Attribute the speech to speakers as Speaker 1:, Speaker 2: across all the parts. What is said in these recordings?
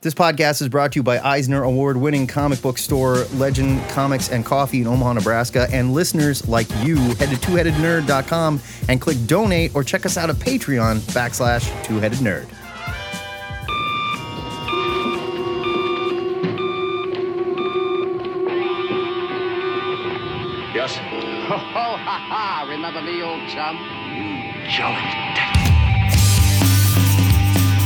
Speaker 1: This podcast is brought to you by Eisner Award winning comic book store Legend Comics and Coffee in Omaha, Nebraska, and listeners like you. Head to twoheadednerd.com and click donate or check us out at Patreon backslash twoheaded nerd.
Speaker 2: Yes.
Speaker 3: Ho, ho, Oh, ha, ha. Remember me, old chum? You
Speaker 2: Jolly.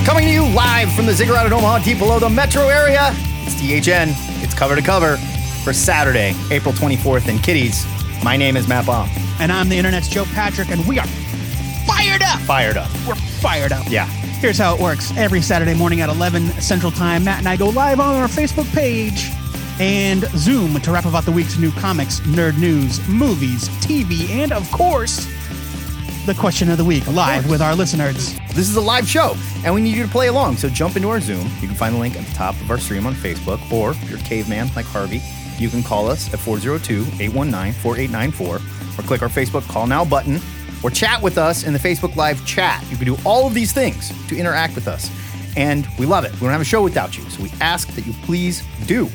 Speaker 1: Coming to you live from the Ziggurat at Omaha, deep below the metro area. It's DHN. It's cover to cover for Saturday, April 24th in Kitties. My name is Matt Baum.
Speaker 4: and I'm the internet's Joe Patrick, and we are fired up.
Speaker 1: Fired up.
Speaker 4: We're fired up.
Speaker 1: Yeah.
Speaker 4: Here's how it works. Every Saturday morning at 11 Central Time, Matt and I go live on our Facebook page and Zoom to wrap about the week's new comics, nerd news, movies, TV, and of course, the question of the week live with our listeners.
Speaker 1: This is a live show, and we need you to play along. So jump into our Zoom. You can find the link at the top of our stream on Facebook, or if you're a caveman like Harvey, you can call us at 402 819 4894, or click our Facebook Call Now button, or chat with us in the Facebook Live chat. You can do all of these things to interact with us, and we love it. We don't have a show without you, so we ask that you please do.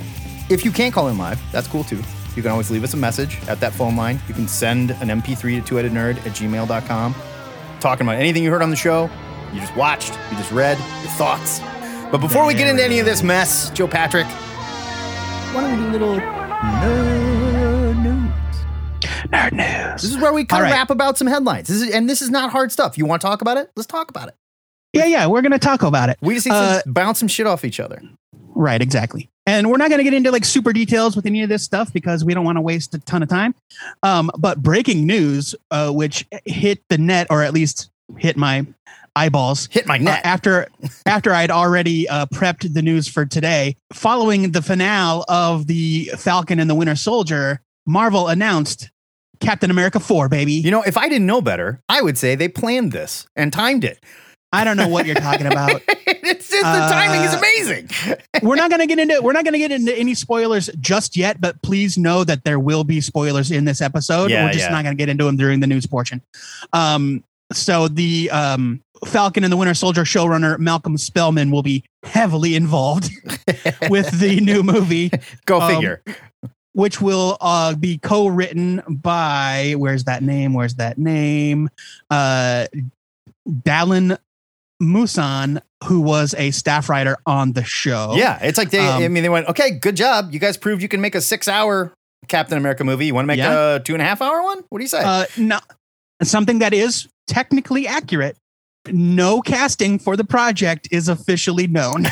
Speaker 1: If you can't call in live, that's cool too. You can always leave us a message at that phone line. You can send an MP3 to twoheadednerd at gmail.com talking about anything you heard on the show, you just watched, you just read, your thoughts. But before we get into any of this mess, Joe Patrick, why don't we do a little nerd news?
Speaker 4: Nerd news.
Speaker 1: This is where we kind
Speaker 4: All
Speaker 1: of
Speaker 4: right.
Speaker 1: rap about some headlines. This is, and this is not hard stuff. You want to talk about it? Let's talk about it.
Speaker 4: Yeah, yeah, we're going to talk about it.
Speaker 1: We just need to
Speaker 4: Uh,
Speaker 1: bounce some shit off each other.
Speaker 4: Right, exactly. And we're not going to get into like super details with any of this stuff because we don't want to waste a ton of time. Um, but breaking news, uh, which hit the net or at least hit my eyeballs
Speaker 1: Hit my
Speaker 4: uh,
Speaker 1: neck.
Speaker 4: after after I'd already uh, prepped the news for today, following the finale of the Falcon and the Winter Soldier, Marvel announced Captain America four, baby.
Speaker 1: you know, if I didn't know better, I would say they planned this and timed it.
Speaker 4: I don't know what you're talking about.
Speaker 1: it's just the timing is
Speaker 4: Uh,
Speaker 1: amazing.
Speaker 4: we're not going to get into we're not going to get into any spoilers just yet but please know that there will be spoilers in this episode
Speaker 1: Yeah,
Speaker 4: we're just
Speaker 1: yeah.
Speaker 4: not going to get into them during the news portion um so the um falcon and the winter soldier showrunner malcolm spellman will be heavily involved with the new movie
Speaker 1: Go
Speaker 4: um,
Speaker 1: figure.
Speaker 4: which will uh, be co-written by where's that name where's that name uh, Dallin Musan who was a staff writer on the show
Speaker 1: Yeah, it's like they. I
Speaker 4: Um,
Speaker 1: mean, they went, okay, good job. You guys proved you can make a six-hour Captain America movie. You want to make
Speaker 4: Yeah.
Speaker 1: a two and a half hour one? What do you say?
Speaker 4: uh, no, something that is technically accurate. No casting for the project is officially known.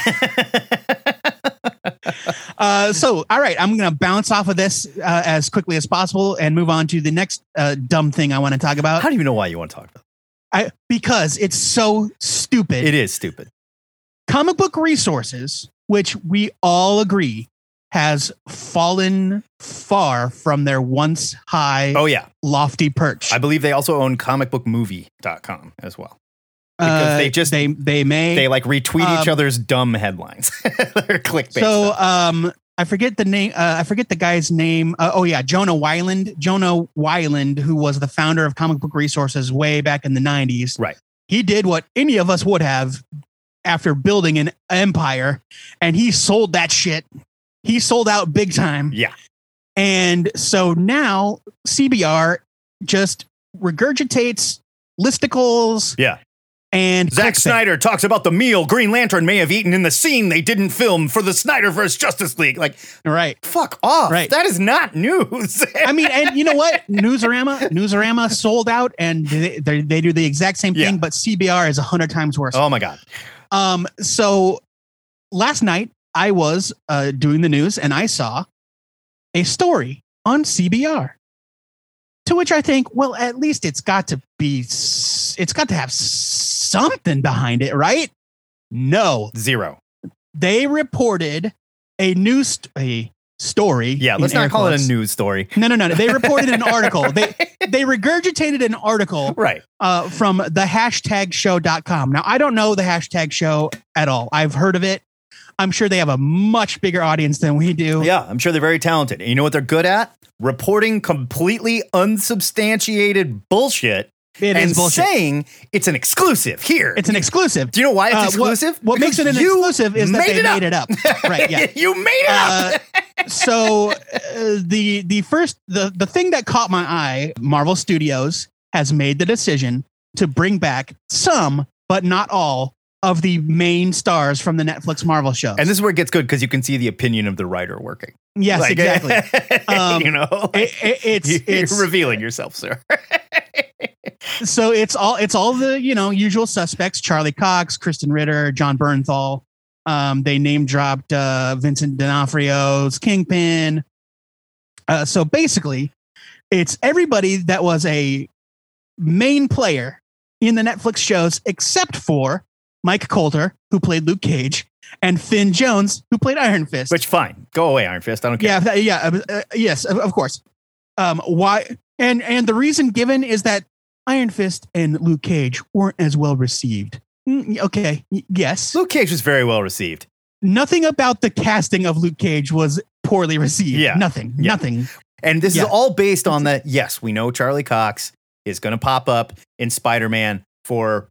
Speaker 4: Uh, so, all right, I'm going to bounce off of this uh, as quickly as possible and move on to the next uh, dumb thing I want to talk
Speaker 1: How
Speaker 4: about
Speaker 1: do you know why you want to talk about
Speaker 4: I, because it's so stupid.
Speaker 1: it? It is stupid.
Speaker 4: Comic book resources, which we all agree has fallen far from their once high,
Speaker 1: Oh yeah,
Speaker 4: lofty perch.
Speaker 1: I believe they also own comicbookmovie.com as well. because they just-
Speaker 4: Uh, they they may
Speaker 1: They like retweet each
Speaker 4: Um,
Speaker 1: other's dumb headlines. They're clickbait.
Speaker 4: So
Speaker 1: stuff.
Speaker 4: um I forget the name uh, I forget the guy's name. Uh, oh yeah, Jonah Weiland. Jonah Weiland who was the founder of Comic Book Resources way back in the 90s.
Speaker 1: Right.
Speaker 4: He did what any of us would have after building an empire and he sold that shit. He sold out big time.
Speaker 1: yeah,
Speaker 4: And so now CBR just regurgitates listicles
Speaker 1: yeah.
Speaker 4: and
Speaker 1: Zack
Speaker 4: clickbait.
Speaker 1: Snyder talks about the meal Green Lantern may have eaten in the scene they didn't film for the Snyderverse Justice League. Like,
Speaker 4: Right.
Speaker 1: fuck off.
Speaker 4: Right.
Speaker 1: That is not news.
Speaker 4: I mean, and you know what? Newsarama, Newsarama sold out, and they, they, they do the exact same thing,
Speaker 1: Yeah.
Speaker 4: but CBR is a hundred times worse.
Speaker 1: oh my god.
Speaker 4: Um, so last night I was uh, doing the news, and I saw a story on CBR, to which I think, well, at least it's got to be, s- it's got to have something behind it, right? No,
Speaker 1: Zero.
Speaker 4: they reported a news st- a story.
Speaker 1: Yeah,
Speaker 4: in
Speaker 1: let's not
Speaker 4: air
Speaker 1: call it
Speaker 4: quotes.
Speaker 1: a news story.
Speaker 4: No, no, no. no. They reported an article. They they regurgitated an article
Speaker 1: Right.
Speaker 4: uh, from the hashtag show.com. Now, I don't know the hashtag show at all. I've heard of it. I'm sure they have a much bigger audience than we do.
Speaker 1: Yeah, I'm sure they're very talented. And you know what they're good at? Reporting completely unsubstantiated bullshit
Speaker 4: It
Speaker 1: and
Speaker 4: is bullshit.
Speaker 1: saying it's an exclusive here.
Speaker 4: It's an exclusive.
Speaker 1: Do you know why it's
Speaker 4: Uh, what-
Speaker 1: exclusive?
Speaker 4: What,
Speaker 1: Because
Speaker 4: makes it an
Speaker 1: you
Speaker 4: exclusive is that
Speaker 1: made
Speaker 4: they
Speaker 1: it
Speaker 4: made it up. Right. Yeah.
Speaker 1: you made it
Speaker 4: Uh,
Speaker 1: up.
Speaker 4: so uh, the the first the the thing that caught my eye, Marvel Studios has made the decision to bring back some, but not all, of the main stars from the Netflix Marvel shows.
Speaker 1: And this is where it gets good because you can see the opinion of the writer working.
Speaker 4: yes,
Speaker 1: Like,
Speaker 4: exactly. it, Um,
Speaker 1: you know,
Speaker 4: it- it's
Speaker 1: you- you're
Speaker 4: it's
Speaker 1: revealing yourself, sir.
Speaker 4: so it's all it's all the you know usual suspects: Charlie Cox, Kristen Ritter, John Bernthal. Um, they name dropped uh, Vincent D'Onofrio's Kingpin. Uh, so basically, it's everybody that was a main player in the Netflix shows, except for Mike Coulter, who played Luke Cage, and Finn Jones, who played Iron Fist.
Speaker 1: Which fine, go away, Iron Fist. I don't care.
Speaker 4: Yeah, that- yeah, uh, uh, yes, of, of course. Um, why? And and the reason given is that Iron Fist and Luke Cage weren't as well received. Mm, okay, y- yes.
Speaker 1: Luke Cage was very well received.
Speaker 4: Nothing about the casting of Luke Cage was poorly received.
Speaker 1: Yeah.
Speaker 4: Nothing.
Speaker 1: Yeah.
Speaker 4: Nothing.
Speaker 1: And this
Speaker 4: Yeah.
Speaker 1: is all based on that. Yes, we know Charlie Cox is going to pop up in Spider Man for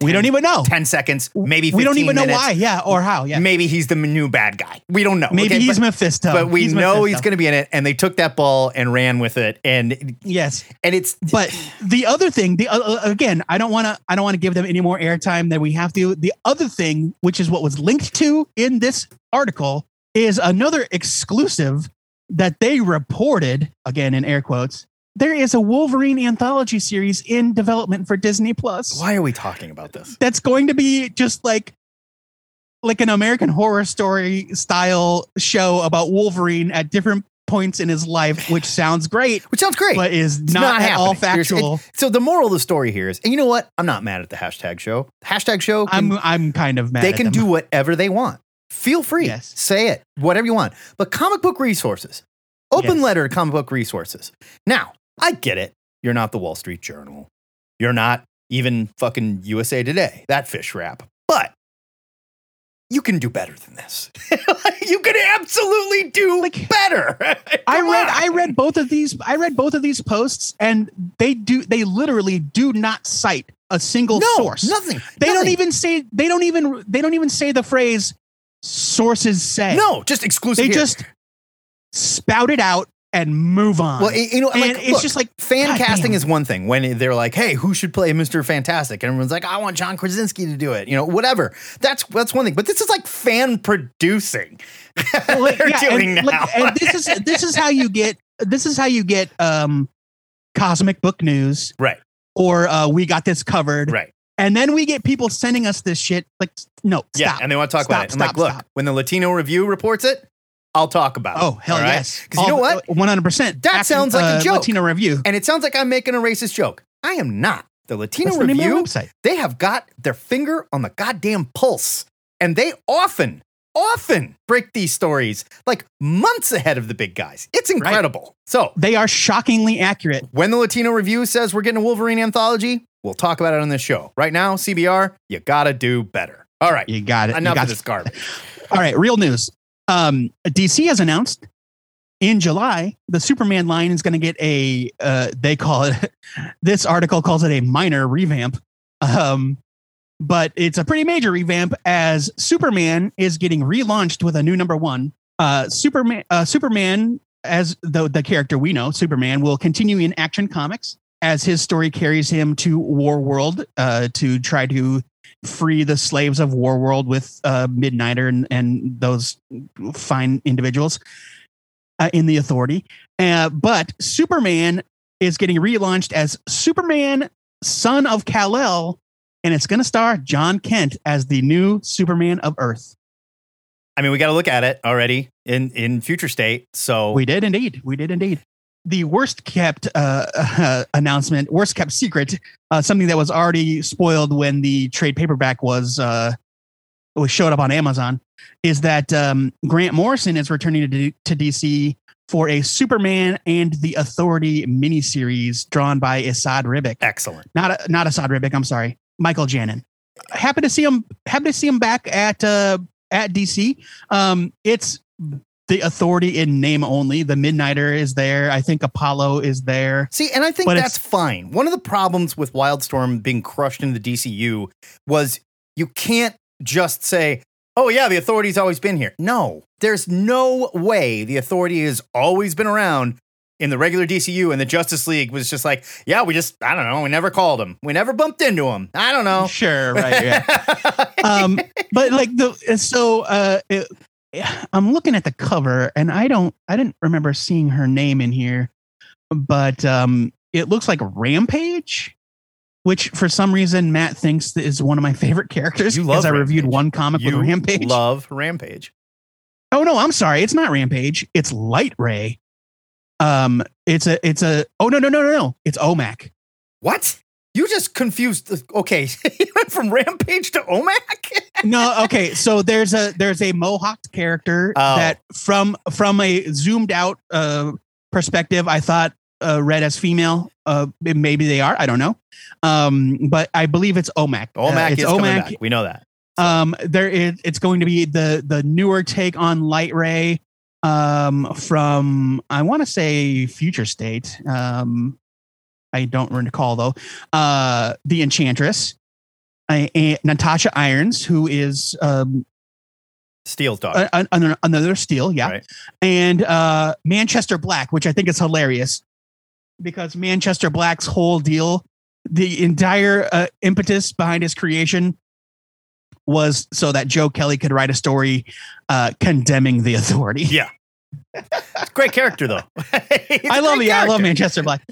Speaker 4: We don't even know.
Speaker 1: 10 seconds, maybe 15
Speaker 4: We don't even know
Speaker 1: minutes.
Speaker 4: why. Yeah, or how. Yeah.
Speaker 1: Maybe he's the new bad guy. We don't know.
Speaker 4: Maybe
Speaker 1: okay?
Speaker 4: he's
Speaker 1: but,
Speaker 4: Mephisto.
Speaker 1: but we know he's
Speaker 4: Mephisto.
Speaker 1: going to be in it. And they took that ball and ran with it. And
Speaker 4: Yes.
Speaker 1: and it's
Speaker 4: But the other thing, the uh, uh, again, I don't want to, I don't want to give them any more airtime than we have to. The other thing, which is what was linked to in this article, is another exclusive that they reported again in air quotes. There is a Wolverine anthology series in development for Disney Plus
Speaker 1: why are we talking about this?
Speaker 4: that's going to be just like like an American horror story style show about Wolverine at different points in his life, which sounds great,
Speaker 1: Which sounds great.
Speaker 4: but is
Speaker 1: It's
Speaker 4: not, at all
Speaker 1: happening. Seriously.
Speaker 4: factual.
Speaker 1: And so the moral of the story here is, and you know what? I'm not mad at the hashtag show. Hashtag show, can,
Speaker 4: I'm I'm kind of mad.
Speaker 1: they
Speaker 4: at
Speaker 1: can
Speaker 4: them.
Speaker 1: do whatever they want. Feel free.
Speaker 4: Yes.
Speaker 1: Say it, whatever you want. But comic book resources, open
Speaker 4: Yes.
Speaker 1: letter to comic book resources. Now, I get it. You're not the Wall Street Journal. You're not even fucking USA Today, that fish wrap. But you can do better than this. you can absolutely do better.
Speaker 4: I
Speaker 1: Come
Speaker 4: read
Speaker 1: on.
Speaker 4: I read both of these I read both of these posts and they do they literally do not cite a single
Speaker 1: no,
Speaker 4: source.
Speaker 1: Nothing.
Speaker 4: they
Speaker 1: nothing.
Speaker 4: don't even say they don't even they don't even say the phrase sources say.
Speaker 1: No, just exclusive.
Speaker 4: They
Speaker 1: here.
Speaker 4: just spout it out and move on.
Speaker 1: well, you know,
Speaker 4: and
Speaker 1: like,
Speaker 4: it's
Speaker 1: look,
Speaker 4: just like
Speaker 1: fan
Speaker 4: God
Speaker 1: casting
Speaker 4: damn.
Speaker 1: is one thing when they're like, "Hey, who should play Mr. Fantastic?" and everyone's like, "I want John Krasinski to do it." You know, whatever. That's that's one thing. But this is like fan producing.
Speaker 4: Well,
Speaker 1: they're
Speaker 4: yeah,
Speaker 1: doing
Speaker 4: and,
Speaker 1: now.
Speaker 4: like, and this is this is how you get this is how you get um cosmic book news
Speaker 1: Right.
Speaker 4: or uh, we got this covered
Speaker 1: right.
Speaker 4: And then we get people sending us this shit. Like, no,
Speaker 1: Yeah,
Speaker 4: stop.
Speaker 1: and they want to talk about it.
Speaker 4: Stop,
Speaker 1: I'm like,
Speaker 4: stop,
Speaker 1: look,
Speaker 4: stop.
Speaker 1: when the Latino Review reports it, I'll talk about it.
Speaker 4: oh, hell
Speaker 1: all right?
Speaker 4: yes. oh
Speaker 1: 'Cause you know what?
Speaker 4: One hundred percent.
Speaker 1: That sounds like a joke.
Speaker 4: Latino review.
Speaker 1: And it sounds like I'm making a racist joke. I am not. The Latino
Speaker 4: That's the name of
Speaker 1: Review
Speaker 4: their website.
Speaker 1: they have got their finger on the goddamn pulse. And they often, often break these stories like months ahead of the big guys. It's incredible. So
Speaker 4: They are shockingly accurate.
Speaker 1: when the Latino Review says we're getting a Wolverine anthology, we'll talk about it on this show. Right now, CBR, you gotta do better. All right.
Speaker 4: You got it. You
Speaker 1: Enough
Speaker 4: got
Speaker 1: of this garbage.
Speaker 4: it. All right, real news. Um, DC has announced in July the Superman line is going to get a. Uh, they call it. this article calls it a minor revamp. Um, but it's a pretty major revamp as Superman is getting relaunched with a new number one. Uh, Superman, uh, Superman, as the, the character we know, Superman will continue in Action Comics as his story carries him to War World uh, to try to free the slaves of War World with uh, Midnighter and, and those fine individuals uh, in the Authority. Uh, but Superman is getting relaunched as Superman, Son of Kal El and it's going to star John Kent as the new Superman of Earth.
Speaker 1: I mean, we gotta look at it already in in future state. So
Speaker 4: We did indeed. We did indeed. The worst kept uh, uh, announcement, worst kept secret, uh, something that was already spoiled when the trade paperback was uh, was showed up on Amazon, is that um, Grant Morrison is returning to, D- to DC for a Superman and the Authority miniseries drawn by Assad Ribic.
Speaker 1: excellent.
Speaker 4: not not Assad Ribic. I'm sorry, Michael Janin. Happy to see him. Happy to see him back at uh, at DC. Um, it's the authority in name only. The Midnighter is there. I think Apollo is there.
Speaker 1: See, and I think
Speaker 4: But
Speaker 1: that's
Speaker 4: it's-
Speaker 1: fine. One of the problems with Wildstorm being crushed into the DCU was you can't just say, oh, yeah, the authority's always been here. No, there's no way the authority has always been around in the regular DCU and the Justice League was just like, yeah, we just, I don't know, we never called him. We never bumped into him. I don't know.
Speaker 4: Sure, right. Yeah. um, but like the so uh, it, I'm looking at the cover and I don't I didn't remember seeing her name in here, but um, it looks like Rampage, which for some reason Matt thinks that is one of my favorite characters
Speaker 1: You love
Speaker 4: because I reviewed
Speaker 1: Rampage.
Speaker 4: one comic
Speaker 1: You
Speaker 4: with Rampage.
Speaker 1: Love Rampage.
Speaker 4: oh no, I'm sorry, it's not Rampage, it's Light Ray. Um, it's a it's a oh no no no no no it's Omac.
Speaker 1: What? You just confused. Okay, you went from Rampage to Omac?
Speaker 4: no okay so there's a there's a mohawked character
Speaker 1: Oh.
Speaker 4: that from from a zoomed out uh perspective i thought uh read as female uh maybe they are i don't know um but i believe it's omac Uh,
Speaker 1: Omac
Speaker 4: it's
Speaker 1: is coming back. We know that.
Speaker 4: um there is it's going to be the the newer take on light ray um from i want to say future state um i don't recall though uh the enchantress I, and natasha irons who is um
Speaker 1: Steel's dog.
Speaker 4: a- Uh, an- an- another steal yeah
Speaker 1: Right.
Speaker 4: and uh manchester black which i think is hilarious because manchester black's whole deal the entire uh, impetus behind his creation was so that joe kelly could write a story uh condemning the authority
Speaker 1: Great character though.
Speaker 4: I love yeah, I love Manchester Black.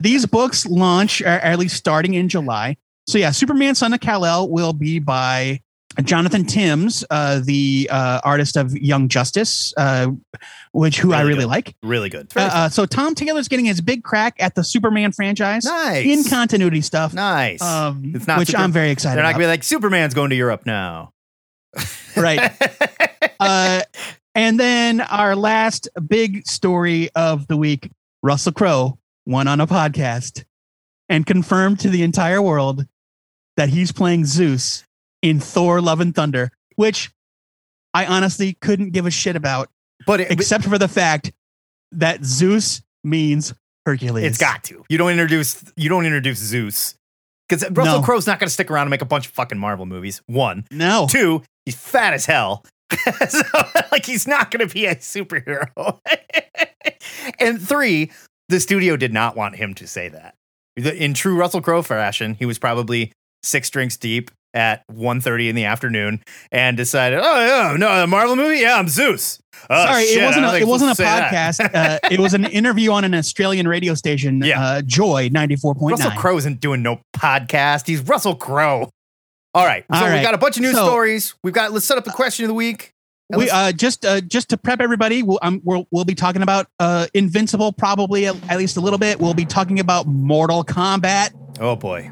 Speaker 4: These books launch, or at least starting in July. So yeah, Superman: Son of Kal El will be by Jonathan Timms, uh, the uh, artist of Young Justice, uh, which who I
Speaker 1: Really
Speaker 4: really
Speaker 1: good.
Speaker 4: like.
Speaker 1: Really good.
Speaker 4: Uh, uh, so Tom Taylor's getting his big crack at the Superman franchise
Speaker 1: nice.
Speaker 4: in continuity stuff,
Speaker 1: nice.
Speaker 4: um,
Speaker 1: It's not
Speaker 4: which
Speaker 1: super-
Speaker 4: I'm very excited
Speaker 1: Uh, They're not
Speaker 4: about.
Speaker 1: gonna be like Superman's going to Europe now.
Speaker 4: right. uh, and then our last big story of the week Russell Crowe won on a podcast and confirmed to the entire world that he's playing Zeus in Thor Love and Thunder, which I honestly couldn't give a shit about,
Speaker 1: but it,
Speaker 4: except for the fact that Zeus means Hercules.
Speaker 1: it's got to. You don't introduce. You don't introduce Zeus because Russell
Speaker 4: No.
Speaker 1: Crowe's not gonna stick around and make a bunch of fucking Marvel movies. One,
Speaker 4: no.
Speaker 1: two. He's fat as hell. so like he's not gonna be a superhero. and three, the studio did not want him to say that. The- In true Russell Crowe fashion, he was probably six drinks deep at 1.30 in the afternoon and decided, oh yeah, no, a Marvel movie? Yeah, I'm Zeus. Oh,
Speaker 4: Sorry,
Speaker 1: shit,
Speaker 4: it wasn't.
Speaker 1: I don't
Speaker 4: A,
Speaker 1: think
Speaker 4: it wasn't a
Speaker 1: I'm supposed
Speaker 4: podcast.
Speaker 1: to say that.
Speaker 4: uh, it was an interview on an Australian radio station.
Speaker 1: Yeah.
Speaker 4: Uh, Joy ninety four point
Speaker 1: Russell
Speaker 4: nine.
Speaker 1: Crowe isn't doing no podcast. He's Russell Crowe. All right. So
Speaker 4: All
Speaker 1: we
Speaker 4: right.
Speaker 1: got a bunch of news
Speaker 4: So- Uh,
Speaker 1: stories. We've got let's set up the question of the week. And
Speaker 4: we
Speaker 1: let's-
Speaker 4: uh, just uh, just to prep everybody, we'll um, we'll, we'll be talking about uh, Invincible probably at, at least a little bit. We'll be talking about Mortal Kombat,
Speaker 1: oh boy.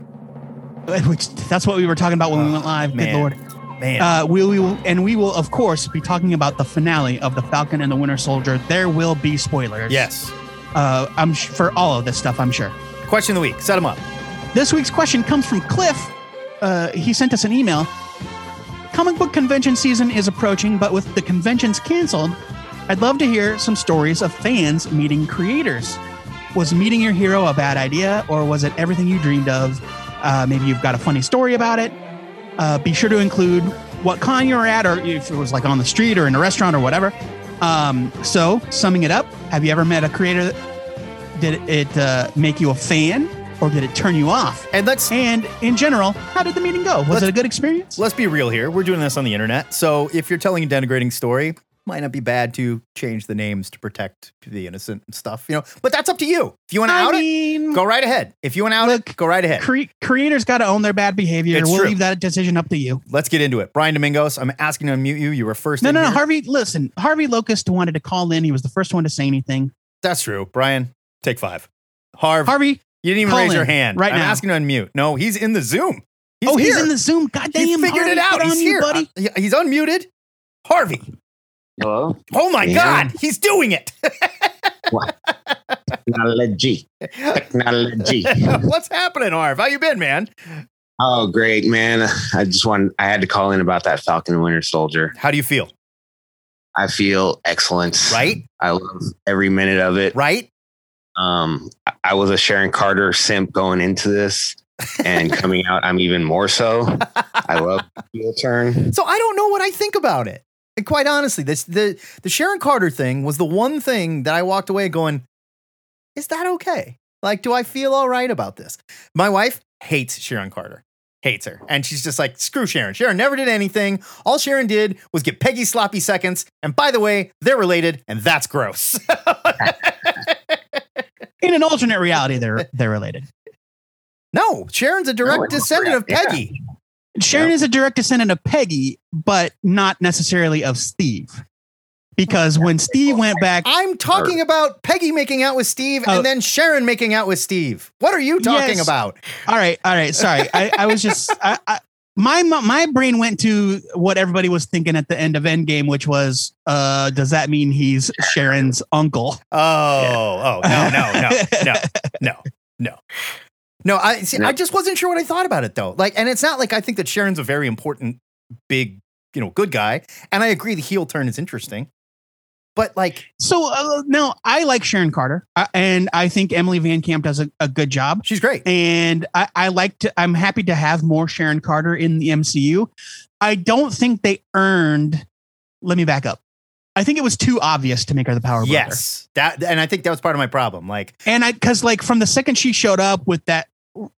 Speaker 4: which that's what we were talking about when
Speaker 1: Oh,
Speaker 4: we went live. Good
Speaker 1: man.
Speaker 4: lord!
Speaker 1: Man.
Speaker 4: Uh, we, we will and we will of course be talking about the finale of the Falcon and the Winter Soldier. There will be spoilers.
Speaker 1: yes.
Speaker 4: uh, I'm sh- for all of this stuff. I'm sure.
Speaker 1: Question of the week. Set them up.
Speaker 4: This week's question comes from Cliff. Uh, he sent us an email. Comic book convention season is approaching, but with the conventions canceled, I'd love to hear some stories of fans meeting creators. Was meeting your hero a bad idea, or was it everything you dreamed of? Uh, maybe you've got a funny story about it. Uh, be sure to include what con you were at, or if it was like on the street or in a restaurant or whatever. Um, so, summing it up, have you ever met a creator? Did it uh, make you a fan, or did it turn you off?
Speaker 1: And let's
Speaker 4: And in general, how did the meeting go? Was
Speaker 1: Let's-
Speaker 4: it a good experience?
Speaker 1: let's be real here. We're doing this on the internet. So if you're telling a denigrating story, might not be bad to change the names to protect the innocent and stuff, you know. But that's up to you. If you want to
Speaker 4: I
Speaker 1: out
Speaker 4: mean,
Speaker 1: it, go right ahead. If you want to out it,
Speaker 4: Look,
Speaker 1: go right ahead.
Speaker 4: cre- creators got to own their bad behavior.
Speaker 1: It's
Speaker 4: we'll
Speaker 1: true.
Speaker 4: leave that decision up to you.
Speaker 1: Let's get into it. Brian Domingos, I'm asking to unmute you. You were first.
Speaker 4: No,
Speaker 1: in
Speaker 4: no, no.
Speaker 1: here.
Speaker 4: Harvey, listen. Harvey Locust wanted to call in. He was the first one to say anything.
Speaker 1: That's true. Brian, take five. Harv,
Speaker 4: Harvey,
Speaker 1: you didn't even
Speaker 4: call
Speaker 1: raise your
Speaker 4: in
Speaker 1: hand.
Speaker 4: right
Speaker 1: I'm
Speaker 4: now.
Speaker 1: asking to unmute. No, he's in the Zoom. He's
Speaker 4: oh,
Speaker 1: here.
Speaker 4: he's in the Zoom. God damn,
Speaker 1: He figured
Speaker 4: Harvey,
Speaker 1: it out.
Speaker 4: good on
Speaker 1: He's
Speaker 4: you,
Speaker 1: here.
Speaker 4: buddy.
Speaker 1: Uh, he- he's unmuted. Harvey.
Speaker 2: Hello?
Speaker 1: Oh my
Speaker 2: Yeah.
Speaker 1: God. He's doing it.
Speaker 2: Technology. Technology.
Speaker 1: What's happening, Harv? How you been, man?
Speaker 2: oh, great, man. I just want I had to call in about that Falcon Winter Soldier.
Speaker 1: How do you feel?
Speaker 2: I feel excellence.
Speaker 1: Right?
Speaker 2: I love every minute of it.
Speaker 1: Right?
Speaker 2: Um, I- I was a Sharon Carter simp going into this, and coming out, I'm even more so. I love heel turn.
Speaker 1: So I don't know what I think about it. And quite honestly, this the the Sharon Carter thing was the one thing that I walked away going, is that okay? Like, do I feel all right about this? My wife hates Sharon Carter. Hates her. And she's just like, screw Sharon. Sharon never did anything. All Sharon did was get Peggy sloppy seconds. And by the way, they're related, and that's gross.
Speaker 4: In an alternate reality, they're they're related.
Speaker 1: no, Sharon's a direct
Speaker 2: No,
Speaker 1: descendant of
Speaker 2: yeah.
Speaker 1: Peggy.
Speaker 4: Sharon is a direct descendant of Peggy, but not necessarily of Steve. Because when Steve went back,
Speaker 1: I'm talking about Peggy making out with Steve
Speaker 4: Oh.
Speaker 1: and then Sharon making out with Steve. What are you talking
Speaker 4: Yes.
Speaker 1: about?
Speaker 4: all right, all right, sorry. I, I was just, I, I, my, my brain went to what everybody was thinking at the end of Endgame, which was, uh, does that mean he's Sharon's uncle?
Speaker 1: Oh, oh, no, no, no, no, no, no. No, I see,
Speaker 2: No.
Speaker 1: I just wasn't sure what I thought about it though. Like, and it's not like I think that Sharon's a very important, big, you know, good guy. And I agree the heel turn is interesting. But like
Speaker 4: So, uh, no, I like Sharon Carter, I, and I think Emily Van Camp does a, a good job.
Speaker 1: she's great.
Speaker 4: and I, I like to i'm happy to have more sharon carter in the mcu i don't think they earned let me back up i think it was too obvious to make her the power broker.
Speaker 1: Yes. That and I think that was part of my problem. Like,
Speaker 4: and i because like from the second she showed up with that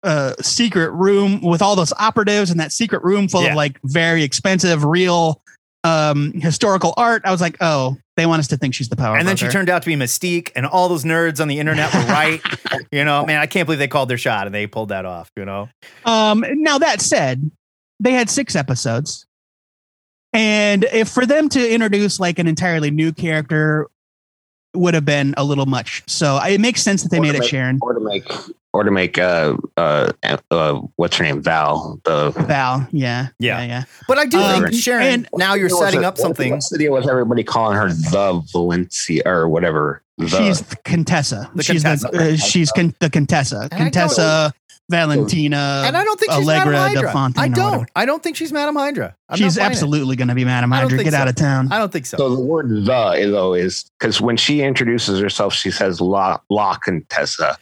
Speaker 4: uh secret room with all those operatives and that secret room full
Speaker 1: Yeah.
Speaker 4: of like very expensive real um historical art i was like oh they want us to think she's the power
Speaker 1: and then she
Speaker 4: broker.
Speaker 1: turned out to be Mystique, and all those nerds on the internet were right. you know, man, I can't believe they called their shot and they pulled that off, you know?
Speaker 4: Um, now that said, they had six episodes, and if for them to introduce like an entirely new character would have been a little much. So I- it makes sense that they
Speaker 2: Or to
Speaker 4: made it
Speaker 2: make-
Speaker 4: Sharon
Speaker 2: Or to make, or to make, uh, uh, uh, what's her name, Val, the
Speaker 4: Val. Yeah,
Speaker 1: Yeah.
Speaker 4: yeah, yeah.
Speaker 1: But I do
Speaker 4: Um,
Speaker 1: think Sharon
Speaker 4: and-
Speaker 1: now you're
Speaker 2: What's
Speaker 1: setting
Speaker 2: the-
Speaker 1: up something.
Speaker 2: What's the deal with everybody calling her the Valencia or whatever? The,
Speaker 4: she's the Contessa.
Speaker 1: The
Speaker 4: she's
Speaker 1: Contessa.
Speaker 4: the uh, she's con- the Contessa.
Speaker 1: don't-
Speaker 4: Contessa Valentina.
Speaker 1: And I don't think she's
Speaker 4: Allegra
Speaker 1: Madame Hydra.
Speaker 4: de Fontaine
Speaker 1: I
Speaker 4: or whatever.
Speaker 1: don't. I don't think she's Madame Hydra. I'm
Speaker 4: she's
Speaker 1: not buying it.
Speaker 4: absolutely going to be Madame
Speaker 1: I don't
Speaker 4: Hydra.
Speaker 1: think
Speaker 4: Get out
Speaker 1: so.
Speaker 4: of town.
Speaker 1: I don't think so.
Speaker 2: So the word the is always because when she introduces herself, she says La La Contessa,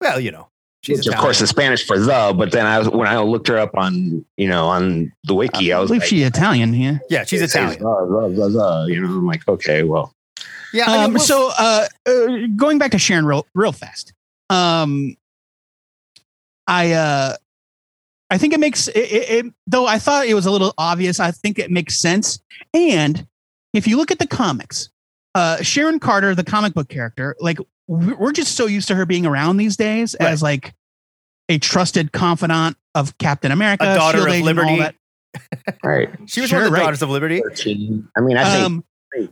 Speaker 1: well, you know, she's
Speaker 2: which of course is
Speaker 1: Italian.
Speaker 2: Spanish for the. But then I was, when I looked her up on you know on the wiki, I
Speaker 4: I
Speaker 2: was
Speaker 4: believe
Speaker 2: like,
Speaker 4: she Italian. Yeah.
Speaker 1: yeah, she's
Speaker 2: it says
Speaker 1: Italian.
Speaker 2: The, the, the, the, you know, I'm like, okay, well,
Speaker 1: Yeah. I mean,
Speaker 4: um,
Speaker 1: we'll-
Speaker 4: so uh, uh, going back to Sharon real real fast. Um, I uh, I think it makes it, it, it though I thought it was a little obvious. I think it makes sense. And if you look at the comics, uh, Sharon Carter, the comic book character, like we- we're just so used to her being around these days as like a trusted confidant of Captain America,
Speaker 1: A daughter
Speaker 4: Shield
Speaker 1: of
Speaker 4: Agent, all
Speaker 1: Liberty.
Speaker 4: that.
Speaker 2: right.
Speaker 1: she was
Speaker 4: sure,
Speaker 1: one of the
Speaker 4: right.
Speaker 1: daughters of liberty.
Speaker 2: Thirteen. I mean, I think
Speaker 4: Um,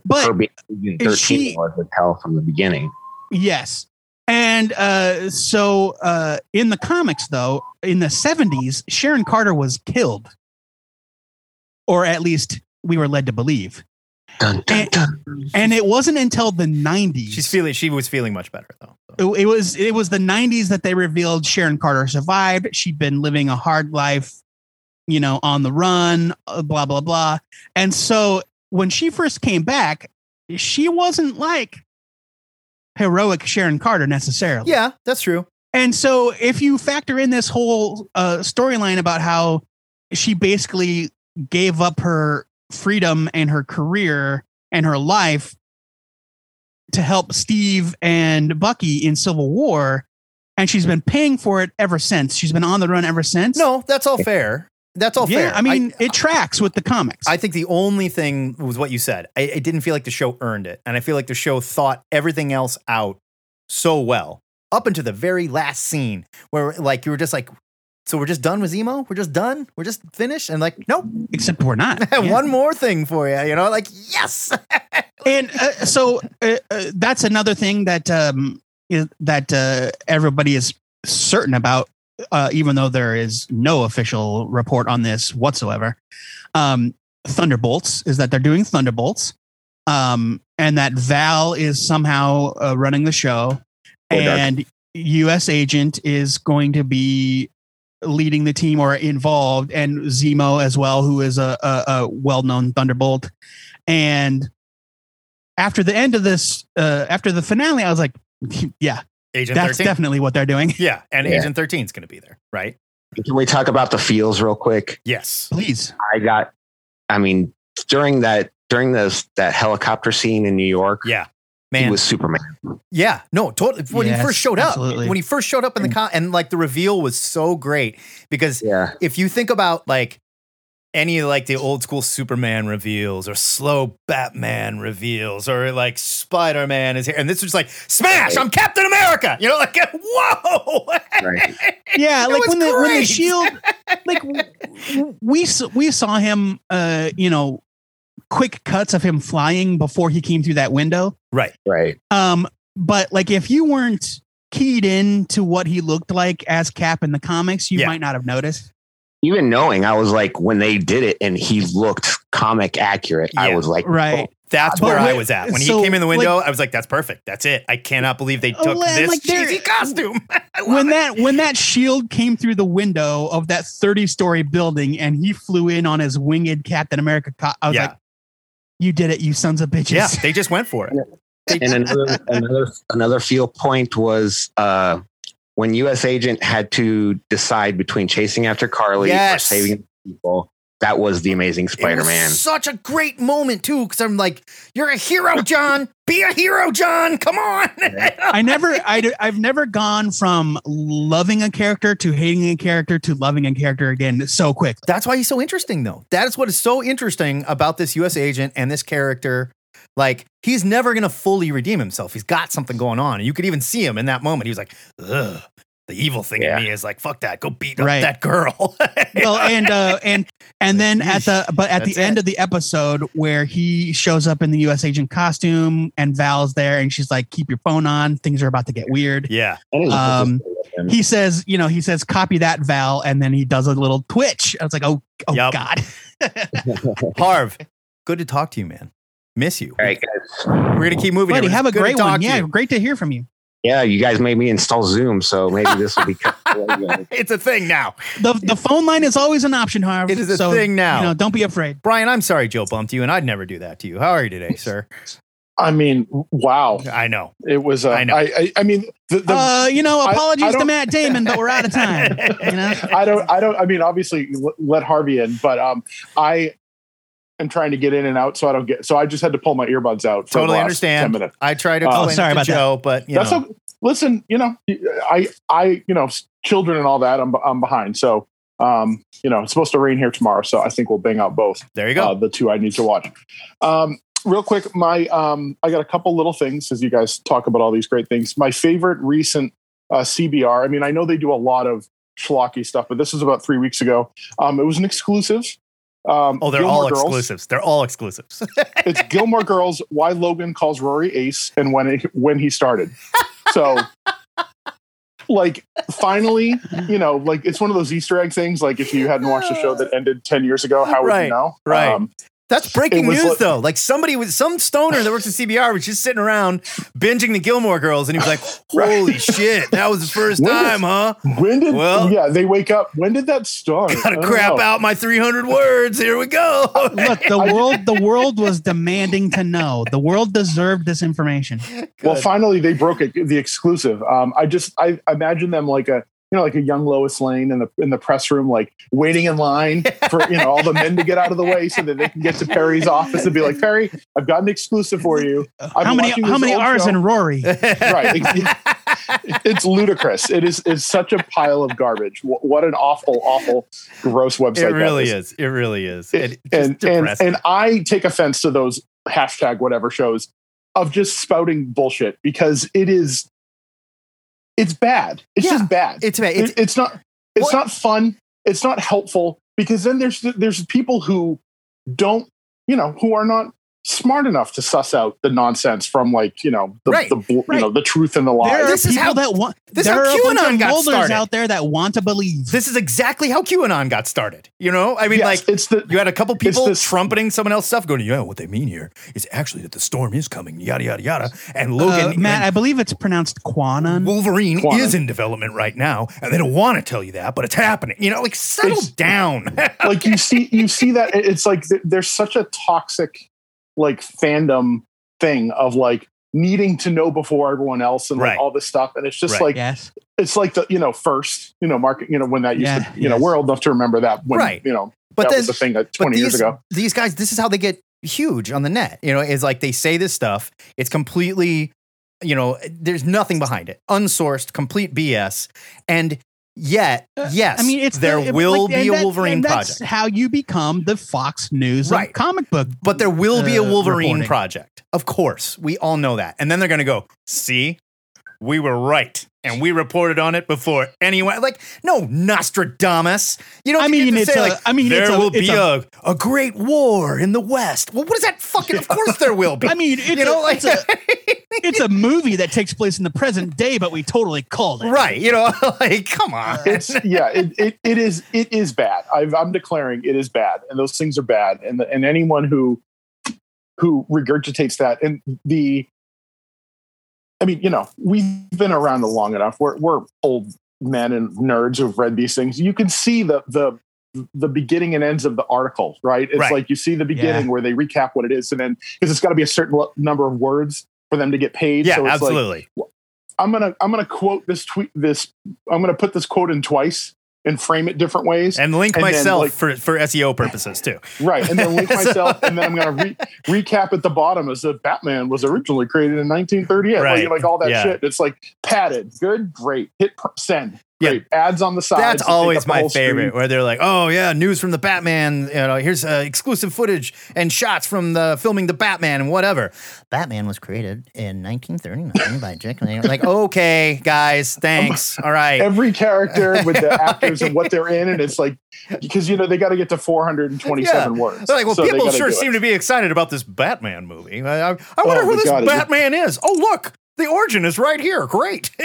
Speaker 4: but
Speaker 2: her being even
Speaker 4: is
Speaker 2: thirteen
Speaker 4: she-
Speaker 2: was a tell from the beginning.
Speaker 4: Yes. And uh, so uh, in the comics, though, in the 70s, Sharon Carter was killed. Or at least we were led to believe.
Speaker 2: Dun, dun,
Speaker 4: And-
Speaker 2: dun.
Speaker 4: And it wasn't until the 90s.
Speaker 1: She's feeling. She was feeling much better though. So.
Speaker 4: it, it was it was the 90s that they revealed Sharon Carter survived. She'd been living a hard life, you know, on the run, uh, blah blah blah. And so when she first came back, she wasn't like heroic Sharon Carter necessarily.
Speaker 1: Yeah, that's true.
Speaker 4: And so if you factor in this whole uh, storyline about how she basically gave up her freedom and her career and her life to help Steve and Bucky in Civil War, and she's been paying for it ever since. She's been on the run ever since.
Speaker 1: No, that's all fair. That's all
Speaker 4: yeah,
Speaker 1: fair.
Speaker 4: I mean it tracks with the comics.
Speaker 1: I think the only thing was what you said. I, it didn't feel like the show earned it, and I feel like the show thought everything else out so well up until the very last scene where, like, you were just like, "So we're just done with Zemo? We're just done? We're just finished?" And like, nope,
Speaker 4: Except we're not. Yeah.
Speaker 1: one more thing for you. You know, like, yes,
Speaker 4: and uh, so uh, uh, that's another thing that um, is, that uh, everybody is certain about, uh, even though there is no official report on this whatsoever. Um, Thunderbolts is that they're doing Thunderbolts, um, and that Val is somehow uh, running the show,
Speaker 2: Or Dark.
Speaker 4: and U.S. Agent is going to be leading the team or involved, and Zemo as well, who is a, a, a well-known Thunderbolt, and after the end of this, uh, after the finale, I was like, yeah,
Speaker 1: Agent
Speaker 4: that's
Speaker 1: 13.
Speaker 4: definitely what they're doing.
Speaker 1: yeah, and
Speaker 2: Yeah.
Speaker 1: Agent 13 is going to be there, right?
Speaker 2: Can we talk about the feels real quick?
Speaker 1: Yes.
Speaker 4: Please.
Speaker 2: I got, I mean, during that during this that helicopter scene in New York,
Speaker 1: Yeah,
Speaker 2: he
Speaker 1: Man,
Speaker 2: was Superman.
Speaker 1: Yeah, no, totally. When
Speaker 4: Yes,
Speaker 1: he first showed up,
Speaker 4: absolutely.
Speaker 1: when he first showed up in the con, and like the reveal was so great because
Speaker 2: Yeah,
Speaker 1: if you think about like any of, like the old school Superman reveals or slow Batman reveals or like Spider Man is here, and this was like smash, I'm Captain America, you know, like whoa,
Speaker 2: Right.
Speaker 4: Yeah,
Speaker 1: It
Speaker 4: like
Speaker 1: was
Speaker 4: when the when the
Speaker 1: great.
Speaker 4: shield, like w- we s- we saw him, uh, you know, quick cuts of him flying before he came through that window.
Speaker 1: right,
Speaker 2: right.
Speaker 4: Um, but like if you weren't keyed in to what he looked like as Cap in the comics, you
Speaker 1: Yeah.
Speaker 4: might not have noticed.
Speaker 2: Even knowing, I was like, when they did it, and he looked comic accurate. I
Speaker 1: Yeah.
Speaker 2: was like, "Oh."
Speaker 4: Right.
Speaker 1: that's
Speaker 4: But
Speaker 1: where I
Speaker 4: wait,
Speaker 1: was at when
Speaker 4: so,
Speaker 1: he came in the window. I was like, that's perfect, that's it. I cannot believe they
Speaker 4: Oh,
Speaker 1: took
Speaker 4: and,
Speaker 1: this
Speaker 4: like, they're-
Speaker 1: cheesy costume. I love
Speaker 4: when
Speaker 1: it.
Speaker 4: that when that shield came through the window of that 30 story building and he flew in on his winged Captain America co- I was
Speaker 1: yeah,
Speaker 4: like, You did it, you sons of bitches.
Speaker 1: yeah, they just went for it.
Speaker 2: and another another another feel point was uh, when U.S. agent had to decide between chasing after Carly
Speaker 1: Yes.
Speaker 2: or saving people. That was the Amazing
Speaker 1: It was
Speaker 2: Spider-Man.
Speaker 1: Such a great moment too, because I'm like, you're a hero, John. Be a hero, John. Come on.
Speaker 4: I never, I, have never gone from loving a character to hating a character to loving a character again so quick.
Speaker 1: That's why he's so interesting, though. That is what is so interesting about this U.S. agent and this character. Like, he's never gonna fully redeem himself. He's got something going on. You could even see him in that moment. He was like, ugh. The evil thing
Speaker 2: Yeah.
Speaker 1: in me is like, fuck that. Go beat
Speaker 4: Right.
Speaker 1: up that girl.
Speaker 4: Well, and uh, and and then at the but at the
Speaker 1: That's
Speaker 4: end
Speaker 1: it.
Speaker 4: of the episode where he shows up in the U.S. agent costume and Val's there and she's like, "Keep your phone on. Things are about to get weird."
Speaker 1: yeah.
Speaker 2: That is-
Speaker 4: Um, He says, "You know," he says, "Copy that, Val," and then he does a little twitch. I was like, "Oh, oh
Speaker 1: Yup.
Speaker 4: God!"
Speaker 1: Harv, good to talk to you, man. Miss you.
Speaker 2: All right, guys.
Speaker 1: We're gonna keep moving.
Speaker 4: Buddy,
Speaker 1: It was
Speaker 4: have a
Speaker 1: good to
Speaker 4: great
Speaker 1: talk
Speaker 4: one.
Speaker 1: to
Speaker 4: Yeah,
Speaker 1: you.
Speaker 4: great to hear from you.
Speaker 2: Yeah, you guys made me install Zoom, so maybe this will be.
Speaker 1: It's a thing now.
Speaker 4: The the phone line is always an option, Harv.
Speaker 1: It is a
Speaker 4: so,
Speaker 1: thing now.
Speaker 4: You know, don't be afraid.
Speaker 1: Brian, I'm sorry Joe bumped you, and I'd never do that to you. How are you today, sir?
Speaker 5: I mean, wow.
Speaker 1: I know.
Speaker 5: It was, uh,
Speaker 1: I
Speaker 5: I,
Speaker 1: know.
Speaker 5: I, I, mean, the, the,
Speaker 4: uh, you know,
Speaker 5: I-
Speaker 4: apologies
Speaker 5: I
Speaker 4: to
Speaker 5: don't-
Speaker 4: Matt Damon, but we're out of time. You know,
Speaker 5: I don't, I don't, I mean, obviously l- let Harvey in, but, um, I am trying to get in and out. So I don't get, so I just had to pull my earbuds out. for the
Speaker 1: Totally
Speaker 5: last
Speaker 1: understand.
Speaker 5: 10 minutes.
Speaker 1: I try to
Speaker 5: Oh,
Speaker 1: explain
Speaker 4: sorry
Speaker 1: it to
Speaker 4: about that.
Speaker 1: Joe, but you
Speaker 5: That's
Speaker 1: know,
Speaker 5: okay. Listen, you know, I, I, you know, s- children and all that, I'm, I'm behind. So, um, you know, it's supposed to rain here tomorrow. So I think we'll bang out both.
Speaker 1: there you go.
Speaker 5: Uh, the two I need to watch. Um, real quick, my um, I got a couple little things as you guys talk about all these great things. My favorite recent uh, CBR. I mean, I know they do a lot of schlocky stuff, but this was about three weeks ago. Um, it was an exclusive. Um,
Speaker 1: oh, they're
Speaker 5: Gilmore
Speaker 1: all
Speaker 5: Girls.
Speaker 1: exclusives. They're all exclusives.
Speaker 5: It's Gilmore Girls. Why Logan calls Rory Ace and when it, when he started. So. Like finally, you know, like it's one of those Easter egg things. Like if you hadn't watched a show that ended ten years ago, how would
Speaker 1: Right,
Speaker 5: you know?
Speaker 1: right.
Speaker 5: Um,
Speaker 1: That's breaking
Speaker 5: It was
Speaker 1: news,
Speaker 5: like-
Speaker 1: though. Like somebody was some stoner that works at CBR was just sitting around binging the Gilmore Girls, and he was like,
Speaker 5: Right.
Speaker 1: "Holy shit, that was the first
Speaker 5: When
Speaker 1: time, huh?
Speaker 5: When did
Speaker 1: Well-
Speaker 5: yeah, they wake up. When did that start? I
Speaker 1: Gotta
Speaker 5: don't
Speaker 1: crap
Speaker 5: know.
Speaker 1: out my 300 words. Here we go."
Speaker 4: look, the world, the world was demanding to know. The world deserved this information.
Speaker 5: Well,
Speaker 1: Good.
Speaker 5: finally they broke it, the exclusive. Um, I just I imagine them like a you know, like a young Lois Lane in the in the press room, like waiting in line for you know all the men to get out of the way so that they can get to Perry's office and be like, Perry, I've got an exclusive for you. I've
Speaker 4: how
Speaker 5: been
Speaker 4: many,
Speaker 5: watching
Speaker 4: how
Speaker 5: this
Speaker 4: many
Speaker 5: old
Speaker 4: R's
Speaker 5: show.
Speaker 4: in Rory?
Speaker 5: Right. It's ludicrous. It is it's such a pile of garbage. Wh- What an awful, awful, gross website.
Speaker 1: It
Speaker 5: that
Speaker 1: really
Speaker 5: is.
Speaker 1: is. It really is.
Speaker 5: It-
Speaker 1: It- just
Speaker 5: and, and
Speaker 1: depressing.
Speaker 5: and I take offense to those hashtag whatever shows of just spouting bullshit because it is it's bad. It's
Speaker 1: Yeah,
Speaker 5: just bad.
Speaker 1: it's bad.
Speaker 5: It-
Speaker 1: It's,
Speaker 5: It's, not it's
Speaker 1: What-
Speaker 5: not fun. It's not helpful because then there's there's people who don't you know who are not smart enough to suss out the nonsense from like you know the,
Speaker 1: Right,
Speaker 5: the bull you
Speaker 1: right.
Speaker 5: know the truth and the
Speaker 4: There
Speaker 5: lie.
Speaker 4: are
Speaker 1: This is
Speaker 4: people
Speaker 1: how-
Speaker 4: that want.
Speaker 1: this is
Speaker 4: there
Speaker 1: how
Speaker 4: are a bunch
Speaker 1: QAnon
Speaker 4: of
Speaker 1: got
Speaker 4: molders
Speaker 1: started.
Speaker 4: out there that want to believe.
Speaker 1: this is exactly how QAnon got started. You know, I mean,
Speaker 5: Yes,
Speaker 1: like
Speaker 5: it's the
Speaker 1: You had a couple
Speaker 5: It's
Speaker 1: people
Speaker 5: this-
Speaker 1: trumpeting someone else's stuff, going, "Yeah, what they mean here is actually that the storm is coming." Yada yada yada. And
Speaker 4: Uh,
Speaker 1: Logan,
Speaker 4: Matt, I believe it's pronounced
Speaker 1: and
Speaker 4: Quanon.
Speaker 1: Wolverine
Speaker 5: Quanah.
Speaker 1: is in development right now, and they don't want to tell you that, but it's happening. You know, like settle
Speaker 5: It's-
Speaker 1: down.
Speaker 5: like you see you see that it- it's like th- there's such a toxic like fandom thing of like needing to know before everyone else and like
Speaker 1: Right.
Speaker 5: all this stuff. And it's just
Speaker 1: Right.
Speaker 5: like
Speaker 4: Yes.
Speaker 5: it's like the you know first you know market you know when that used
Speaker 4: Yeah,
Speaker 5: to you know
Speaker 4: yes.
Speaker 5: we're old enough to remember that when
Speaker 1: Right.
Speaker 5: you know
Speaker 1: But
Speaker 5: that
Speaker 1: then
Speaker 5: was the thing that
Speaker 1: but
Speaker 5: 20
Speaker 1: these,
Speaker 5: years ago.
Speaker 1: These guys, this is how they get huge on the net. You know, is like they say this stuff. It's completely, you know, there's nothing behind it. Unsourced, complete BS. And yet,
Speaker 4: Uh,
Speaker 1: yes,
Speaker 4: I mean, it's
Speaker 1: there
Speaker 4: the-
Speaker 1: will
Speaker 4: like,
Speaker 1: be
Speaker 4: and
Speaker 1: a
Speaker 4: that-
Speaker 1: Wolverine
Speaker 4: and
Speaker 1: project.
Speaker 4: That's how you become the Fox News of
Speaker 1: Right.
Speaker 4: comic book.
Speaker 1: But there will be a
Speaker 4: uh,
Speaker 1: Wolverine
Speaker 4: reporting.
Speaker 1: project. Of course. We all know that. And then they're going to go, see, we were right. And we reported on it before anyone. Like, no, Nostradamus. You don't
Speaker 4: I
Speaker 1: get
Speaker 4: mean,
Speaker 1: to
Speaker 4: it's
Speaker 1: say,
Speaker 4: a-
Speaker 1: like,
Speaker 4: I mean,
Speaker 1: there
Speaker 4: it's a-
Speaker 1: will
Speaker 4: it's
Speaker 1: be a, a, great war in the West. Well, what is that fucking? Of course there will be.
Speaker 4: I mean, it's,
Speaker 1: you know,
Speaker 4: a,
Speaker 1: like,
Speaker 4: it's, a, it's a movie that takes place in the present day, but we totally called it.
Speaker 1: right. You know, like, come on.
Speaker 5: It's yeah, it, it, it is it is bad. I've, I'm declaring it is bad, and those things are bad. And the, and anyone who who regurgitates that and the, I mean, you know, we've been around long enough. We're we're old men and nerds who've read these things. You can see the the the beginning and ends of the article, right? It's
Speaker 1: Right.
Speaker 5: like you see the beginning where they recap what it is, and then because it's got to be a certain lo- number of words for them to get paid.
Speaker 1: yeah,
Speaker 5: so it's like
Speaker 1: absolutely.
Speaker 5: I'm gonna I'm gonna quote this tweet this I'm gonna put this quote in twice and frame it different ways.
Speaker 1: and link
Speaker 5: and then,
Speaker 1: myself
Speaker 5: like-
Speaker 1: for, for SEO purposes too.
Speaker 5: right. And then link
Speaker 1: So-
Speaker 5: myself and then I'm gonna re- recap at the bottom as if Batman was originally created in 1938. Like,
Speaker 1: Right.
Speaker 5: Like, all that
Speaker 1: Yeah.
Speaker 5: shit. It's like padded, good, great. Hit pr- send.
Speaker 1: Yeah.
Speaker 5: Great. Ads on the side.
Speaker 1: That's always my favorite, where they're like, "Oh yeah, news from the Batman. You know, here's uh, exclusive footage and shots from the filming the Batman and whatever." Batman was created in 1939 by Jack. Lane. Like, okay, guys, thanks. All right,
Speaker 5: Every character with the actors and what they're in, and it's like because you know they got to get to 427 words.
Speaker 1: They're like, well,
Speaker 5: So they
Speaker 1: people
Speaker 5: gotta
Speaker 1: sure
Speaker 5: do it.
Speaker 1: seem to be excited about this Batman movie. I, I, I wonder
Speaker 5: Oh,
Speaker 1: who
Speaker 5: my
Speaker 1: this
Speaker 5: God, is it-
Speaker 1: Batman is. Oh, look, the origin is right here. Great.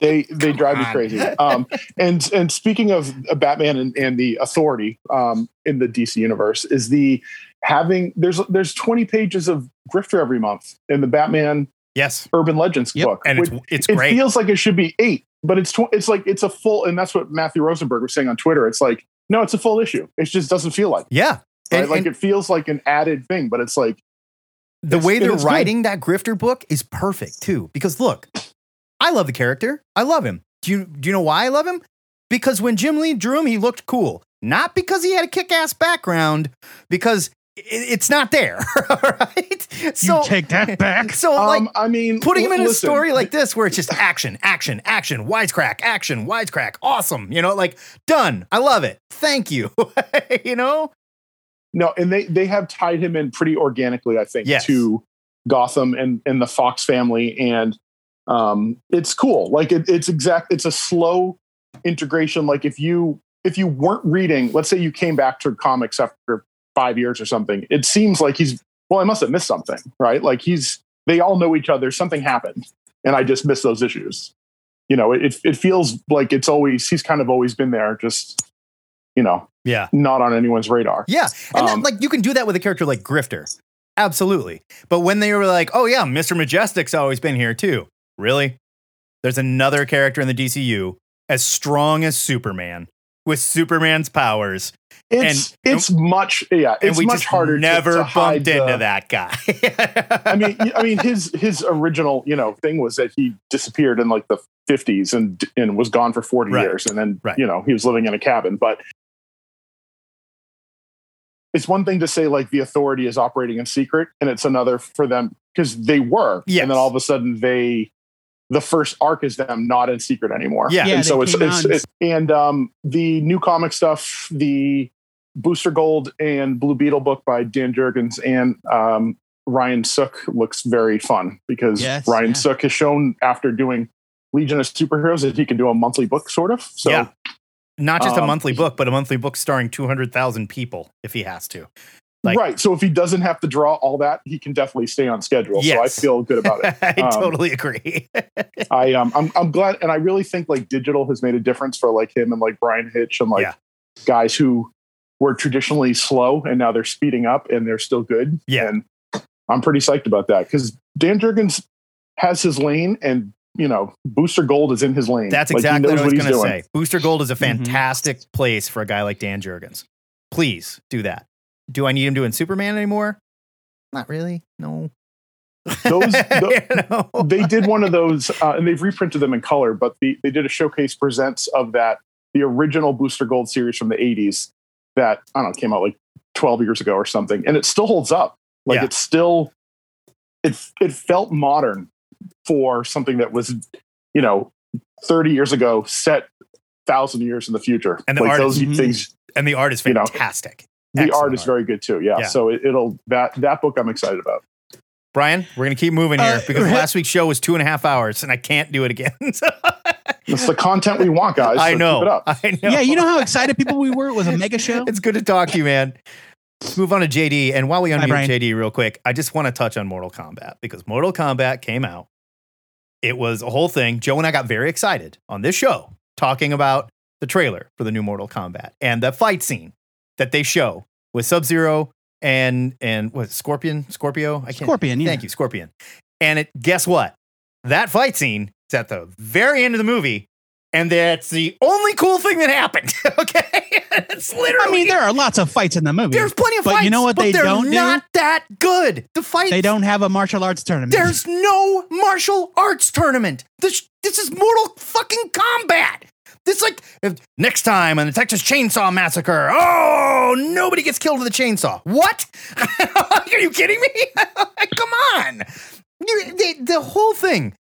Speaker 5: they they drive me
Speaker 1: on.
Speaker 5: crazy. Um, and and speaking of uh, Batman and, and the authority um, in the DC universe is the having there's there's 20 pages of grifter every month in the Batman
Speaker 1: yes,
Speaker 5: Urban Legends
Speaker 4: Yep,
Speaker 5: book,
Speaker 1: and it's
Speaker 5: which-
Speaker 1: it's
Speaker 5: it
Speaker 1: great.
Speaker 5: feels like it should be eight, but it's tw- it's like it's a full and that's what Matthew Rosenberg was saying on Twitter. It's like no, it's a full issue. It just doesn't feel like it,
Speaker 1: yeah,
Speaker 5: right?
Speaker 1: And-
Speaker 5: like
Speaker 1: and-
Speaker 5: it feels like an added thing, but it's like
Speaker 1: the
Speaker 5: It's-
Speaker 1: way
Speaker 5: and
Speaker 1: they're
Speaker 5: it's good.
Speaker 1: writing that grifter book is perfect too because look i love the character i love him do you do you know why i love him because when jim lee drew him he looked cool not because he had a kick-ass background because i- it's not there right
Speaker 4: You
Speaker 1: so
Speaker 4: take that back.
Speaker 1: so
Speaker 5: um,
Speaker 1: like
Speaker 5: I mean,
Speaker 1: putting him in a
Speaker 5: listen,
Speaker 1: story like this where it's just action action action wisecrack action wisecrack awesome you know like done i love it thank you you know
Speaker 5: No, and they they have tied him in pretty organically, I think,
Speaker 1: Yes.
Speaker 5: to Gotham and and the Fox family, and um, it's cool. Like it, it's exact. It's a slow integration. Like if you if you weren't reading, let's say you came back to comics after five years or something, it seems like he's well, I must have missed something, right? Like he's they all know each other. Something happened, and I just missed those issues. You know, it it feels like it's always he's kind of always been there, just you know,
Speaker 1: yeah
Speaker 5: not on anyone's radar.
Speaker 1: Yeah. And
Speaker 5: Um,
Speaker 1: that, like you can do that with a character like Grifter. Absolutely. But when they were like, oh yeah, Mr. Majestic's always been here too. Really? There's another character in the DCU as strong as Superman with Superman's powers.
Speaker 5: it's
Speaker 1: And-
Speaker 5: it's much yeah
Speaker 1: And
Speaker 5: it's
Speaker 1: we
Speaker 5: much
Speaker 1: just
Speaker 5: harder to-
Speaker 1: never
Speaker 5: to,
Speaker 1: bumped
Speaker 5: hide
Speaker 1: into
Speaker 5: the-
Speaker 1: that guy.
Speaker 5: i mean y- i mean his his original you know thing was that he disappeared in like the 50s and and was gone for 40
Speaker 1: Right.
Speaker 5: years and then
Speaker 1: Right.
Speaker 5: you know he was living in a cabin but it's one thing to say like the authority is operating in secret and it's another for them because they were
Speaker 1: Yes.
Speaker 5: and then all of a sudden they the first arc is them not in secret anymore
Speaker 1: Yeah.
Speaker 4: Yeah,
Speaker 5: and so
Speaker 4: they
Speaker 5: it's,
Speaker 4: came
Speaker 5: it's,
Speaker 4: out and-
Speaker 5: it's and um the new comic stuff the booster gold and blue beetle book by dan jurgens and um ryan sook looks very fun because
Speaker 4: Yes,
Speaker 5: ryan
Speaker 4: yeah.
Speaker 5: sook has shown after doing legion of superheroes that he can do a monthly book sort of so
Speaker 1: Yeah. Not just a
Speaker 5: um,
Speaker 1: monthly book, but a monthly book starring 200,000 people if he has to. Like-
Speaker 5: right so if he doesn't have to draw all that he can definitely stay on schedule so i
Speaker 1: Yes.
Speaker 5: feel good about it
Speaker 1: I
Speaker 5: Um,
Speaker 1: totally agree.
Speaker 5: I um I'm I'm glad and I really think like digital has made a difference for like him and like Brian Hitch and like
Speaker 1: Yeah.
Speaker 5: guys who were traditionally slow and now they're speeding up and they're still good.
Speaker 1: Yeah.
Speaker 5: And I'm pretty psyched about that because Dan Jurgens has his lane and you know, Booster Gold is in his lane.
Speaker 1: That's
Speaker 5: Like, he
Speaker 1: exactly what
Speaker 5: knows
Speaker 1: I was
Speaker 5: he's
Speaker 1: going to
Speaker 5: doing.
Speaker 1: say. Booster Gold is a
Speaker 4: Mhm.
Speaker 1: fantastic place for a guy like Dan Jurgens. Please do that. Do I need him doing Superman anymore? Not really. No.
Speaker 5: Those tho-
Speaker 1: You know?
Speaker 5: they did one of those, uh, and they've reprinted them in color. But the, they did a showcase presents of that the original Booster Gold series from the '80s that I don't know came out like 12 years ago or something, and it still holds up. Like
Speaker 1: Yeah.
Speaker 5: it's still it it felt modern for something that was you know 30 years ago set thousand years in the future
Speaker 1: And the
Speaker 5: like
Speaker 1: art
Speaker 5: those
Speaker 4: is-
Speaker 5: things
Speaker 1: and the art is
Speaker 5: You know,
Speaker 1: fantastic.
Speaker 5: the art
Speaker 1: Excellent
Speaker 5: is very good too. Yeah.
Speaker 1: Yeah.
Speaker 5: So it, it'll that that book I'm excited about.
Speaker 1: Brian, we're gonna keep moving here
Speaker 4: Uh,
Speaker 1: because
Speaker 4: right.
Speaker 1: last week's show was two and a half hours, and I can't do it again. So,
Speaker 5: It's the content we want, guys.
Speaker 1: I
Speaker 5: so
Speaker 1: know.
Speaker 5: Keep it up.
Speaker 1: I know.
Speaker 4: Yeah, you know how excited people we were. It was a mega show.
Speaker 1: It's good to talk to you, man. Let's move on to JD. And while we
Speaker 4: Hi,
Speaker 1: unmute
Speaker 4: Brian.
Speaker 1: JD real quick, I just want to touch on Mortal Kombat because Mortal Kombat came out. It was a whole thing. Joe and I got very excited on this show talking about the trailer for the new Mortal Kombat and the fight scene that they show with Sub Zero and and what Scorpion Scorpio. I can't.
Speaker 4: Scorpion. Yeah.
Speaker 1: Thank you, Scorpion. And it guess what? That fight scene is at the very end of the movie, and that's the only cool thing that happened. okay, it's literally.
Speaker 4: I mean, there are lots of fights in the movie.
Speaker 1: there's plenty of
Speaker 4: but
Speaker 1: fights,
Speaker 4: you know what
Speaker 1: but
Speaker 4: they
Speaker 1: they're
Speaker 4: don't do?
Speaker 1: not that good. The fight.
Speaker 4: they don't have a martial arts tournament.
Speaker 1: There's no martial arts tournament. This this is Mortal fucking Kombat. This like if- next time on the Texas Chainsaw Massacre. Oh, nobody gets killed with a chainsaw. What? Are you kidding me? Come on. You- they- the whole thing.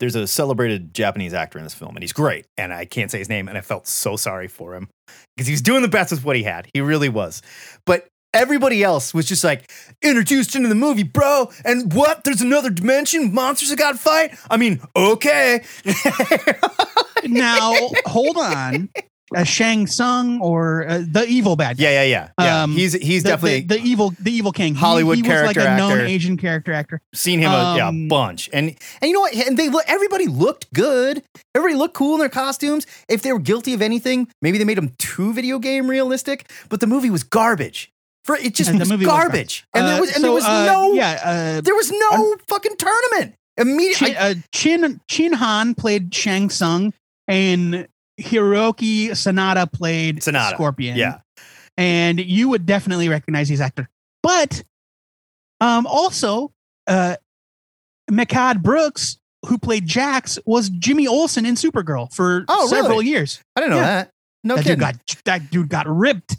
Speaker 1: There's a celebrated Japanese actor in this film, and he's great. And I can't say his name, and I felt so sorry for him because he was doing the best with what he had. He really was. But everybody else was just like introduced into the movie, bro. And what? There's another dimension. Monsters that got to fight. I mean, okay.
Speaker 4: now hold on. Uh, Shang Tsung or uh, the evil bad guy.
Speaker 1: Yeah, yeah, yeah. Yeah.
Speaker 4: Um,
Speaker 1: he's he's
Speaker 4: the,
Speaker 1: definitely
Speaker 4: the, the evil the evil king He-
Speaker 1: Hollywood
Speaker 4: he, was
Speaker 1: character
Speaker 4: like a known
Speaker 1: actor.
Speaker 4: Asian character actor.
Speaker 1: seen him a yeah,
Speaker 4: um,
Speaker 1: bunch. And and you know what? And they look everybody looked good. Everybody looked cool in their costumes. If they were guilty of anything, maybe they made them too video game realistic, but the movie was garbage. For it just
Speaker 4: And the
Speaker 1: was,
Speaker 4: movie was
Speaker 1: garbage. And
Speaker 4: Uh,
Speaker 1: there was and
Speaker 4: so,
Speaker 1: there was
Speaker 4: uh,
Speaker 1: no
Speaker 4: yeah. Uh,
Speaker 1: there was no fucking tournament. Immediately
Speaker 4: Chin, uh, Chin Chin Han played Shang Tsung and Hiroki Sanada played
Speaker 1: Sanada.
Speaker 4: Scorpion.
Speaker 1: Yeah.
Speaker 4: and you would definitely recognize these actors. But um, also, uh, Mikad Brooks, who played Jax, was Jimmy Olsen in Supergirl for
Speaker 1: Oh, really?
Speaker 4: several years.
Speaker 1: I didn't know
Speaker 4: Yeah.
Speaker 1: that. No
Speaker 4: that
Speaker 1: kidding.
Speaker 4: dude got that dude got ripped.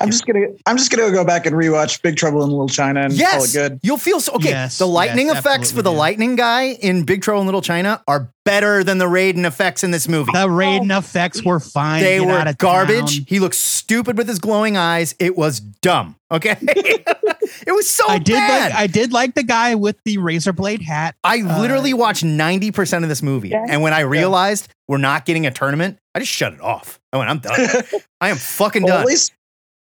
Speaker 6: I'm just gonna I'm just gonna go back and rewatch Big Trouble in Little China and
Speaker 1: yes,
Speaker 6: call it good.
Speaker 1: you'll feel so okay.
Speaker 4: Yes,
Speaker 1: the lightning
Speaker 4: yes,
Speaker 1: effects for the
Speaker 4: absolutely, yeah.
Speaker 1: lightning guy in Big Trouble in Little China are better than the Raiden effects in this movie.
Speaker 4: The Raiden effects were fine.
Speaker 1: Oh, they
Speaker 4: Get
Speaker 1: were
Speaker 4: out of
Speaker 1: garbage.
Speaker 4: town.
Speaker 1: He looked stupid with his glowing eyes. It was dumb. Okay, it was so
Speaker 4: I did
Speaker 1: bad.
Speaker 4: like I did like the guy with the razor blade hat.
Speaker 1: I,
Speaker 4: uh,
Speaker 1: literally watched ninety percent of this movie,
Speaker 6: Yeah.
Speaker 1: and when I realized we're not getting a tournament, I just shut it off. I went, I'm done. I am fucking
Speaker 6: well,
Speaker 1: done.
Speaker 6: at least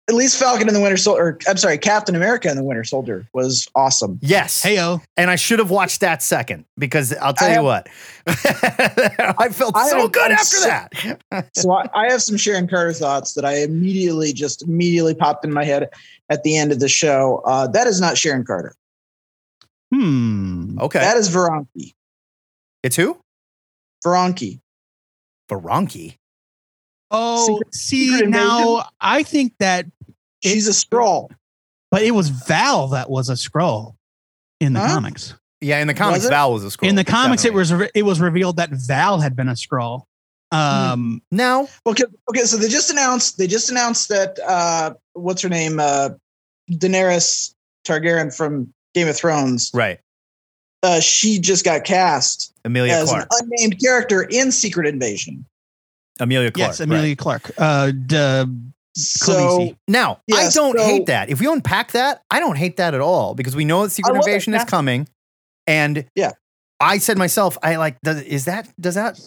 Speaker 6: at least Falcon and the Winter Soldier. Or, I'm sorry, Captain America and the Winter Soldier was awesome.
Speaker 1: yes.
Speaker 4: Heyo.
Speaker 1: and I should have watched that second because I'll tell
Speaker 6: I
Speaker 1: you what, I felt
Speaker 6: I
Speaker 1: so
Speaker 6: am-
Speaker 1: good
Speaker 6: I'm
Speaker 1: after
Speaker 6: so-
Speaker 1: that.
Speaker 6: So I, I have some Sharon Carter thoughts that I immediately just immediately popped in my head at the end of the show. Uh, that is not Sharon Carter.
Speaker 4: Hmm.
Speaker 1: Okay,
Speaker 6: That is Veronki.
Speaker 1: it's who?
Speaker 6: Veronki.
Speaker 1: Baronki.
Speaker 4: Oh,
Speaker 6: Secret-
Speaker 4: see
Speaker 6: Secret
Speaker 4: now
Speaker 6: Invasion?
Speaker 4: I think that,
Speaker 6: She's a scroll.
Speaker 4: but it was Val that was a scroll in the
Speaker 6: Huh?
Speaker 4: comics.
Speaker 1: Yeah, in the comics,
Speaker 6: Was it?
Speaker 1: Val was a scroll.
Speaker 4: in the comics,
Speaker 1: definitely.
Speaker 4: it was re- it was revealed that Val had been a scroll.
Speaker 1: Hmm.
Speaker 4: Um,
Speaker 1: now.
Speaker 6: Okay, okay. So they just announced they just announced that uh, what's her name, uh, Daenerys Targaryen from Game of Thrones.
Speaker 1: Right,
Speaker 6: Uh, she just got cast
Speaker 1: Amelia
Speaker 6: as
Speaker 1: Clark.
Speaker 6: an unnamed character in Secret Invasion.
Speaker 1: Amelia Clark.
Speaker 4: yes,
Speaker 1: right.
Speaker 4: Amelia Clark. Uh, d-
Speaker 6: So
Speaker 4: Khaleesi.
Speaker 1: Now,
Speaker 6: Yeah,
Speaker 1: I don't
Speaker 6: so-
Speaker 1: hate that. If we unpack that, I don't hate that at all because we know that Secret
Speaker 6: I love it.
Speaker 1: Invasion is
Speaker 6: That's-
Speaker 1: coming. And
Speaker 6: Yeah.
Speaker 1: I said myself, I like, does, is that, does that,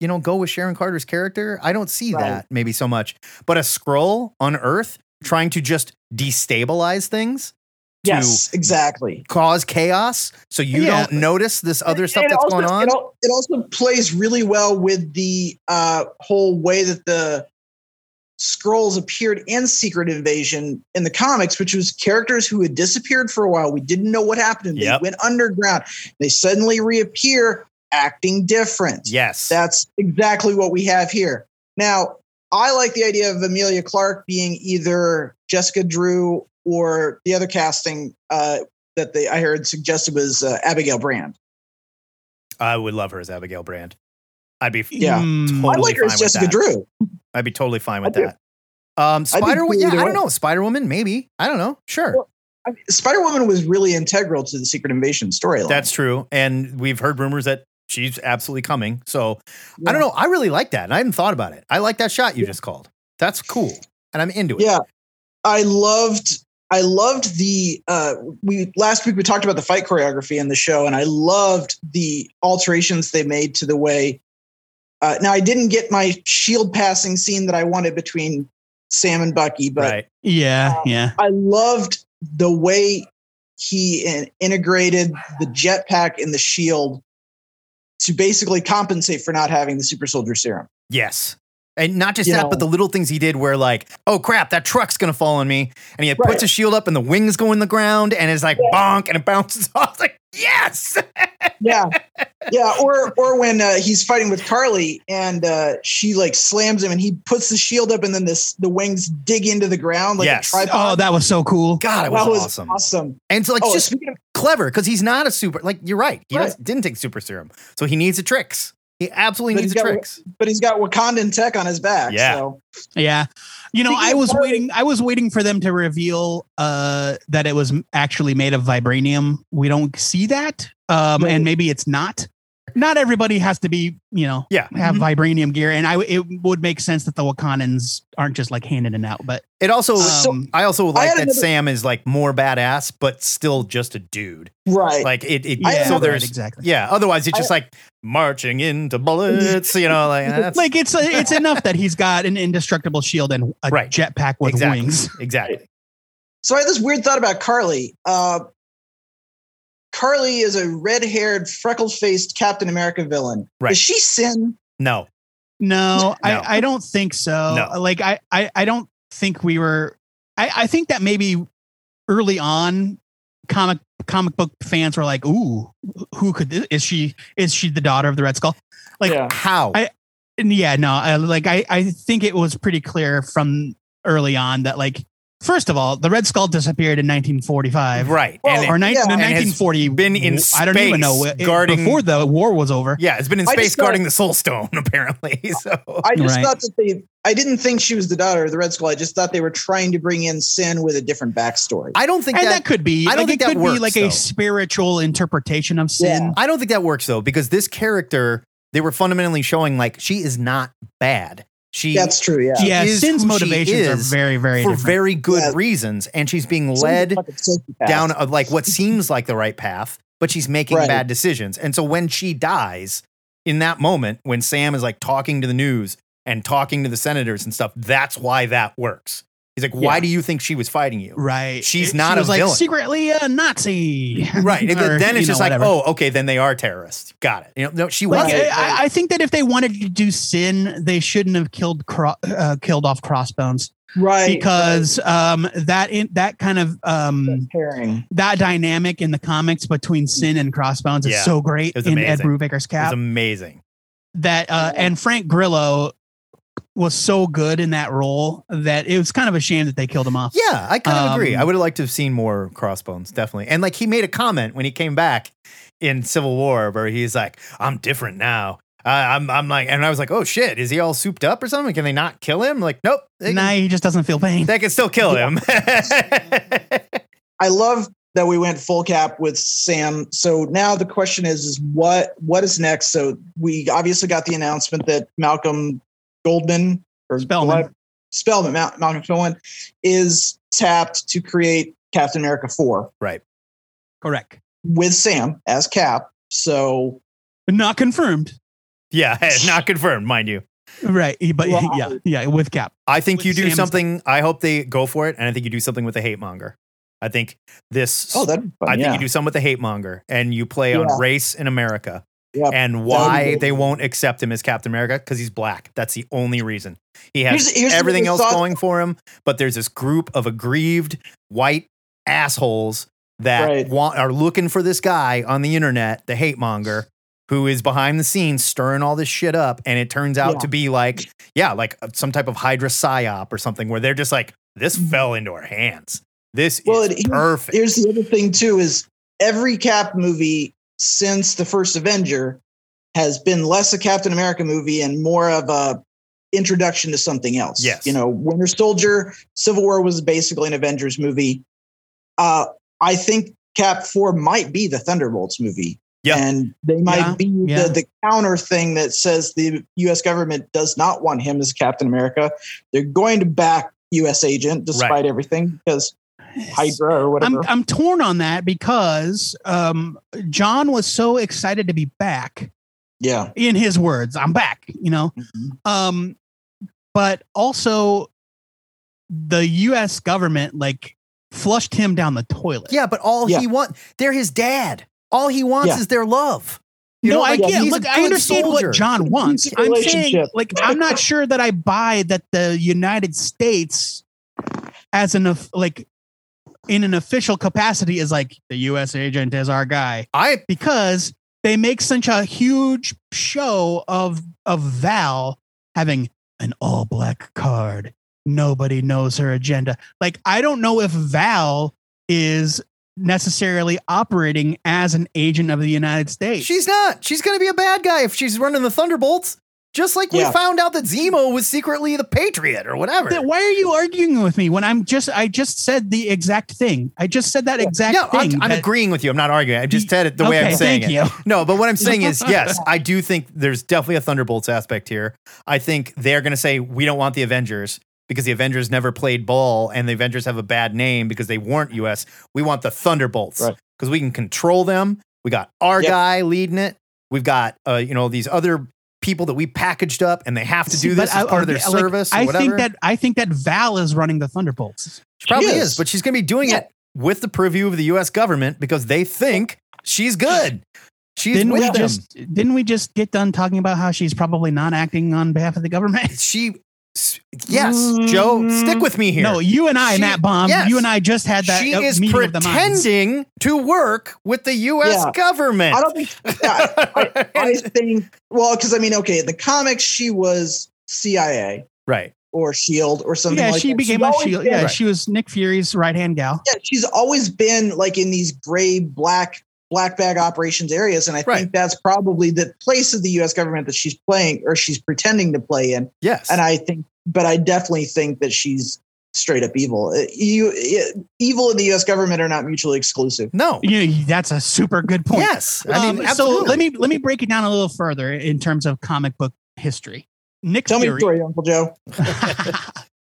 Speaker 1: you know, go with Sharon Carter's character? I don't see
Speaker 6: Right.
Speaker 1: that maybe so much. But a scroll on Earth trying to just destabilize things,
Speaker 6: yes, exactly.
Speaker 1: cause chaos, so you
Speaker 4: Yeah.
Speaker 1: don't notice this other stuff
Speaker 6: And it
Speaker 1: that's
Speaker 6: also-
Speaker 1: going on.
Speaker 6: It, al- it also plays really well with the uh, whole way that the scrolls appeared in Secret Invasion in the comics, which was characters who had disappeared for a while. We didn't know what happened. They
Speaker 1: Yep.
Speaker 6: went underground. They suddenly reappear, acting different.
Speaker 1: yes.
Speaker 6: That's exactly what we have here. Now, I like the idea of Amelia Clark being either Jessica Drew or the other casting uh, that they I heard suggested was uh, Abigail Brand.
Speaker 1: I would love her as Abigail Brand. I'd be f-
Speaker 6: Yeah.
Speaker 4: Mm,
Speaker 1: Totally
Speaker 6: I like her
Speaker 1: fine
Speaker 6: as
Speaker 1: with
Speaker 6: Jessica
Speaker 1: that.
Speaker 6: Drew.
Speaker 1: I'd be totally fine with
Speaker 5: I'd be-
Speaker 1: that. Um,
Speaker 6: I'd be
Speaker 1: Spider Woman.
Speaker 6: cool
Speaker 1: Yeah, I
Speaker 6: either
Speaker 1: don't
Speaker 6: way.
Speaker 1: know. Spider Woman, maybe. I don't know. Sure,
Speaker 6: Well, Spider Woman was really integral to the Secret Invasion storyline.
Speaker 1: that's true. And we've heard rumors that she's absolutely coming. So I
Speaker 6: Yeah.
Speaker 1: don't know. I really like that. And I hadn't thought about it. I like that shot you just called. That's cool, and I'm into it.
Speaker 6: Yeah. I loved I loved the uh we last week we talked about the fight choreography in the show and I loved the alterations they made to the way uh now I didn't get my shield passing scene that I wanted between Sam and Bucky but
Speaker 1: right.
Speaker 4: yeah, yeah.
Speaker 6: I loved the way he in- integrated the jetpack and the shield to basically compensate for not having the super soldier serum.
Speaker 1: Yes. And not just
Speaker 6: You
Speaker 1: that,
Speaker 6: know-
Speaker 1: but the little things he did where like, oh crap, that truck's gonna fall on me. And he
Speaker 6: Right.
Speaker 1: puts a shield up and the wings go in the ground and it's like bonk and it bounces off. It's like, yes.
Speaker 6: yeah yeah or or when uh, he's fighting with carly and uh, she like slams him and he puts the shield up and then this the wings dig into the ground like
Speaker 1: Yes.
Speaker 6: a tripod
Speaker 4: Oh, that was so cool.
Speaker 1: God, it was,
Speaker 6: That
Speaker 1: awesome.
Speaker 6: awesome.
Speaker 1: And so like
Speaker 6: oh,
Speaker 1: it's just
Speaker 6: speaking of,
Speaker 1: clever because he's not a super like you're right. He
Speaker 6: Right.
Speaker 1: does- didn't take super serum. So he needs the tricks. He absolutely
Speaker 6: But
Speaker 1: needs
Speaker 6: he's
Speaker 1: the
Speaker 6: got-
Speaker 1: tricks.
Speaker 6: but he's got Wakandan tech on his back.
Speaker 1: Yeah.
Speaker 6: So
Speaker 4: Yeah. You know,
Speaker 6: Speaking
Speaker 4: I
Speaker 6: of
Speaker 4: was
Speaker 6: Harley-
Speaker 4: waiting I was waiting for them to reveal uh that it was actually made of vibranium. We don't see that. Um and maybe it's not. Not everybody has to be, you know,
Speaker 1: Yeah.
Speaker 4: have vibranium gear and I w- it would make sense that the Wakandans aren't just like handing it out, but
Speaker 1: It also
Speaker 6: So-
Speaker 4: um,
Speaker 1: I also like
Speaker 6: had
Speaker 1: that
Speaker 6: another-
Speaker 1: Sam is like more badass, but still just a dude.
Speaker 6: right.
Speaker 1: Like it, it
Speaker 6: I had
Speaker 1: so
Speaker 6: another-
Speaker 1: there's
Speaker 4: exactly.
Speaker 1: yeah, otherwise it's just like marching into bullets, you know, like that's
Speaker 4: like it's it's enough that he's got an indestructible shield and a
Speaker 1: Right.
Speaker 4: jetpack with
Speaker 1: Exactly.
Speaker 4: wings.
Speaker 1: exactly.
Speaker 6: so I had this weird thought about Carly. Uh, Carly is a red-haired, freckled-faced Captain America villain.
Speaker 1: Right.
Speaker 6: Is she sin?
Speaker 1: No.
Speaker 4: No,
Speaker 1: No.
Speaker 4: I, I don't think so.
Speaker 1: No.
Speaker 4: Like I, I, I don't think we were I, I think that maybe early on comic comic book fans were like, ooh, who could this is she is she the daughter of the Red Skull? Like-
Speaker 5: yeah.
Speaker 1: How?
Speaker 4: I- And yeah, no, I, like I, I think it was pretty clear from early on that like first of all, the Red Skull disappeared in nineteen forty five.
Speaker 1: right.
Speaker 6: Well,
Speaker 1: and
Speaker 4: Or
Speaker 1: it-
Speaker 4: nineteen
Speaker 6: Yeah.
Speaker 1: And has
Speaker 4: nineteen forty,
Speaker 1: been in
Speaker 4: I don't even know
Speaker 1: space
Speaker 4: it-
Speaker 1: guarding-
Speaker 4: before the war was over.
Speaker 1: yeah, it's been in
Speaker 6: I just
Speaker 1: space
Speaker 6: thought-
Speaker 1: guarding the soul stone, apparently. So
Speaker 6: I just
Speaker 4: Right.
Speaker 6: thought that they. I didn't think she was the daughter of the Red Skull. I just thought they were trying to bring in Sin with a different backstory.
Speaker 1: I don't think
Speaker 4: and
Speaker 1: that,
Speaker 4: that, could be.
Speaker 1: I don't
Speaker 4: like,
Speaker 1: think
Speaker 4: it
Speaker 1: that
Speaker 4: could
Speaker 1: works,
Speaker 4: be like
Speaker 1: though.
Speaker 4: a spiritual interpretation of sin.
Speaker 1: I don't think that works though, because this character, they were fundamentally showing like she is not bad. She
Speaker 6: That's true. Yeah.
Speaker 1: She
Speaker 4: yeah,
Speaker 1: is
Speaker 4: sin's
Speaker 1: who she
Speaker 4: motivations are
Speaker 1: is
Speaker 4: very, very
Speaker 1: for
Speaker 4: different.
Speaker 1: very good
Speaker 6: Yeah.
Speaker 1: reasons, and she's being
Speaker 6: Sin's a
Speaker 1: led
Speaker 6: fucking sociopath.
Speaker 1: down a, like what seems like the right path, but she's making
Speaker 6: Right.
Speaker 1: bad decisions. And so when she dies, in that moment when Sam is like talking to the news and talking to the senators and stuff, that's why that works. He's like, "Why
Speaker 4: Yeah.
Speaker 1: do you think she was fighting you?"
Speaker 4: right.
Speaker 1: She's
Speaker 4: She
Speaker 1: not a
Speaker 4: was like
Speaker 1: villain.
Speaker 4: secretly a Nazi.
Speaker 1: Right. It-
Speaker 4: Or,
Speaker 1: then
Speaker 4: you
Speaker 1: it's
Speaker 4: know,
Speaker 1: just like,
Speaker 4: whatever.
Speaker 1: oh, okay, then they are terrorists. Got it. You know, no, she
Speaker 4: Like,
Speaker 1: wasn't.
Speaker 6: Right.
Speaker 4: I, I think that if they wanted to do sin, they shouldn't have killed cro- uh, killed off crossbones
Speaker 6: right
Speaker 4: because um, that in, that kind of um,
Speaker 6: pairing.
Speaker 4: that dynamic in the comics between sin and crossbones is
Speaker 1: Yeah.
Speaker 4: so great
Speaker 1: It was
Speaker 4: in Ed
Speaker 1: amazing.
Speaker 4: Brubaker's
Speaker 1: It was
Speaker 4: cap
Speaker 1: amazing.
Speaker 4: that uh, and Frank Grillo was so good in that role that it was kind of a shame that they killed him off.
Speaker 1: Yeah, I kind of agree.
Speaker 4: Um,
Speaker 1: I would have liked to have seen more crossbones, definitely. And like he made a comment when he came back in Civil War where he's like, I'm different now. I, I'm, I'm like, and I was like, oh shit, is he all souped up or something? Can they not kill him? Like, nope. They,
Speaker 4: Now
Speaker 1: can,
Speaker 4: he just doesn't feel pain.
Speaker 1: they can still kill him.
Speaker 6: I love that we went full cap with Sam. So now the question is, is what what is next? So we obviously got the announcement that Malcolm Goldman or
Speaker 4: Spellman.
Speaker 6: Spellman, Mal- Malcolm Spellman is tapped to create Captain America 4
Speaker 4: Correct.
Speaker 6: with Sam as Cap. So
Speaker 4: Not confirmed.
Speaker 1: yeah, not confirmed, mind you.
Speaker 4: Right. he- But
Speaker 6: Wow.
Speaker 4: yeah, yeah, with Cap.
Speaker 1: I think
Speaker 4: With
Speaker 1: you do
Speaker 4: Sam's-
Speaker 1: something. I hope they go for it. And I think you do something with the hate monger. I think this
Speaker 6: oh that'd be fun.
Speaker 1: I
Speaker 6: yeah.
Speaker 1: think you do some with the hate monger and you play
Speaker 6: Yeah.
Speaker 1: on race in America
Speaker 6: Yep.
Speaker 1: and
Speaker 6: That would
Speaker 1: why
Speaker 6: be-
Speaker 1: they won't accept him as Captain America because he's black. That's the only reason. He has
Speaker 6: Here's- here's
Speaker 1: everything
Speaker 6: another
Speaker 1: else
Speaker 6: thought-
Speaker 1: going for him, but there's this group of aggrieved white assholes that
Speaker 6: Right.
Speaker 1: want are looking for this guy on the internet, the hate monger. Who is behind the scenes stirring all this shit up? And it turns out
Speaker 6: Yeah.
Speaker 1: to be like, uh, yeah, like some type of Hydra psyop or something, where they're just like, this fell into our hands.
Speaker 7: This
Speaker 6: Mm-hmm. Well,
Speaker 7: is
Speaker 6: it-
Speaker 7: perfect.
Speaker 6: Here's the other thing too: is every Cap movie since the first Avenger has been less a Captain America movie and more of a introduction to something else.
Speaker 7: Yes.
Speaker 6: you know, Winter Soldier, Civil War was basically an Avengers movie. Uh, I think Cap Four might be the Thunderbolts movie.
Speaker 7: Yeah.
Speaker 6: and they might
Speaker 4: Yeah,
Speaker 6: be
Speaker 4: yeah.
Speaker 6: the, the counter thing that says the U.S. government does not want him as Captain America. They're going to back U.S. agent despite
Speaker 7: Right.
Speaker 6: everything because Hydra or whatever.
Speaker 4: I'm, I'm torn on that because um, John was so excited to be back.
Speaker 6: yeah.
Speaker 4: In his words, I'm back, you know?
Speaker 1: Mm-hmm.
Speaker 4: Um, but also, the US government like flushed him down the toilet.
Speaker 1: Yeah, but all
Speaker 6: Yeah.
Speaker 1: he wants, they're his dad. All he wants
Speaker 6: Yeah.
Speaker 1: is their love.
Speaker 4: no,
Speaker 1: know,
Speaker 4: I
Speaker 1: like,
Speaker 4: get.
Speaker 1: he's a
Speaker 4: Look, I
Speaker 1: good
Speaker 4: understand
Speaker 1: soldier.
Speaker 4: what John wants.
Speaker 6: It's a
Speaker 4: I'm saying,
Speaker 6: relationship.
Speaker 4: like, I'm not sure that I buy that the United States, as an of- like, in an official capacity, is like the U.S. agent is our guy
Speaker 7: I
Speaker 4: because they make such a huge show of of Val having an all black card. Nobody knows her agenda. Like, I don't know if Val is necessarily operating as an agent of the United States.
Speaker 1: She's not. She's going to be a bad guy if she's running the Thunderbolts. Just like
Speaker 6: Yeah.
Speaker 1: we found out that Zemo was secretly the Patriot or whatever.
Speaker 4: Then why are you arguing with me when I'm just I just said the exact thing. I just said that exact
Speaker 1: yeah,
Speaker 4: thing.
Speaker 1: I'm, I'm
Speaker 4: that-
Speaker 1: agreeing with you. I'm not arguing. I just said it the way
Speaker 4: Okay,
Speaker 1: I'm saying
Speaker 4: thank
Speaker 1: it.
Speaker 4: you.
Speaker 1: No, but what I'm saying is, yes, I do think there's definitely a Thunderbolts aspect here. I think they're going to say, we don't want the Avengers because the Avengers never played ball and the Avengers have a bad name because they weren't US. We want the Thunderbolts because
Speaker 2: Right.
Speaker 1: we can control them. We got our
Speaker 6: Yep.
Speaker 1: guy leading it. We've got, uh, you know, these other people that we packaged up and they have to do
Speaker 4: But
Speaker 1: this as part of their
Speaker 4: like,
Speaker 1: service or
Speaker 4: I
Speaker 1: whatever.
Speaker 4: think that I think that Val is running the Thunderbolts.
Speaker 1: she probably
Speaker 6: She
Speaker 1: is.
Speaker 6: is.
Speaker 1: but she's going to be doing
Speaker 6: Yeah.
Speaker 1: it with the purview of the US government because they think she's good. She's
Speaker 4: Didn't
Speaker 1: with
Speaker 4: we
Speaker 1: them.
Speaker 4: just didn't we just get done talking about how she's probably not acting on behalf of the government?
Speaker 1: she s- yes joe stick with me here
Speaker 4: Mm, No, you and I,
Speaker 1: She-
Speaker 4: Matt Bomb,
Speaker 1: yes.
Speaker 4: you and I just had that.
Speaker 1: she
Speaker 4: uh,
Speaker 1: is
Speaker 4: meeting of the minds.
Speaker 1: pretending to work with the u.s
Speaker 6: Yeah.
Speaker 1: government
Speaker 6: I don't think. I, I think. Well, because I mean, okay, in the comics, she was CIA
Speaker 1: right
Speaker 6: or Shield E or something.
Speaker 4: Yeah,
Speaker 6: like
Speaker 4: she
Speaker 6: that.
Speaker 4: became
Speaker 6: She's
Speaker 4: a
Speaker 6: always
Speaker 4: shield.
Speaker 6: been-
Speaker 4: E Yeah,
Speaker 1: Right.
Speaker 4: she was Nick Fury's right hand gal.
Speaker 6: yeah, she's always been like in these gray, black, black bag operations areas, and I
Speaker 1: Right.
Speaker 6: think that's probably the place of the U.S. government that she's playing or she's pretending to play in.
Speaker 1: yes
Speaker 6: And I think, but I definitely think that she's straight up evil. Uh, You, uh, evil and the U.S. government are not mutually exclusive.
Speaker 1: no
Speaker 4: Yeah, that's a super good point.
Speaker 1: yes i mean
Speaker 4: Um, so
Speaker 1: absolutely.
Speaker 4: let me let me break it down a little further in terms of comic book history. Nick
Speaker 6: Tell me the
Speaker 4: Fury.
Speaker 6: story, Uncle Joe.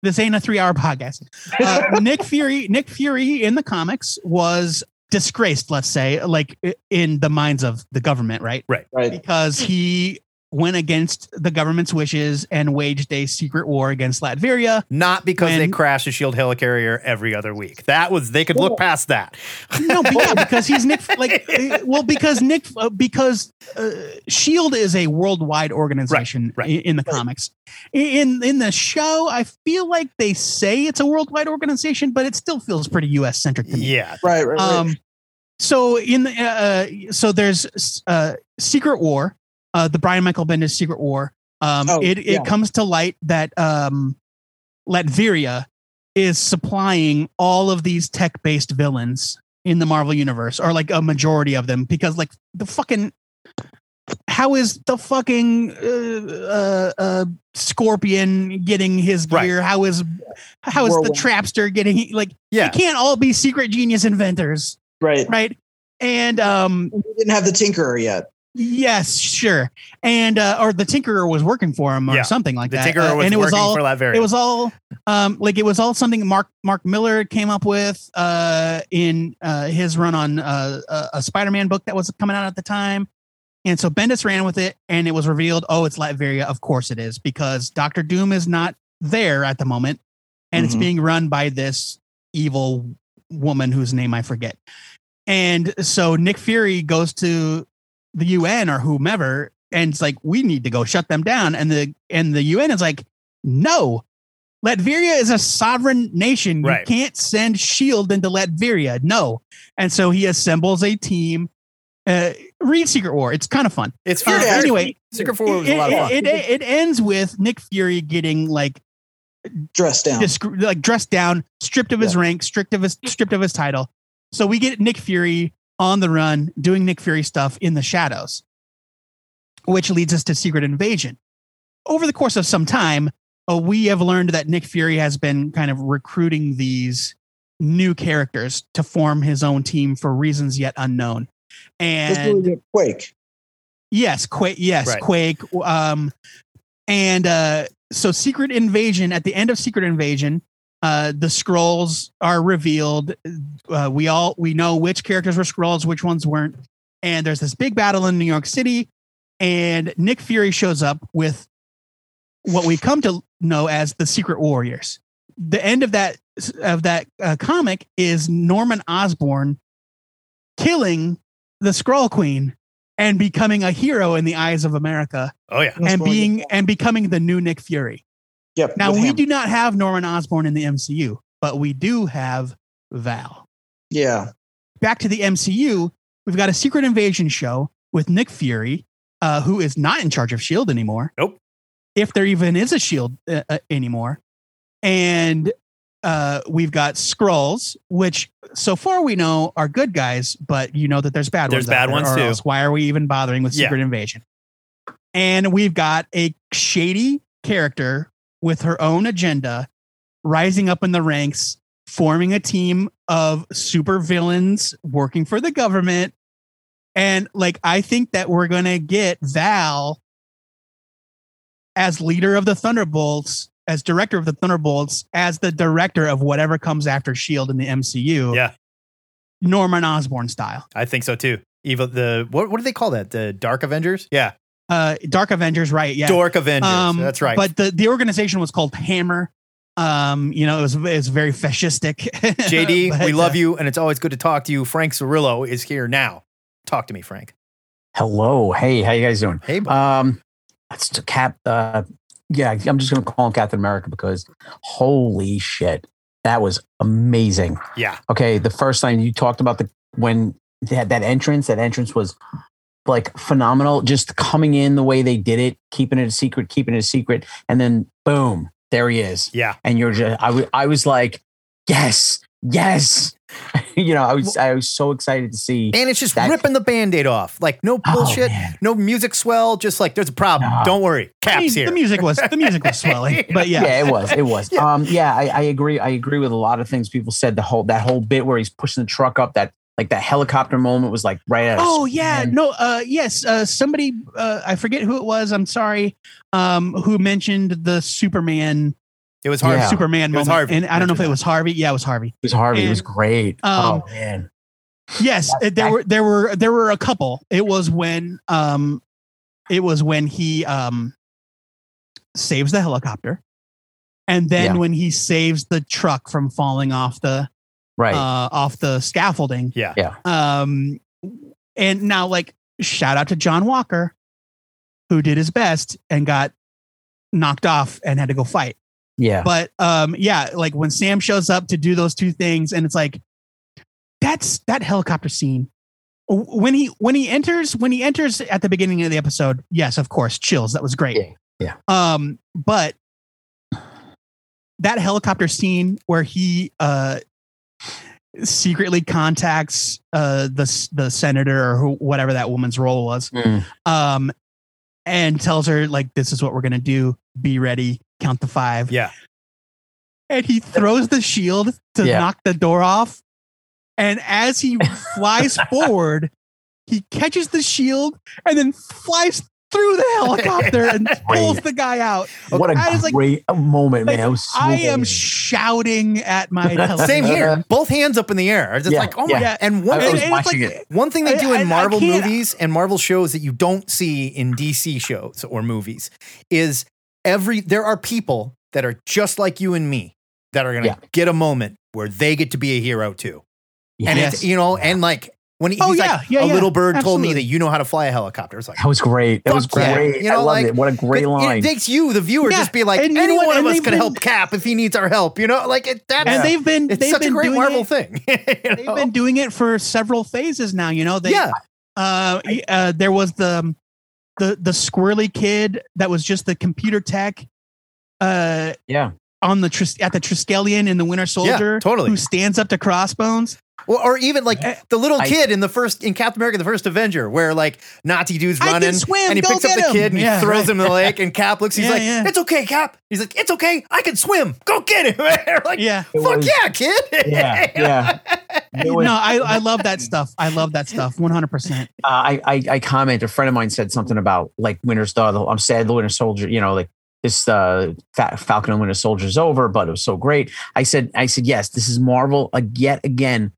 Speaker 4: this ain't a three-hour podcast. Uh, Nick Fury. Nick Fury in the comics was disgraced. Let's say, like i- in the minds of the government, right?
Speaker 6: Right.
Speaker 4: Because he went against the government's wishes and waged a secret war against Latveria.
Speaker 1: not because they
Speaker 4: when-
Speaker 1: crashed a shield E helicarrier every other week that was they could look past that
Speaker 4: No, but yeah, because he's Nick. Like, uh, well, because Nick, uh, because uh, Shield is a worldwide organization
Speaker 1: right,
Speaker 4: i- in the comics. In in the show, I feel like they say it's a worldwide organization, but it still feels pretty U.S. centric to me.
Speaker 1: yeah
Speaker 6: Right, right, right.
Speaker 4: Um, so in the uh, uh, so there's uh, Secret War, uh, the Brian Michael Bendis Secret War. Um,
Speaker 6: Oh,
Speaker 4: it it
Speaker 6: yeah.
Speaker 4: comes to light that um, Latveria is supplying all of these tech based villains in the Marvel universe, or like a majority of them, because like the fucking how is the fucking uh, uh, uh, Scorpion getting his
Speaker 1: Right.
Speaker 4: gear? How is how is
Speaker 6: Whirlwind.
Speaker 4: the Trapster getting like?
Speaker 1: yeah
Speaker 4: They can't all be secret genius inventors,
Speaker 6: right.
Speaker 4: right? And um,
Speaker 6: We didn't have the Tinkerer yet.
Speaker 4: yes, sure. And uh, or the Tinkerer was working for him or
Speaker 1: Yeah.
Speaker 4: something like
Speaker 1: the
Speaker 4: that.
Speaker 1: tinkerer
Speaker 4: Uh,
Speaker 1: was
Speaker 4: and it was
Speaker 1: working
Speaker 4: all
Speaker 1: for latveria
Speaker 4: it was all um, like it was all something Mark Mark Miller came up with uh, in uh, his run on uh, a- a Spider-Man book that was coming out at the time. And so Bendis ran with it, and it was revealed, oh, it's Latveria. Of course it is, because Doctor Doom is not there at the moment, and it's
Speaker 6: Mhm.
Speaker 4: being run by this evil woman whose name I forget. And so Nick Fury goes to the UN or whomever, and it's like, we need to go shut them down. And the and the UN is like, no, Latveria is a sovereign nation.
Speaker 1: Right.
Speaker 4: You can't send Shield into Latveria. No. And so he assembles a team. Uh, read Secret War. It's kind of fun.
Speaker 1: it's
Speaker 4: Uh,
Speaker 1: very-
Speaker 4: anyway,
Speaker 1: secret four was a
Speaker 4: it-
Speaker 1: lot of fun
Speaker 4: It, it, it ends with Nick Fury getting like
Speaker 6: dressed down.
Speaker 4: dis- like dressed down, stripped of his rank, stripped of his stripped of his title. So we get Nick Fury on the run doing Nick Fury stuff in the shadows, which leads us to Secret Invasion. Over the course of some time, uh, we have learned that Nick Fury has been kind of recruiting these new characters to form his own team for reasons yet unknown.
Speaker 6: This is
Speaker 4: And
Speaker 6: really good. Quake.
Speaker 4: Yes, Quake. Yes,
Speaker 8: Right.
Speaker 4: Quake. Um, and uh, so Secret Invasion. At the end of Secret Invasion, uh, the scrolls are revealed. Uh, we all we know which characters were scrolls, which ones weren't. And there's this big battle in New York City, and Nick Fury shows up with what we come to know as the Secret Warriors. The end of that of that uh, comic is Norman Osborn killing the Scroll Queen and becoming a hero in the eyes of America
Speaker 8: Oh yeah.
Speaker 6: That's
Speaker 4: and
Speaker 6: what I
Speaker 4: being
Speaker 6: did.
Speaker 4: and becoming the new Nick Fury.
Speaker 6: Yep.
Speaker 4: Now
Speaker 6: with
Speaker 4: we
Speaker 6: him.
Speaker 4: do not have Norman Osborn in the MCU, but we do have Val.
Speaker 6: Yeah.
Speaker 4: Back to the MCU, we've got a secret invasion show with Nick Fury, uh, who is not in charge of Shield E anymore.
Speaker 8: Nope.
Speaker 4: If there even is a Shield uh, uh, anymore, and uh, we've got Skrulls, which so far we know are good guys, but you know that there's bad
Speaker 8: There's
Speaker 4: ones. out
Speaker 8: bad
Speaker 4: there,
Speaker 8: ones
Speaker 4: or
Speaker 8: too.
Speaker 4: else why are we even bothering with
Speaker 8: Yeah.
Speaker 4: Secret Invasion? And we've got a shady character with her own agenda rising up in the ranks, forming a team of super villains working for the government. And like, I think that we're going to get Val as leader of the Thunderbolts, as director of the Thunderbolts, as the director of whatever comes after Shield E in the MCU.
Speaker 8: Yeah.
Speaker 4: Norman Osborn style.
Speaker 8: I think so too. Evil the what what do they call that? The Dark Avengers? Yeah.
Speaker 4: Uh, Dark Avengers, right? Yeah.
Speaker 8: Dork Avengers.
Speaker 4: Um,
Speaker 8: That's right.
Speaker 4: But the, the organization was called Hammer. Um, you know, it was it was very fascistic.
Speaker 8: JD,
Speaker 4: But,
Speaker 8: we
Speaker 4: uh,
Speaker 8: love you, and it's always good to talk to you. Frank Cirillo is here now. Talk to me, Frank. Uh,
Speaker 9: Hello. Hey, how you guys doing?
Speaker 8: Hey, bud.
Speaker 9: Um, that's to cap. Uh, yeah, I'm just gonna call him Captain America because holy shit, that was amazing.
Speaker 8: yeah,
Speaker 9: Okay, the first time you talked about the when they had that entrance, that entrance was like phenomenal. Just coming in the way they did it, keeping it a secret, keeping it a secret, and then boom, there he is.
Speaker 8: yeah.
Speaker 9: And you're just, I wa- I was like, yes, yes. you know, I was, I was so excited to see.
Speaker 8: And it's just
Speaker 9: That-
Speaker 8: ripping the band-aid off. Like no
Speaker 9: Oh,
Speaker 8: bullshit,
Speaker 9: man.
Speaker 8: no music swell, just like there's a problem.
Speaker 9: No.
Speaker 8: Don't worry.
Speaker 4: I
Speaker 8: Caps
Speaker 4: mean,
Speaker 8: here.
Speaker 4: The music was the music was swelling, but yeah,
Speaker 9: yeah, it was. It was.
Speaker 8: Yeah.
Speaker 9: Um, yeah, I, I agree. I agree with a lot of things people said. The whole that whole bit where he's pushing the truck up, that like that helicopter moment was like right out. of
Speaker 4: Oh yeah,
Speaker 9: Spider-Man.
Speaker 4: no, uh, yes. Uh, somebody, uh, I forget who it was. I'm sorry, um, who mentioned the Superman
Speaker 8: It was hard.
Speaker 9: Yeah.
Speaker 4: Superman
Speaker 8: It was
Speaker 4: moment,
Speaker 8: Harvey
Speaker 4: and I don't know if it
Speaker 8: mentioned
Speaker 4: was Harvey. Yeah, it was Harvey.
Speaker 9: It was Harvey. it was
Speaker 4: and,
Speaker 9: great.
Speaker 4: um,
Speaker 9: oh man.
Speaker 4: Yes, uh,
Speaker 9: That-
Speaker 4: there
Speaker 9: that-
Speaker 4: were there were there were a couple. It was when um, it was when he um, saves the helicopter, and then
Speaker 9: Yeah.
Speaker 4: when he saves the truck from falling off the
Speaker 9: Right.
Speaker 4: uh, off the scaffolding.
Speaker 8: Yeah.
Speaker 9: Yeah.
Speaker 4: Um, and now, like, shout out to John Walker, who did his best and got knocked off and had to go fight.
Speaker 9: yeah.
Speaker 4: But um, yeah, like when Sam shows up to do those two things, and it's like, that's that helicopter scene. When he when he enters when he enters at the beginning of the episode, yes, of course, chills. That was great.
Speaker 9: Yeah, yeah.
Speaker 4: Um, but that helicopter scene where he uh secretly contacts uh the s- the senator or who, whatever that woman's role was
Speaker 9: Mm.
Speaker 4: um, and tells her like, "This is what we're gonna do. Be ready. Count the five.
Speaker 8: Yeah.
Speaker 4: And he throws the shield to
Speaker 9: Yeah.
Speaker 4: knock the door off, and as he flies forward, he catches the shield and then flies through the helicopter and pulls the guy out.
Speaker 9: what
Speaker 4: I was
Speaker 9: a
Speaker 4: like-
Speaker 9: great moment, man.
Speaker 4: like,
Speaker 9: It was so
Speaker 4: I am
Speaker 9: good.
Speaker 4: shouting at my television.
Speaker 8: Same here. Both hands up in the air. It's just
Speaker 9: Yeah,
Speaker 8: like, oh my
Speaker 4: yeah.
Speaker 8: and one
Speaker 9: I was
Speaker 4: it's
Speaker 9: watching
Speaker 4: like-
Speaker 9: it.
Speaker 8: One thing they
Speaker 4: I-
Speaker 8: do in
Speaker 4: I- I
Speaker 8: Marvel
Speaker 4: can't-
Speaker 8: movies and Marvel shows that you don't see in DC shows or movies is every there are people that are just like you and me that are going to
Speaker 9: Yeah.
Speaker 8: get a moment where they get to be a hero too. And
Speaker 9: Yeah.
Speaker 8: it's you know and like when he, he's
Speaker 4: Oh,
Speaker 8: like
Speaker 4: yeah, yeah,
Speaker 8: a
Speaker 4: yeah,
Speaker 8: little bird told me
Speaker 4: absolutely.
Speaker 8: that you know how to fly a helicopter. It's like
Speaker 9: that was great. That was
Speaker 8: Fuck yeah.
Speaker 9: great.
Speaker 8: You
Speaker 9: I
Speaker 8: know,
Speaker 9: loved
Speaker 8: like-
Speaker 9: it. What a great
Speaker 8: But
Speaker 9: line.
Speaker 8: It takes you, the viewer,
Speaker 4: Yeah,
Speaker 8: just be like,
Speaker 4: and you know
Speaker 8: any
Speaker 4: what?
Speaker 8: one of
Speaker 4: And
Speaker 8: us
Speaker 4: they've
Speaker 8: could
Speaker 4: been-
Speaker 8: help Cap if he needs our help. You know, like it, that's
Speaker 4: And they've been
Speaker 8: it's
Speaker 4: they've
Speaker 8: such
Speaker 4: been
Speaker 8: a great
Speaker 4: doing
Speaker 8: Marvel
Speaker 4: it-
Speaker 8: thing. you
Speaker 4: They've
Speaker 8: know?
Speaker 4: been doing it for several phases now. You know, they
Speaker 8: yeah,
Speaker 4: uh, uh, there was the the the squirrely kid that was just the computer tech. Uh,
Speaker 9: yeah.
Speaker 4: on the Tris- at the Triskelion in the Winter Soldier,
Speaker 1: totally.
Speaker 4: who stands up to Crossbones.
Speaker 1: Well, or even like
Speaker 4: Eh,
Speaker 9: I-
Speaker 1: the little
Speaker 9: I-
Speaker 1: kid in the first in Captain America: The First Avenger, where like Nazi dude's
Speaker 4: I can
Speaker 1: running
Speaker 4: swim,
Speaker 1: and he
Speaker 4: go
Speaker 1: picks up
Speaker 4: get
Speaker 1: the
Speaker 4: him.
Speaker 1: kid and
Speaker 4: Yeah,
Speaker 1: he throws
Speaker 4: right.
Speaker 1: him in the lake, and Cap looks. He's
Speaker 4: Yeah,
Speaker 1: like,
Speaker 4: yeah.
Speaker 1: "It's okay, Cap." He's like, "It's okay, I can swim. Go get him." We're like,
Speaker 4: Yeah,
Speaker 9: It
Speaker 1: "Fuck
Speaker 9: was-
Speaker 1: yeah, kid!"
Speaker 9: yeah, yeah. It was-
Speaker 4: no, I, I love that stuff. I love that stuff. One hundred percent.
Speaker 9: uh, I, I I comment. A friend of mine said something about like Winter Star. The, I'm sad the Winter Soldier. You know, like this uh, Fa- Falcon and Winter Soldier is over, but it was so great. I said, I said, yes, this is Marvel uh, yet again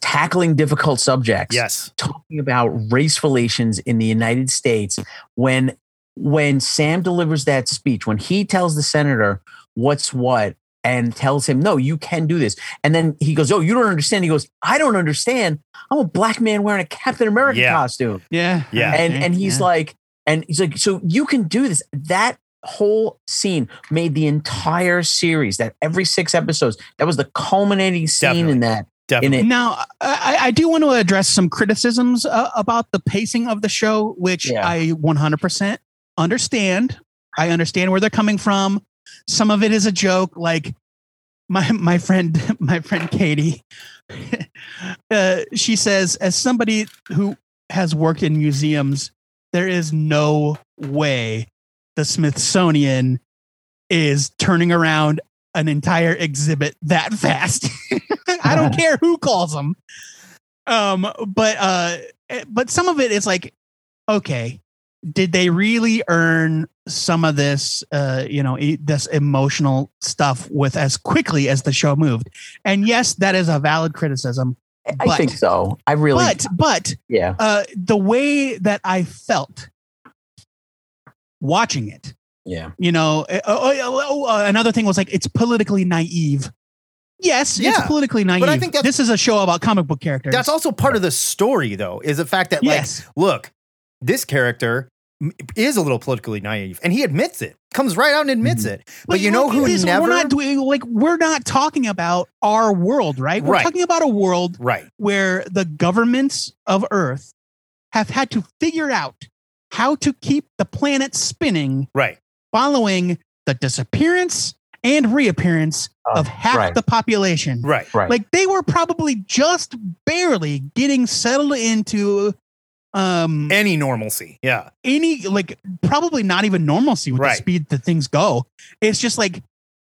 Speaker 9: tackling difficult subjects.
Speaker 1: Yes.
Speaker 9: talking about race relations in the United States when when Sam delivers that speech, when he tells the senator what's what and tells him, no, you can do this. And then he goes, Oh, you don't understand. He goes, I don't understand. I'm a black man wearing a Captain America
Speaker 1: Yeah.
Speaker 9: costume.
Speaker 4: Yeah,
Speaker 1: Yeah.
Speaker 9: And and he's
Speaker 4: Yeah.
Speaker 9: like, and he's like, so you can do this. That whole scene made the entire series that every six episodes, that was the culminating scene
Speaker 1: Definitely.
Speaker 9: in that.
Speaker 1: Definitely.
Speaker 9: In it.
Speaker 4: Now, I, I do want to address some criticisms uh, about the pacing of the show, which
Speaker 9: Yeah.
Speaker 4: I 100% understand. I understand where they're coming from. Some of it is a joke, like my my friend my friend Katie. uh, she says, as somebody who has worked in museums, there is no way the Smithsonian is turning around an entire exhibit that fast. I don't care who calls them. Um, but uh, eh, but some of it is like, okay, did they really earn some of this, uh, you know, e- this emotional stuff with as quickly as the show moved? And yes, that is a valid criticism.
Speaker 9: I
Speaker 4: But-
Speaker 9: think so. I really,
Speaker 4: But but
Speaker 9: yeah.
Speaker 4: uh, the way that I felt watching it
Speaker 9: Yeah.
Speaker 4: you know uh, oh, oh, oh, uh, another thing was like it's politically naive yes it's
Speaker 1: Yeah,
Speaker 4: politically naive
Speaker 1: I think that's-
Speaker 4: this is a show about comic book characters
Speaker 1: That's also part of the story, though, is the fact that like
Speaker 4: yes
Speaker 1: look, this character m- is a little politically naive, and he admits it. Comes right out and admits
Speaker 4: Mm-hmm.
Speaker 1: it. But, you know
Speaker 4: look,
Speaker 1: who
Speaker 4: it is-
Speaker 1: never
Speaker 4: we're not doing like we're not talking about our world right we're
Speaker 1: Right.
Speaker 4: talking about a world
Speaker 1: right?
Speaker 4: where the governments of earth have had to figure out how to keep the planet spinning
Speaker 1: Right.
Speaker 4: following the disappearance and reappearance
Speaker 9: Uh,
Speaker 4: of half
Speaker 9: right.
Speaker 4: the population
Speaker 1: Right.
Speaker 9: Right.
Speaker 4: like they were probably just barely getting settled into um
Speaker 1: Any normalcy. Yeah.
Speaker 4: any like probably not even normalcy with
Speaker 1: Right.
Speaker 4: the speed that things go it's just like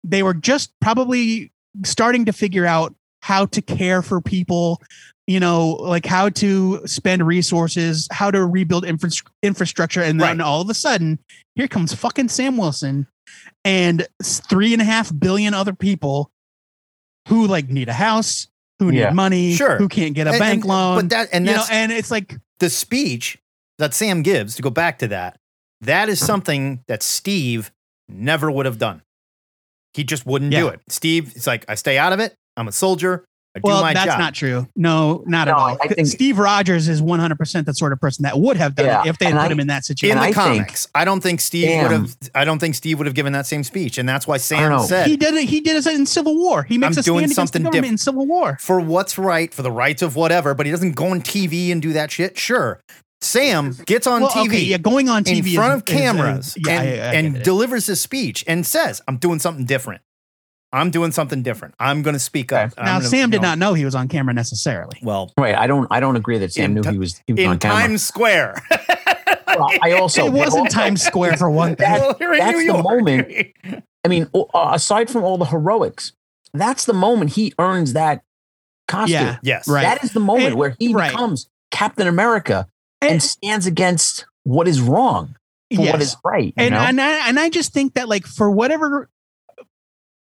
Speaker 4: they were just probably starting to figure out how to care for people you know like how to spend resources how to rebuild infra- infrastructure and then
Speaker 1: Right.
Speaker 4: all of a sudden here comes fucking sam wilson and s- three and a half billion other people who like need a house who need
Speaker 9: Yeah.
Speaker 4: money
Speaker 1: Sure.
Speaker 4: who can't get a
Speaker 1: And-
Speaker 4: bank
Speaker 1: and-
Speaker 4: loan
Speaker 1: But that and
Speaker 4: you know
Speaker 1: that's
Speaker 4: and it's like
Speaker 1: the speech that Sam gives to go back to that. That is something that Steve never would have done. He just wouldn't do
Speaker 4: Yeah.
Speaker 1: it. Steve, it's like I stay out of it. I'm a soldier. I do
Speaker 4: well,
Speaker 1: my
Speaker 4: that's
Speaker 1: job.
Speaker 4: not true. No, not at
Speaker 9: No,
Speaker 4: all.
Speaker 9: I think-
Speaker 4: Steve Rogers is 100% the sort of person that would have done
Speaker 9: Yeah,
Speaker 4: it if they had
Speaker 9: and
Speaker 4: put
Speaker 9: I-
Speaker 4: him in that
Speaker 1: in
Speaker 4: situation.
Speaker 9: and
Speaker 1: the
Speaker 9: I think-
Speaker 1: comics, I don't think Steve would
Speaker 9: Damn.
Speaker 1: have. I don't think Steve would have given that same speech, and that's why
Speaker 9: don't
Speaker 1: Sam
Speaker 9: know.
Speaker 1: said,
Speaker 4: he did it. He did it in Civil War. He makes
Speaker 1: I'm doing
Speaker 4: a stand against the
Speaker 1: something
Speaker 4: government
Speaker 1: diff-
Speaker 4: in Civil War.
Speaker 1: for what's right, for the rights of whatever, but he doesn't go on TV and do that shit. Sure. Sam gets on
Speaker 4: Well,
Speaker 1: TV
Speaker 4: okay, yeah, going on TV
Speaker 1: in front
Speaker 4: is-
Speaker 1: of
Speaker 4: is- is-
Speaker 1: cameras
Speaker 4: yeah,
Speaker 1: and,
Speaker 4: I- I
Speaker 1: and
Speaker 4: get it.
Speaker 1: delivers his speech and says, I'm doing something different. I'm doing something different. I'm going to speak up. I'm
Speaker 4: now
Speaker 1: gonna,
Speaker 4: Sam
Speaker 1: you
Speaker 4: did
Speaker 1: know."
Speaker 4: not know he was on camera necessarily.
Speaker 1: Well,
Speaker 9: Right. I don't. I don't agree that Sam
Speaker 1: In
Speaker 9: knew
Speaker 1: ti-
Speaker 9: he was. He was
Speaker 1: in
Speaker 9: on camera.
Speaker 1: Times Square.
Speaker 9: Well, I also.
Speaker 4: it wasn't Times Square for one thing.
Speaker 9: That-
Speaker 1: You're in
Speaker 9: that's
Speaker 1: New
Speaker 9: the
Speaker 1: York.
Speaker 9: moment. I mean, o- uh, aside from all the heroics, that's the moment he earns that costume.
Speaker 4: Yeah,
Speaker 1: yes.
Speaker 4: Right.
Speaker 9: That is the moment
Speaker 4: And-
Speaker 9: where he
Speaker 4: right.
Speaker 9: becomes Captain America and,
Speaker 4: And-
Speaker 9: stands against what is wrong for what
Speaker 4: Yes.
Speaker 9: is right. you
Speaker 4: and
Speaker 9: know?
Speaker 4: and I, and I just think that like for whatever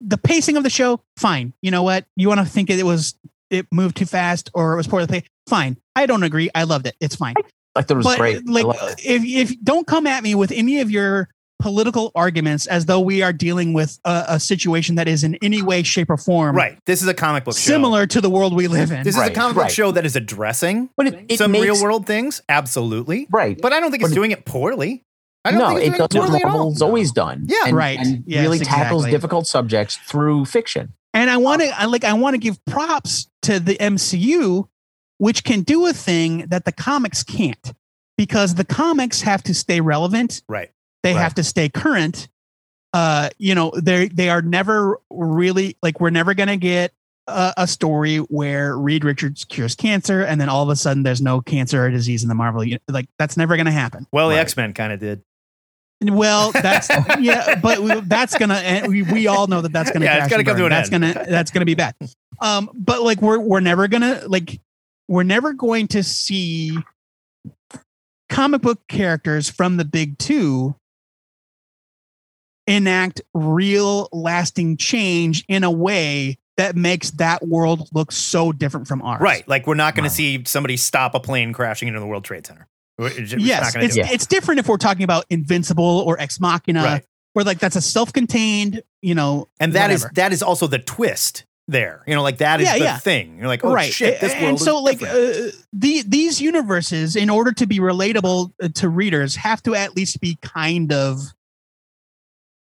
Speaker 4: the pacing of the show, fine. You know what? You want to think it was it moved too fast or it was poorly paced? Fine. I don't agree. I loved it. It's fine.
Speaker 9: I thought it was great. I
Speaker 4: Like,
Speaker 9: loved it.
Speaker 4: if if don't come at me with any of your political arguments as though we are dealing with a, a situation that is in any way, shape, or form
Speaker 1: Right. This is a comic book show.
Speaker 4: similar to the world we live in.
Speaker 1: This is
Speaker 9: Right,
Speaker 1: a comic book
Speaker 9: right.
Speaker 1: show that is addressing
Speaker 9: but it, it
Speaker 1: some
Speaker 9: makes,
Speaker 1: real world things. Absolutely.
Speaker 9: Right.
Speaker 1: But I don't think
Speaker 9: But
Speaker 1: it's
Speaker 9: it-
Speaker 1: doing it poorly. I don't
Speaker 9: No,
Speaker 1: think
Speaker 9: it
Speaker 1: it's
Speaker 9: does
Speaker 1: doing it
Speaker 9: what
Speaker 1: poorly at all.
Speaker 9: Marvel's always done.
Speaker 1: Yeah.
Speaker 9: and-
Speaker 4: Right.
Speaker 9: And
Speaker 4: Yes,
Speaker 9: really tackles
Speaker 4: exactly.
Speaker 9: difficult subjects through fiction.
Speaker 4: And I want to, I like, I want to give props to the MCU, which can do a thing that the comics can't, because the comics have to stay relevant.
Speaker 1: Right.
Speaker 4: They
Speaker 1: Right.
Speaker 4: have to stay current, uh, you know, they they are never really like we're never gonna get a, a story where Reed Richards cures cancer and then all of a sudden there's no cancer or disease in the Marvel. uni- Like that's never gonna happen.
Speaker 1: Well, the
Speaker 10: Right.
Speaker 1: X Men kind of did.
Speaker 4: Well, that's
Speaker 1: Oh.
Speaker 4: yeah, but we, that's gonna. and We, we all know that that's gonna.
Speaker 1: Yeah, it's
Speaker 4: crash
Speaker 1: gotta
Speaker 4: and
Speaker 1: come
Speaker 4: burn.
Speaker 1: to an
Speaker 4: That's
Speaker 1: end.
Speaker 4: gonna. That's gonna be bad. Um, but like we're we're never gonna like we're never going to see comic book characters from the big two enact real lasting change in a way that makes that world look so different from ours.
Speaker 1: Right. Like we're not going to
Speaker 9: Wow.
Speaker 1: see somebody stop a plane crashing into the World Trade Center. We're- It's just
Speaker 4: yes,
Speaker 1: not going to
Speaker 4: it's,
Speaker 1: do it.
Speaker 9: it.
Speaker 4: it's different if we're talking about Invincible or Ex Machina,
Speaker 1: Right.
Speaker 4: where like that's a self-contained, you know,
Speaker 1: And that is
Speaker 4: whatever.
Speaker 1: that is also the twist there. You know, like that is
Speaker 4: Yeah,
Speaker 1: the
Speaker 4: yeah.
Speaker 1: thing. You're like, oh shit, this
Speaker 4: A-
Speaker 1: world
Speaker 4: and
Speaker 1: is
Speaker 4: so like
Speaker 1: different.
Speaker 4: uh, the these universes, in order to be relatable uh, to readers, have to at least be kind of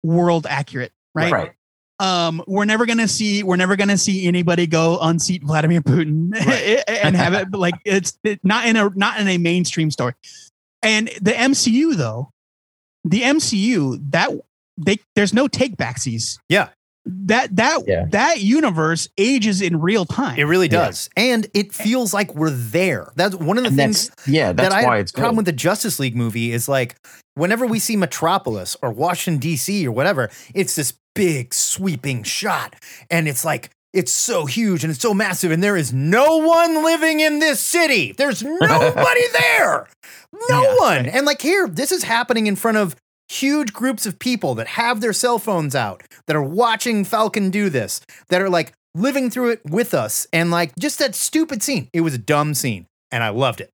Speaker 4: world accurate, right?
Speaker 9: Right.
Speaker 4: Um, we're never gonna see we're never gonna see anybody go unseat Vladimir Putin and have it like it's it- not in a not in a mainstream story. And the MCU though, the MCU that they there's no take backsies.
Speaker 1: Yeah.
Speaker 4: That that
Speaker 9: Yeah.
Speaker 4: that universe ages in real time.
Speaker 1: it really
Speaker 9: Yeah.
Speaker 1: does, and it feels like we're there. That's one of the
Speaker 9: And
Speaker 1: things
Speaker 9: that's yeah, that's
Speaker 1: that I
Speaker 9: why
Speaker 1: had
Speaker 9: it's
Speaker 1: a problem
Speaker 9: good.
Speaker 1: with the Justice League movie is like whenever we see Metropolis or Washington D.C. or whatever, it's this big sweeping shot, and it's like it's so huge and it's so massive, and there is no one living in this city. There's nobody there, no
Speaker 4: Yeah.
Speaker 1: one. And like here, this is happening in front of huge groups of people that have their cell phones out that are watching Falcon do this that are like living through it with us and like just that stupid scene it was a dumb scene and I loved it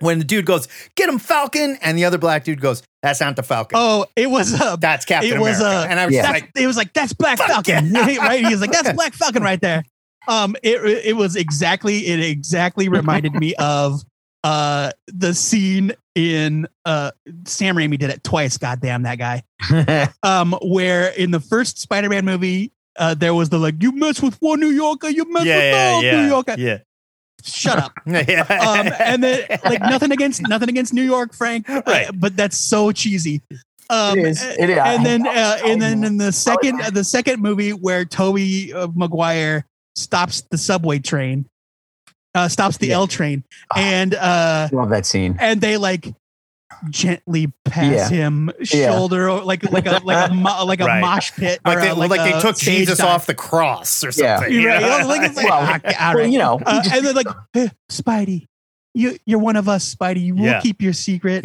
Speaker 1: when the dude goes, "Get him, Falcon," and the other black dude goes, "That's not the Falcon.
Speaker 4: Oh, it was uh,
Speaker 1: that's Captain
Speaker 4: it was,
Speaker 1: America."
Speaker 4: uh,
Speaker 1: and I was
Speaker 9: yeah.
Speaker 1: just
Speaker 4: that's,
Speaker 1: like,
Speaker 4: it was like that's Black
Speaker 1: Fuck
Speaker 4: Falcon,
Speaker 1: yeah.
Speaker 4: right? He was like that's Black Falcon right there. Um, it it was exactly it exactly reminded me of uh the scene in uh Sam Raimi did it twice. Goddamn that guy. Um, where in the first Spider-Man movie. Uh, there was the like you mess with one New Yorker, you mess with all New Yorker.
Speaker 1: yeah,
Speaker 4: Shut up.
Speaker 1: yeah,
Speaker 4: Um, and then like nothing against nothing against New York, Frank. uh,
Speaker 1: Right.
Speaker 4: but that's so cheesy. Um,
Speaker 9: it is. It is.
Speaker 4: and then uh, and then in the second
Speaker 9: Probably
Speaker 4: uh, the second movie where Toby uh, Maguire stops the subway train, uh, stops the
Speaker 9: Yeah.
Speaker 4: L train,
Speaker 9: Oh.
Speaker 4: and uh,
Speaker 9: I love that scene.
Speaker 4: and they like gently pass him
Speaker 9: Yeah.
Speaker 4: shoulder or like like a like a mo- like a
Speaker 1: Right.
Speaker 4: mosh pit
Speaker 1: like
Speaker 4: or
Speaker 1: they,
Speaker 4: a-
Speaker 1: like,
Speaker 4: a
Speaker 1: they took
Speaker 4: stage
Speaker 1: Jesus
Speaker 4: dive.
Speaker 1: off the cross or
Speaker 9: Yeah.
Speaker 1: something. you
Speaker 4: You're uh, right.
Speaker 1: know?
Speaker 4: Yeah, like, it's like,
Speaker 9: Well,
Speaker 4: ah, okay, all
Speaker 9: Well,
Speaker 4: right.
Speaker 9: you know, he
Speaker 4: Uh,
Speaker 9: just-
Speaker 4: and then like "Eh, Spidey, you you're one of us, Spidey. You will
Speaker 1: Yeah.
Speaker 4: keep your secret.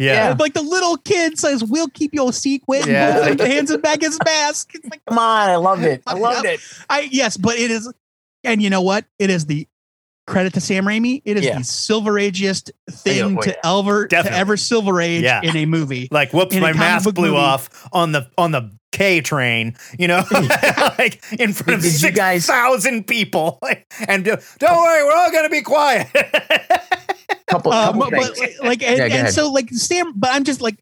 Speaker 1: Yeah.
Speaker 4: And, like the little kid says, "We'll keep your secret."
Speaker 1: Yeah.
Speaker 4: Yeah, hands it back his mask. It's like
Speaker 9: come on, I loved it. I loved it.
Speaker 4: I yes, but it is, and you know what? It is the credit to Sam Raimi. It is
Speaker 9: Yeah.
Speaker 4: the Silver Ageist thing
Speaker 9: Yeah,
Speaker 4: to
Speaker 1: Oh,
Speaker 4: ever to
Speaker 1: Definitely.
Speaker 4: ever Silver Age
Speaker 1: Yeah.
Speaker 4: in a movie.
Speaker 1: Like, whoops,
Speaker 4: In a
Speaker 1: my
Speaker 4: comic
Speaker 1: mask
Speaker 4: book
Speaker 1: blew
Speaker 4: movie.
Speaker 1: off on the on the K train, you know, like in front of
Speaker 9: Did you
Speaker 1: six
Speaker 9: guys-
Speaker 1: thousand people, and uh, don't worry, we're all gonna be quiet.
Speaker 9: Couple,
Speaker 4: Um, but
Speaker 9: couple things.
Speaker 4: like- like, and,
Speaker 9: Yeah, go
Speaker 4: and
Speaker 9: ahead.
Speaker 4: so like Sam, but I'm just like,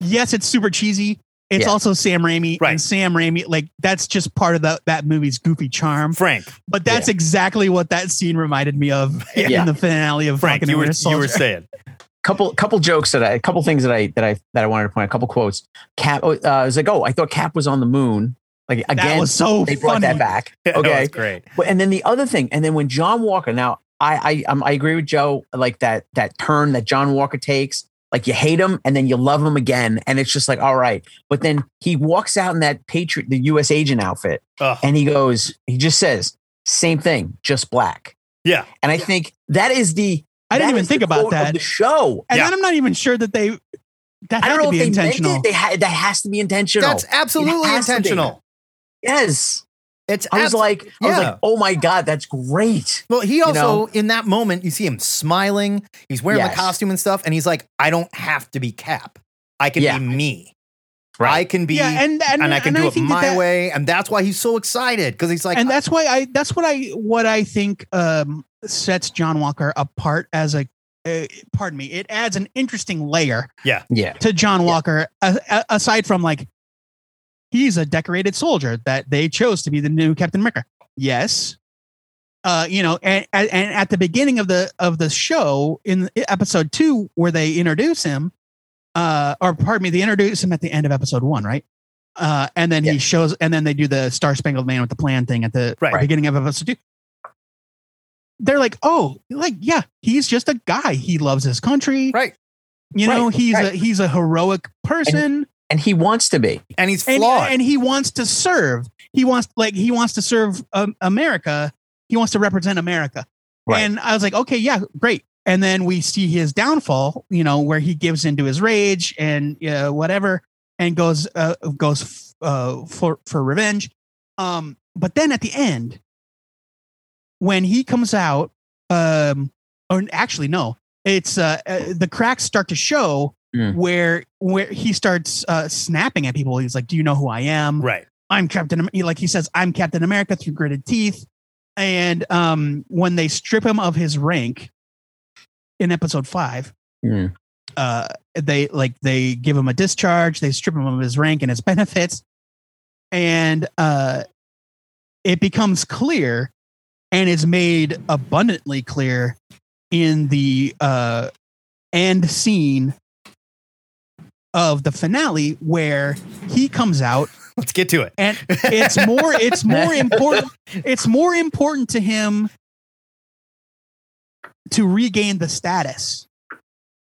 Speaker 4: yes, it's super cheesy. It's
Speaker 9: Yeah.
Speaker 4: also Sam Raimi,
Speaker 1: Right.
Speaker 4: and Sam Raimi, like that's just part of that that movie's goofy charm.
Speaker 1: Frank,
Speaker 4: But that's exactly what that scene reminded me of in
Speaker 9: Yeah.
Speaker 4: the finale of
Speaker 1: Frank,
Speaker 4: Falcon
Speaker 1: you
Speaker 4: and
Speaker 1: were
Speaker 4: Winter
Speaker 1: you were
Speaker 4: Soldier.
Speaker 1: saying,
Speaker 9: couple couple jokes that I a couple things that I that I that I wanted to point out, a couple quotes. Cap oh, uh, I was like, oh, I thought Cap was on the moon. Like
Speaker 4: that
Speaker 9: again,
Speaker 4: was so
Speaker 9: they brought
Speaker 4: funny.
Speaker 9: that back.
Speaker 1: That was
Speaker 9: Okay.
Speaker 1: great.
Speaker 9: But and then the other thing, and then when John Walker, now I I um, I agree with Joe, like that that turn that John Walker takes, like you hate him and then you love him again, and it's just like all right. But then he walks out in that Patriot, the U.S. agent outfit,
Speaker 1: Ugh.
Speaker 9: and he goes, he just says same thing, just black.
Speaker 1: Yeah.
Speaker 9: and I think that is the.
Speaker 4: I didn't
Speaker 9: that
Speaker 4: even
Speaker 9: is the
Speaker 4: think about
Speaker 9: quote of
Speaker 4: that.
Speaker 9: The show.
Speaker 4: And
Speaker 1: Yeah.
Speaker 4: then I'm not even sure that they that had
Speaker 9: I don't know
Speaker 4: to
Speaker 9: if
Speaker 4: be
Speaker 9: they intentional.
Speaker 4: intentional.
Speaker 9: meant it. They ha- that has to be intentional.
Speaker 1: That's absolutely
Speaker 9: has to be.
Speaker 1: intentional.
Speaker 9: yes.
Speaker 1: It's
Speaker 9: I was
Speaker 1: abs-
Speaker 9: like, I was
Speaker 1: yeah.
Speaker 9: like, oh my God, that's great.
Speaker 1: well, he also
Speaker 9: know?
Speaker 1: in that moment you see him smiling. He's wearing the
Speaker 9: Yes.
Speaker 1: costume and stuff, and he's like, I don't have to be Cap. I can
Speaker 9: Yeah.
Speaker 1: be me.
Speaker 9: Right.
Speaker 1: I can be,
Speaker 4: yeah,
Speaker 1: and,
Speaker 4: and and,
Speaker 1: I can
Speaker 4: and
Speaker 1: do
Speaker 4: I
Speaker 1: it
Speaker 4: think that
Speaker 1: my
Speaker 4: that-
Speaker 1: way. And that's why he's so excited because he's like, "Uh,
Speaker 4: and that's why I that's what I what I think um sets John Walker apart as a uh, pardon me, it adds an interesting layer
Speaker 9: Yeah.
Speaker 4: to John Walker a- a- aside from like he's a decorated soldier that they chose to be the new Captain America. Yes. Uh, you know, and, and and at the beginning of the of the show in episode two, where they introduce him, uh, or pardon me, they introduce him at the end of episode one, right? Uh, and then he shows, and then they do the Star Spangled Man with the plan thing at the
Speaker 8: Right.
Speaker 4: beginning of episode two. They're like, oh, like yeah, he's just a guy. He loves his country,
Speaker 8: Right.
Speaker 4: You know,
Speaker 8: Right,
Speaker 4: he's
Speaker 8: right.
Speaker 4: a he's a heroic person,
Speaker 9: and he wants to be.
Speaker 8: and he's
Speaker 4: and, uh,
Speaker 8: flawed.
Speaker 4: and he wants to serve. He wants like he wants to serve um, America. He wants to represent America.
Speaker 9: Right.
Speaker 4: And I was like, okay, yeah, great. And then we see his downfall, you know, where he gives into his rage and uh, whatever, and goes uh, goes f- uh, for for revenge. Um, but then at the end, when he comes out, um, or actually no, it's uh, uh, the cracks start to show
Speaker 9: Mm.
Speaker 4: where where he starts uh, snapping at people. He's like, "Do you know who I am?
Speaker 8: right.
Speaker 4: I'm Captain." Am-" Like he says, "I'm Captain America" through gritted teeth. And um, when they strip him of his rank in episode five,
Speaker 9: Mm.
Speaker 4: uh, they like they give him a discharge, they strip him of his rank and his benefits, and uh, it becomes clear, and is made abundantly clear in the uh, end scene of the finale where he comes out
Speaker 8: Let's get to it.
Speaker 4: and it's more it's more important it's more important to him to regain the status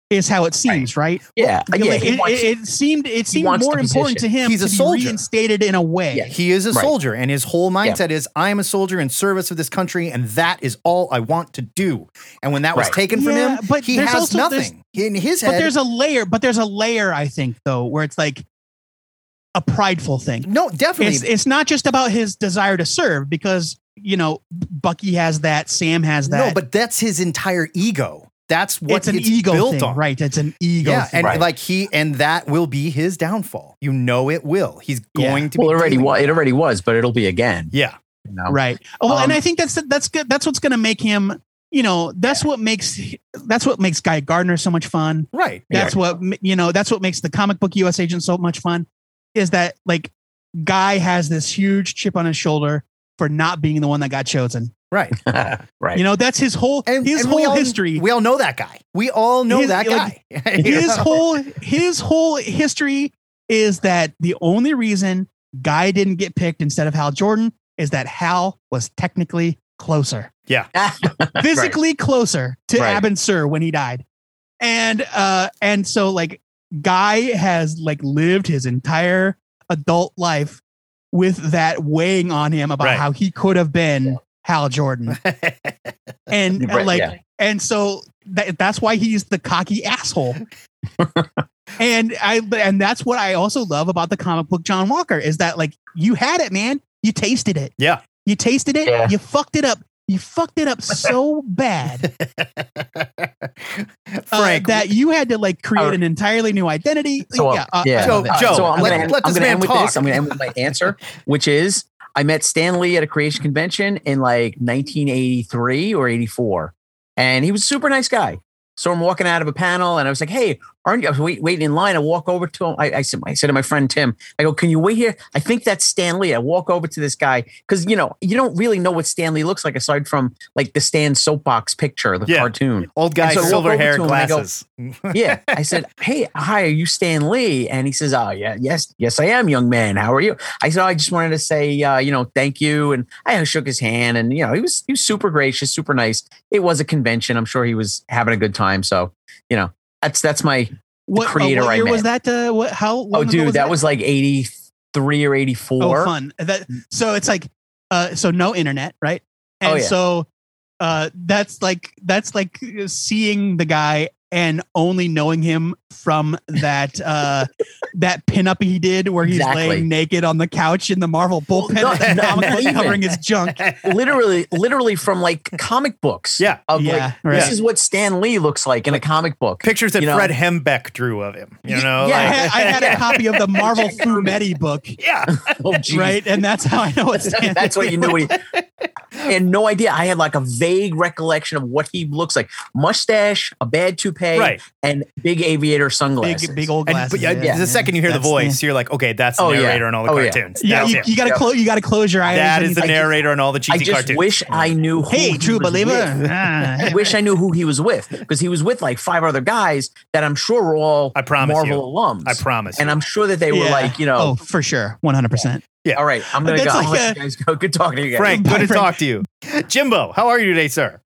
Speaker 4: is how it seems right,
Speaker 9: Yeah,
Speaker 8: Uh,
Speaker 9: yeah.
Speaker 4: Like,
Speaker 9: he
Speaker 4: it,
Speaker 9: wants-
Speaker 4: it, it seemed it seemed
Speaker 9: wants
Speaker 4: more
Speaker 9: the
Speaker 4: important to
Speaker 9: position.
Speaker 4: him
Speaker 8: He's
Speaker 4: to
Speaker 8: a
Speaker 4: be
Speaker 8: soldier.
Speaker 4: reinstated in a way
Speaker 9: Yeah.
Speaker 8: He is a
Speaker 9: Right.
Speaker 8: soldier, and his whole
Speaker 9: Yeah.
Speaker 8: mindset is, "I am a soldier in service of this country, and that is all I want to do." And when that was
Speaker 9: Right.
Speaker 8: taken from
Speaker 4: Yeah,
Speaker 8: him,
Speaker 4: but
Speaker 8: he
Speaker 4: there's
Speaker 8: has
Speaker 4: also-
Speaker 8: nothing in his
Speaker 4: but
Speaker 8: head.
Speaker 4: there's a layer but there's a layer i think though where it's like a prideful thing
Speaker 8: no, definitely.
Speaker 4: it's, it's not just about his desire to serve because you know bucky has that sam has that
Speaker 8: no, but that's his entire ego. That's what
Speaker 4: it's an ego
Speaker 8: built
Speaker 4: thing,
Speaker 8: on.
Speaker 4: right? It's an ego.
Speaker 8: Yeah,
Speaker 4: thing.
Speaker 8: and
Speaker 9: Right.
Speaker 8: like he and that will be his downfall. You know it will. He's
Speaker 4: Yeah.
Speaker 8: going to
Speaker 9: well,
Speaker 8: be
Speaker 9: it already
Speaker 8: dealing
Speaker 9: was.
Speaker 8: with
Speaker 9: It already was, but it'll be again.
Speaker 8: Yeah.
Speaker 9: you know?
Speaker 4: right. Oh, well, and
Speaker 9: Um,
Speaker 4: I think that's that's good. That's what's going to make him. You know, that's what makes that's what makes Guy Gardner so much fun.
Speaker 8: Right.
Speaker 4: That's what ma- you know. That's what makes the comic book U.S. agent so much fun. Is that like Guy has this huge chip on his shoulder for not being the one that got chosen.
Speaker 8: Right.
Speaker 9: right.
Speaker 4: You know, that's his whole his
Speaker 8: we
Speaker 4: whole
Speaker 8: all-
Speaker 4: history.
Speaker 8: We all know that guy. We all know
Speaker 4: His-
Speaker 8: that guy.
Speaker 4: like, his whole his whole history is that the only reason Guy didn't get picked instead of Hal Jordan is that Hal was technically closer, physically closer to
Speaker 9: Right.
Speaker 4: Abin Sur when he died, and uh, and so like Guy has like lived his entire adult life with that weighing on him about
Speaker 8: Right.
Speaker 4: how he could have been Hal Jordan, and uh,
Speaker 9: Right,
Speaker 4: like
Speaker 9: yeah.
Speaker 4: and so that, that's why he's the cocky asshole. and I and that's what I also love about the comic book John Walker is that like you had it, man. You tasted it.
Speaker 8: Yeah.
Speaker 4: You tasted it.
Speaker 9: Yeah.
Speaker 4: You fucked it up. You fucked it up so bad uh,
Speaker 8: Frank.
Speaker 4: that you had to like create
Speaker 9: Our-
Speaker 4: an entirely new identity.
Speaker 9: So, uh,
Speaker 4: yeah. uh,
Speaker 9: yeah.
Speaker 4: I
Speaker 8: Joe-
Speaker 4: love it.
Speaker 9: All right,
Speaker 8: Joe,
Speaker 9: so I'm
Speaker 8: let-
Speaker 9: gonna, end-
Speaker 8: let
Speaker 9: I'm
Speaker 8: this
Speaker 9: gonna
Speaker 8: man
Speaker 9: end with
Speaker 8: talk.
Speaker 9: this. I'm gonna end with my answer, which is I met Stan Lee at a creation convention in like 1983 or 84, and he was a super nice guy. So I'm walking out of a panel, and I was like, "Hey, aren't you?" I was wait, waiting in line. I walk over to him. I, I said, "I said to my friend Tim, I go, can you wait here? I think that's Stan Lee." I walk over to this guy because you know you don't really know what Stan Lee looks like aside from like the Stan soapbox picture, the
Speaker 8: Yeah.
Speaker 9: cartoon.
Speaker 8: Old guy,
Speaker 9: and so I walk
Speaker 8: silver
Speaker 9: over
Speaker 8: hair,
Speaker 9: to him and I go,
Speaker 8: glasses.
Speaker 9: yeah. I said, Hey, hi, are you Stan Lee? And he says, Oh, yeah, yes, yes, I am, young man. How are you? I said, oh, I just wanted to say, uh, you know, thank you. And I shook his hand and, you know, he was, he was super gracious, super nice. It was a convention. I'm sure he was having a good time. So, you know, that's, that's my,
Speaker 4: What, uh,
Speaker 9: creator
Speaker 4: what
Speaker 9: I
Speaker 4: year
Speaker 9: met.
Speaker 4: was that? Uh, what? How? long
Speaker 9: oh,
Speaker 4: ago
Speaker 9: dude, that,
Speaker 4: that
Speaker 9: was like 83 or 84.
Speaker 4: Oh, fun. That so it's like uh so no internet, right?
Speaker 9: Oh,
Speaker 4: And
Speaker 9: yeah.
Speaker 4: so uh that's like that's like uh, seeing the guy and only knowing him from that uh that pinup he did where he's
Speaker 9: Exactly.
Speaker 4: laying naked on the couch in the Marvel bullpen
Speaker 9: no,
Speaker 4: with the
Speaker 9: no,
Speaker 4: comic
Speaker 9: not
Speaker 4: book
Speaker 9: even.
Speaker 4: covering his junk.
Speaker 9: Literally, literally from like comic books.
Speaker 8: Yeah.
Speaker 9: Of
Speaker 4: yeah,
Speaker 9: like,
Speaker 4: right.
Speaker 9: this is what Stan Lee looks like in a comic book.
Speaker 8: Pictures that
Speaker 9: You know-
Speaker 8: Fred Hembeck drew of him. You
Speaker 9: Yeah,
Speaker 8: know,
Speaker 4: I
Speaker 9: yeah,
Speaker 8: like-
Speaker 4: had, I had a copy of the Marvel Fumetti book,
Speaker 8: yeah.
Speaker 9: Oh, geez.
Speaker 4: right? And that's how I know it's
Speaker 9: That's what you knew. He, I had no idea. I had like a vague recollection of what he looks like: mustache, a bad toupee,
Speaker 1: Right.
Speaker 9: and big aviator sunglasses.
Speaker 4: Big, big old
Speaker 1: And
Speaker 4: glasses.
Speaker 1: but yeah,
Speaker 4: yeah.
Speaker 1: the second you hear
Speaker 4: That's
Speaker 1: the
Speaker 4: the-
Speaker 1: voice, you're like, okay, that's the
Speaker 9: Oh, yeah.
Speaker 1: narrator on all the
Speaker 9: Oh, yeah.
Speaker 1: cartoons.
Speaker 4: Yeah,
Speaker 1: That's
Speaker 4: you,
Speaker 1: him.
Speaker 4: you gotta
Speaker 9: Yep.
Speaker 4: close. You gotta close your eyes.
Speaker 1: that
Speaker 4: and
Speaker 1: is the
Speaker 4: you-
Speaker 1: narrator on all the cheesy
Speaker 9: I just
Speaker 1: cartoons.
Speaker 9: wish I knew. Who
Speaker 4: Hey,
Speaker 9: he
Speaker 4: true
Speaker 9: was
Speaker 4: believer.
Speaker 9: with. I
Speaker 4: Ah.
Speaker 9: wish I knew who he was with because he was with like five other guys that I'm sure were all
Speaker 1: I promise
Speaker 9: Marvel
Speaker 1: you.
Speaker 9: alums.
Speaker 1: I promise.
Speaker 9: and
Speaker 1: you.
Speaker 9: I'm sure that they were
Speaker 4: Yeah.
Speaker 9: like, you know,
Speaker 4: Oh, for sure, one hundred percent.
Speaker 9: all right, I'm gonna
Speaker 4: That's
Speaker 9: go.
Speaker 4: like
Speaker 9: I'll let
Speaker 4: a-
Speaker 9: you guys go. Good talking to you guys.
Speaker 1: Frank,
Speaker 4: Bye,
Speaker 1: good to
Speaker 4: Frank.
Speaker 1: talk to you. Jimbo, how are you today, sir?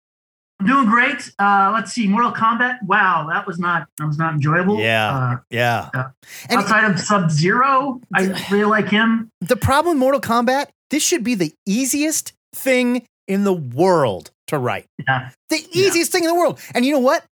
Speaker 11: I'm doing great. Uh, let's see, Mortal Kombat. Wow, that was not that was not enjoyable.
Speaker 1: Yeah. Yeah.
Speaker 11: Uh,
Speaker 1: And-
Speaker 11: outside of Sub Zero, I really like him.
Speaker 1: The problem with Mortal Kombat, this should be the easiest thing in the world to write.
Speaker 11: Yeah.
Speaker 1: The easiest thing in the world. And you know what?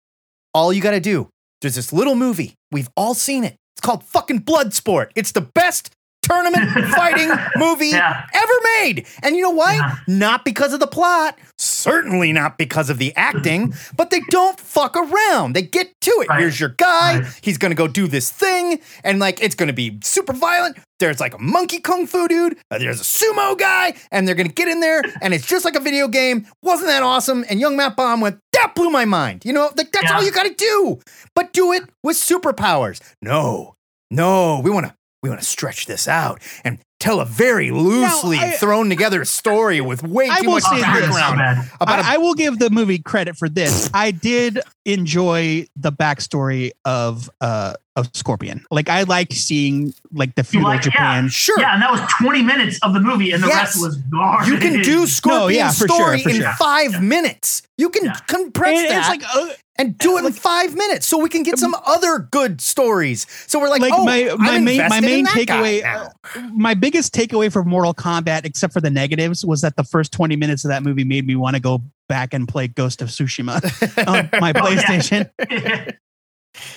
Speaker 1: All you got to do, there's this little movie. We've all seen it. It's called fucking Bloodsport. It's the best tournament fighting movie
Speaker 11: Yeah.
Speaker 1: ever made. And you know why?
Speaker 11: Yeah.
Speaker 1: Not because of the plot, certainly not because of the acting, but they don't fuck around. They get to it.
Speaker 11: Right.
Speaker 1: Here's your guy.
Speaker 11: Right.
Speaker 1: He's going to go do this thing. And like, it's going to be super violent. There's like a monkey kung fu dude. uh, There's a sumo guy. And they're going to get in there. And it's just like a video game. Wasn't that awesome? And Young Matt Bomb went, that blew my mind. You know, like, that's
Speaker 11: Yeah.
Speaker 1: all you got to do. But do it with superpowers. No, no, we want to we want to stretch this out and tell a very loosely
Speaker 4: I-
Speaker 1: thrown together story with way
Speaker 4: I
Speaker 1: too
Speaker 4: will
Speaker 1: much
Speaker 11: Oh,
Speaker 4: say this.
Speaker 1: background
Speaker 11: bad.
Speaker 1: about a
Speaker 4: I, I will give the movie credit for this. I did enjoy the backstory of uh of Scorpion. Like I liked seeing like the feudal
Speaker 11: like- yeah.
Speaker 4: Japan.
Speaker 1: sure.
Speaker 11: Yeah, and that was 20 minutes of the movie, and the
Speaker 1: Yes.
Speaker 11: rest was garbage.
Speaker 1: You can do Scorpion's
Speaker 4: yeah, for sure,
Speaker 1: story
Speaker 4: for
Speaker 1: in
Speaker 11: sure.
Speaker 1: five minutes. You can
Speaker 11: Yeah.
Speaker 1: compress
Speaker 4: And
Speaker 1: that
Speaker 4: it's like uh,
Speaker 1: and do it in
Speaker 4: like- Um,
Speaker 1: five minutes, so we can get some other good stories. So we're like,
Speaker 4: Like,
Speaker 1: oh,
Speaker 4: my-
Speaker 1: I'm
Speaker 4: my main- my
Speaker 1: invested in
Speaker 4: main
Speaker 1: that guy
Speaker 4: takeaway,
Speaker 1: now.
Speaker 4: my biggest takeaway from Mortal Kombat, except for the negatives, was that the first 20 minutes of that movie made me want to go back and play Ghost of Tsushima on my
Speaker 11: Oh, yeah.
Speaker 4: PlayStation.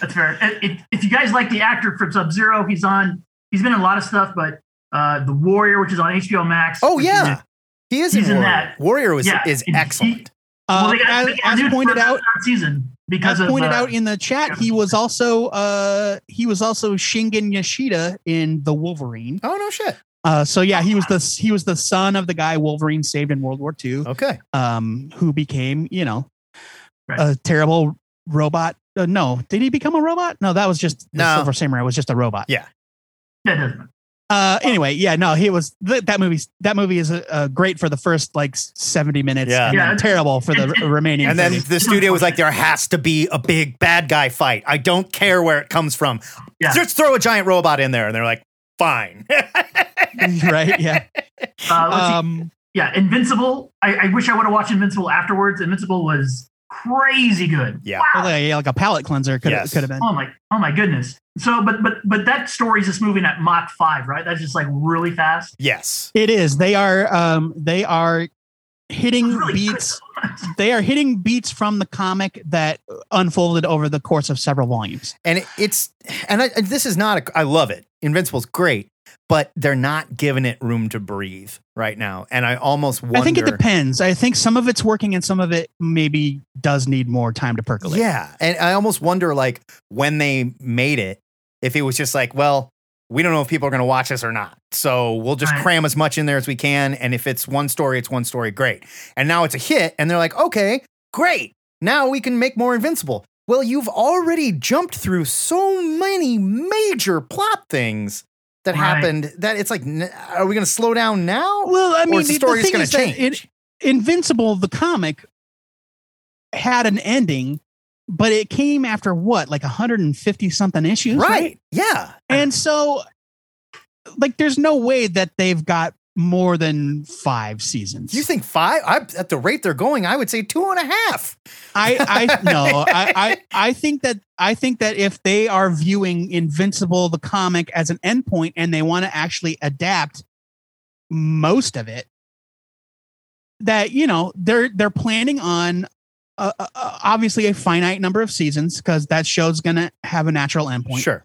Speaker 11: That's fair. If- If, if you guys like the actor from Sub Zero, he's on. He's been in a lot of stuff, but uh, the Warrior, which is on HBO Max.
Speaker 1: Oh
Speaker 11: which is
Speaker 1: yeah, he is in
Speaker 11: He's in
Speaker 1: Warrior.
Speaker 11: that.
Speaker 1: Warrior was
Speaker 11: Yeah,
Speaker 1: is
Speaker 11: he-
Speaker 1: excellent.
Speaker 4: Uh,
Speaker 11: Well, they got-
Speaker 4: as,
Speaker 11: they got
Speaker 4: as
Speaker 11: renewed for
Speaker 4: pointed
Speaker 11: another
Speaker 4: out,
Speaker 11: third season because
Speaker 4: as
Speaker 11: of,
Speaker 4: pointed
Speaker 11: uh,
Speaker 4: out in the chat, he was also uh, he was also Shingen Yoshida in The Wolverine.
Speaker 1: Oh no shit.
Speaker 4: Uh, so yeah, he was the he was the son of the guy Wolverine saved in World War II,
Speaker 1: Okay.
Speaker 4: um, who became you know a
Speaker 11: Right.
Speaker 4: terrible robot. Uh, no, did he become a robot? No, that was just the
Speaker 1: No.
Speaker 4: Silver Samurai was just a robot.
Speaker 11: that doesn't matter.
Speaker 4: Uh, anyway, yeah, no, he was th- that movie. That movie is uh, uh, great for the first like seventy minutes,
Speaker 1: Yeah.
Speaker 4: and
Speaker 11: Yeah,
Speaker 4: then
Speaker 11: it's-
Speaker 4: terrible for the
Speaker 11: it's-
Speaker 4: r- remaining.
Speaker 1: And then
Speaker 4: 30.
Speaker 1: the studio was like, there has to be a big bad guy fight. I don't care where it comes from.
Speaker 11: Yeah.
Speaker 1: Just throw a giant robot in there. And they're like, fine.
Speaker 4: right, yeah,
Speaker 11: Uh, let's see.
Speaker 4: um,
Speaker 11: yeah, Invincible. I, I wish I would have watched Invincible afterwards. Invincible was crazy good.
Speaker 1: Yeah.
Speaker 11: Wow.
Speaker 4: like, yeah, like a palate cleanser could
Speaker 1: Yes.
Speaker 4: could have been.
Speaker 11: Oh my, oh my goodness. So, but but but that story is just moving at Mach five, right? That's just like really fast.
Speaker 1: yes.
Speaker 4: It is. They are. Um, they are hitting
Speaker 11: Really good.
Speaker 4: beats. They are hitting beats from the comic that unfolded over the course of several volumes.
Speaker 1: And it, it's, and, I, and this is not, a, I love it. Invincible's great, but they're not giving it room to breathe right now. And I almost wonder.
Speaker 4: I think it depends. I think some of it's working, and some of it maybe does need more time to percolate.
Speaker 1: Yeah. And I almost wonder, like, when they made it, if it was just like, well, we don't know if people are going to watch this or not. So we'll just
Speaker 11: Right.
Speaker 1: cram as much in there as we can. And if it's one story, it's one story. Great. And now it's a hit. And they're like, okay, great. Now we can make more Invincible. Well, you've already jumped through so many major plot things that
Speaker 11: Right.
Speaker 1: happened that it's like, n- are we going to slow down now?
Speaker 4: Well, I mean,
Speaker 1: is the
Speaker 4: the, the
Speaker 1: story just
Speaker 4: thing
Speaker 1: gonna
Speaker 4: is that
Speaker 1: change?
Speaker 4: it- Invincible, the comic, had an ending, but it came after what, like 150 something issues,
Speaker 1: right. Yeah.
Speaker 4: And so, like, there's no way that they've got more than five seasons.
Speaker 1: You think five? I, at the rate they're going, I would say two and a half.
Speaker 4: I, I no, I, I, I think that I think that if they are viewing Invincible the comic as an endpoint and they want to actually adapt most of it, that you know they're they're planning on uh, uh, uh, obviously a finite number of seasons because that show's gonna have a natural endpoint.
Speaker 1: Sure.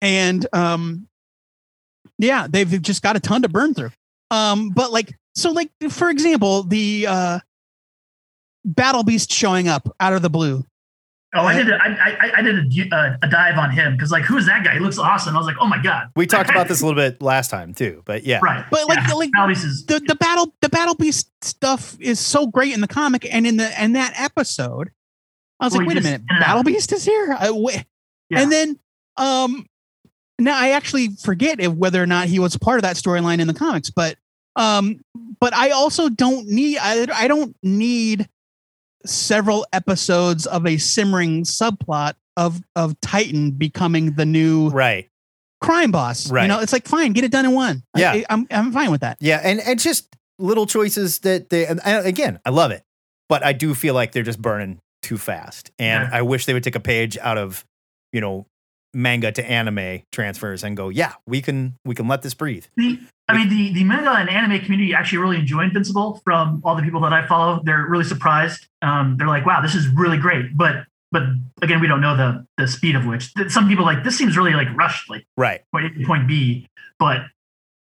Speaker 4: and um yeah they've just got a ton to burn through um but like so like for example the uh battle beast showing up out of the blue
Speaker 11: Oh, I did. A, I, I, I did a, d- uh, a dive on him because like, who's that guy? He looks awesome. I was like, oh my god.
Speaker 1: We talked about this a little bit last time too, but yeah,
Speaker 11: Right.
Speaker 4: But like,
Speaker 11: Yeah.
Speaker 4: like
Speaker 11: Albies is
Speaker 4: the, the battle the battle beast stuff is so great in the comic and in the and that episode i was
Speaker 11: Well,
Speaker 4: like
Speaker 11: you
Speaker 4: wait a
Speaker 11: just-
Speaker 4: minute
Speaker 11: yeah.
Speaker 4: battle beast is here I, wait.
Speaker 11: Yeah.
Speaker 4: and then um now i actually forget if whether or not he was part of that storyline in the comics but um but i also don't need i, I don't need several episodes of a simmering subplot of of titan becoming the new
Speaker 1: right,
Speaker 4: crime boss
Speaker 1: Right.
Speaker 4: you know it's like fine get it done in one I-
Speaker 1: Yeah.
Speaker 4: I, am I'm fine with that
Speaker 1: yeah, and and just little choices that they and, and again, I love it, but I do feel like they're just burning too fast, and I wish they would take a page out of you know manga to anime transfers and go, yeah, we can we can let this breathe.
Speaker 11: The, I mean, the, the manga and anime community actually really enjoy Invincible from all the people that I follow. They're really surprised. Um, they're like, wow, this is really great. But but again, we don't know the the speed of which. Th- Some people are like this seems really like rushed, like
Speaker 1: Right.
Speaker 11: point A to point B. But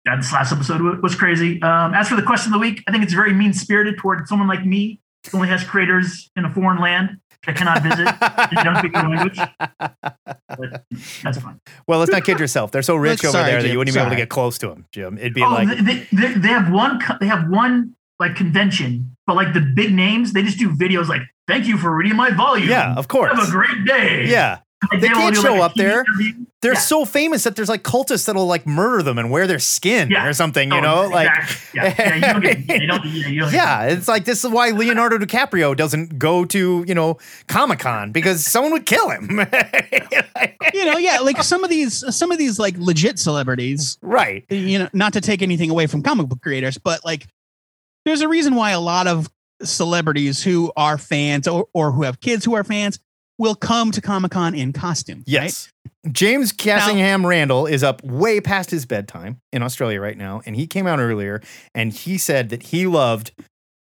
Speaker 11: yeah, this last episode wa- was crazy. Um, as for the question of the week, I think it's very mean spirited toward someone like me who only has creators in a foreign land that cannot visit. you don't speak the language. But that's fine.
Speaker 1: Well, let's not kid yourself. They're so rich
Speaker 4: Look,
Speaker 1: over
Speaker 4: sorry,
Speaker 1: there that
Speaker 4: Jim,
Speaker 1: you wouldn't be able
Speaker 4: sorry.
Speaker 1: to get close to them, Jim. It'd be
Speaker 11: oh,
Speaker 1: like
Speaker 11: they, they, they have one. co- They have one like convention, but like the big names, they just do videos like "Thank you for reading my volume."
Speaker 1: Yeah, of course.
Speaker 11: Have a great day.
Speaker 1: Yeah.
Speaker 11: Like,
Speaker 1: they
Speaker 11: will
Speaker 1: can't
Speaker 11: do,
Speaker 1: show
Speaker 11: a
Speaker 1: up
Speaker 11: TV
Speaker 1: there.
Speaker 11: interview.
Speaker 1: They're
Speaker 11: Yeah.
Speaker 1: so famous that there's like cultists that'll like murder them and wear their skin
Speaker 11: Yeah.
Speaker 1: or something, you
Speaker 11: Oh,
Speaker 1: know? Like
Speaker 11: exactly. yeah, yeah, you don't get, they don't, yeah, you don't
Speaker 1: yeah, it's like this is why Leonardo DiCaprio doesn't go to, you know, Comic-Con because someone would kill him.
Speaker 4: you know, yeah, like some of these, some of these like legit celebrities,
Speaker 1: right.
Speaker 4: you know, not to take anything away from comic book creators, but like there's a reason why a lot of celebrities who are fans or, or who have kids who are fans will come to Comic Con in costume.
Speaker 1: Yes. James Cassingham Randall is up way past his bedtime in Australia right now, and he came out earlier and he said that he loved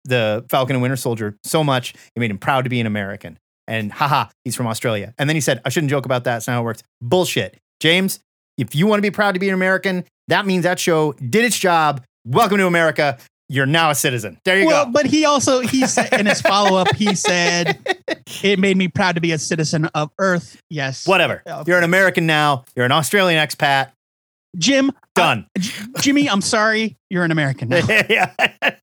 Speaker 1: the Falcon and Winter Soldier so much it made him proud to be an American. And haha, he's from Australia. And then he said, I shouldn't joke about that. It's not how it works. Bullshit. James, if you want to be proud to be an American, that means that show did its job. Welcome to America. You're now a citizen. There you
Speaker 4: Right? Well,
Speaker 1: go.
Speaker 4: but he also he said in his follow up, he said it made me proud to be a citizen of Earth. Yes,
Speaker 1: Whatever.
Speaker 4: Uh,
Speaker 1: You're an American now. You're an Australian expat.
Speaker 4: Jim
Speaker 1: Done.
Speaker 4: J- Jimmy, I'm sorry, you're an American. Now.
Speaker 1: yeah.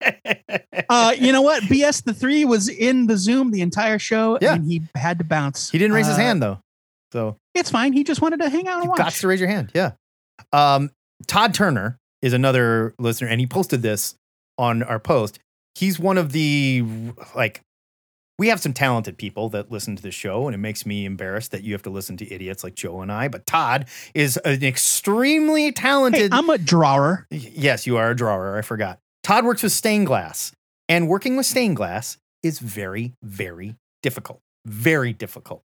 Speaker 4: Uh, you know what? BS the three was in the Zoom the entire show,
Speaker 1: Yeah.
Speaker 4: and he had to bounce.
Speaker 1: He didn't raise his
Speaker 4: Uh,
Speaker 1: hand though. So
Speaker 4: It's fine. He just wanted to hang out and
Speaker 1: you
Speaker 4: watch.
Speaker 1: got to raise your hand. Yeah. Um, Todd Turner is another listener, and he posted this on our post. He's one of the like we have some talented people that listen to the show, and it makes me embarrassed that you have to listen to idiots like Joe and I. But Todd is an extremely
Speaker 4: Hey,
Speaker 1: talented.
Speaker 4: I'm a drawer.
Speaker 1: Yes, you are a drawer. I forgot. Todd works with stained glass, and working with stained glass is very, very difficult. Very difficult.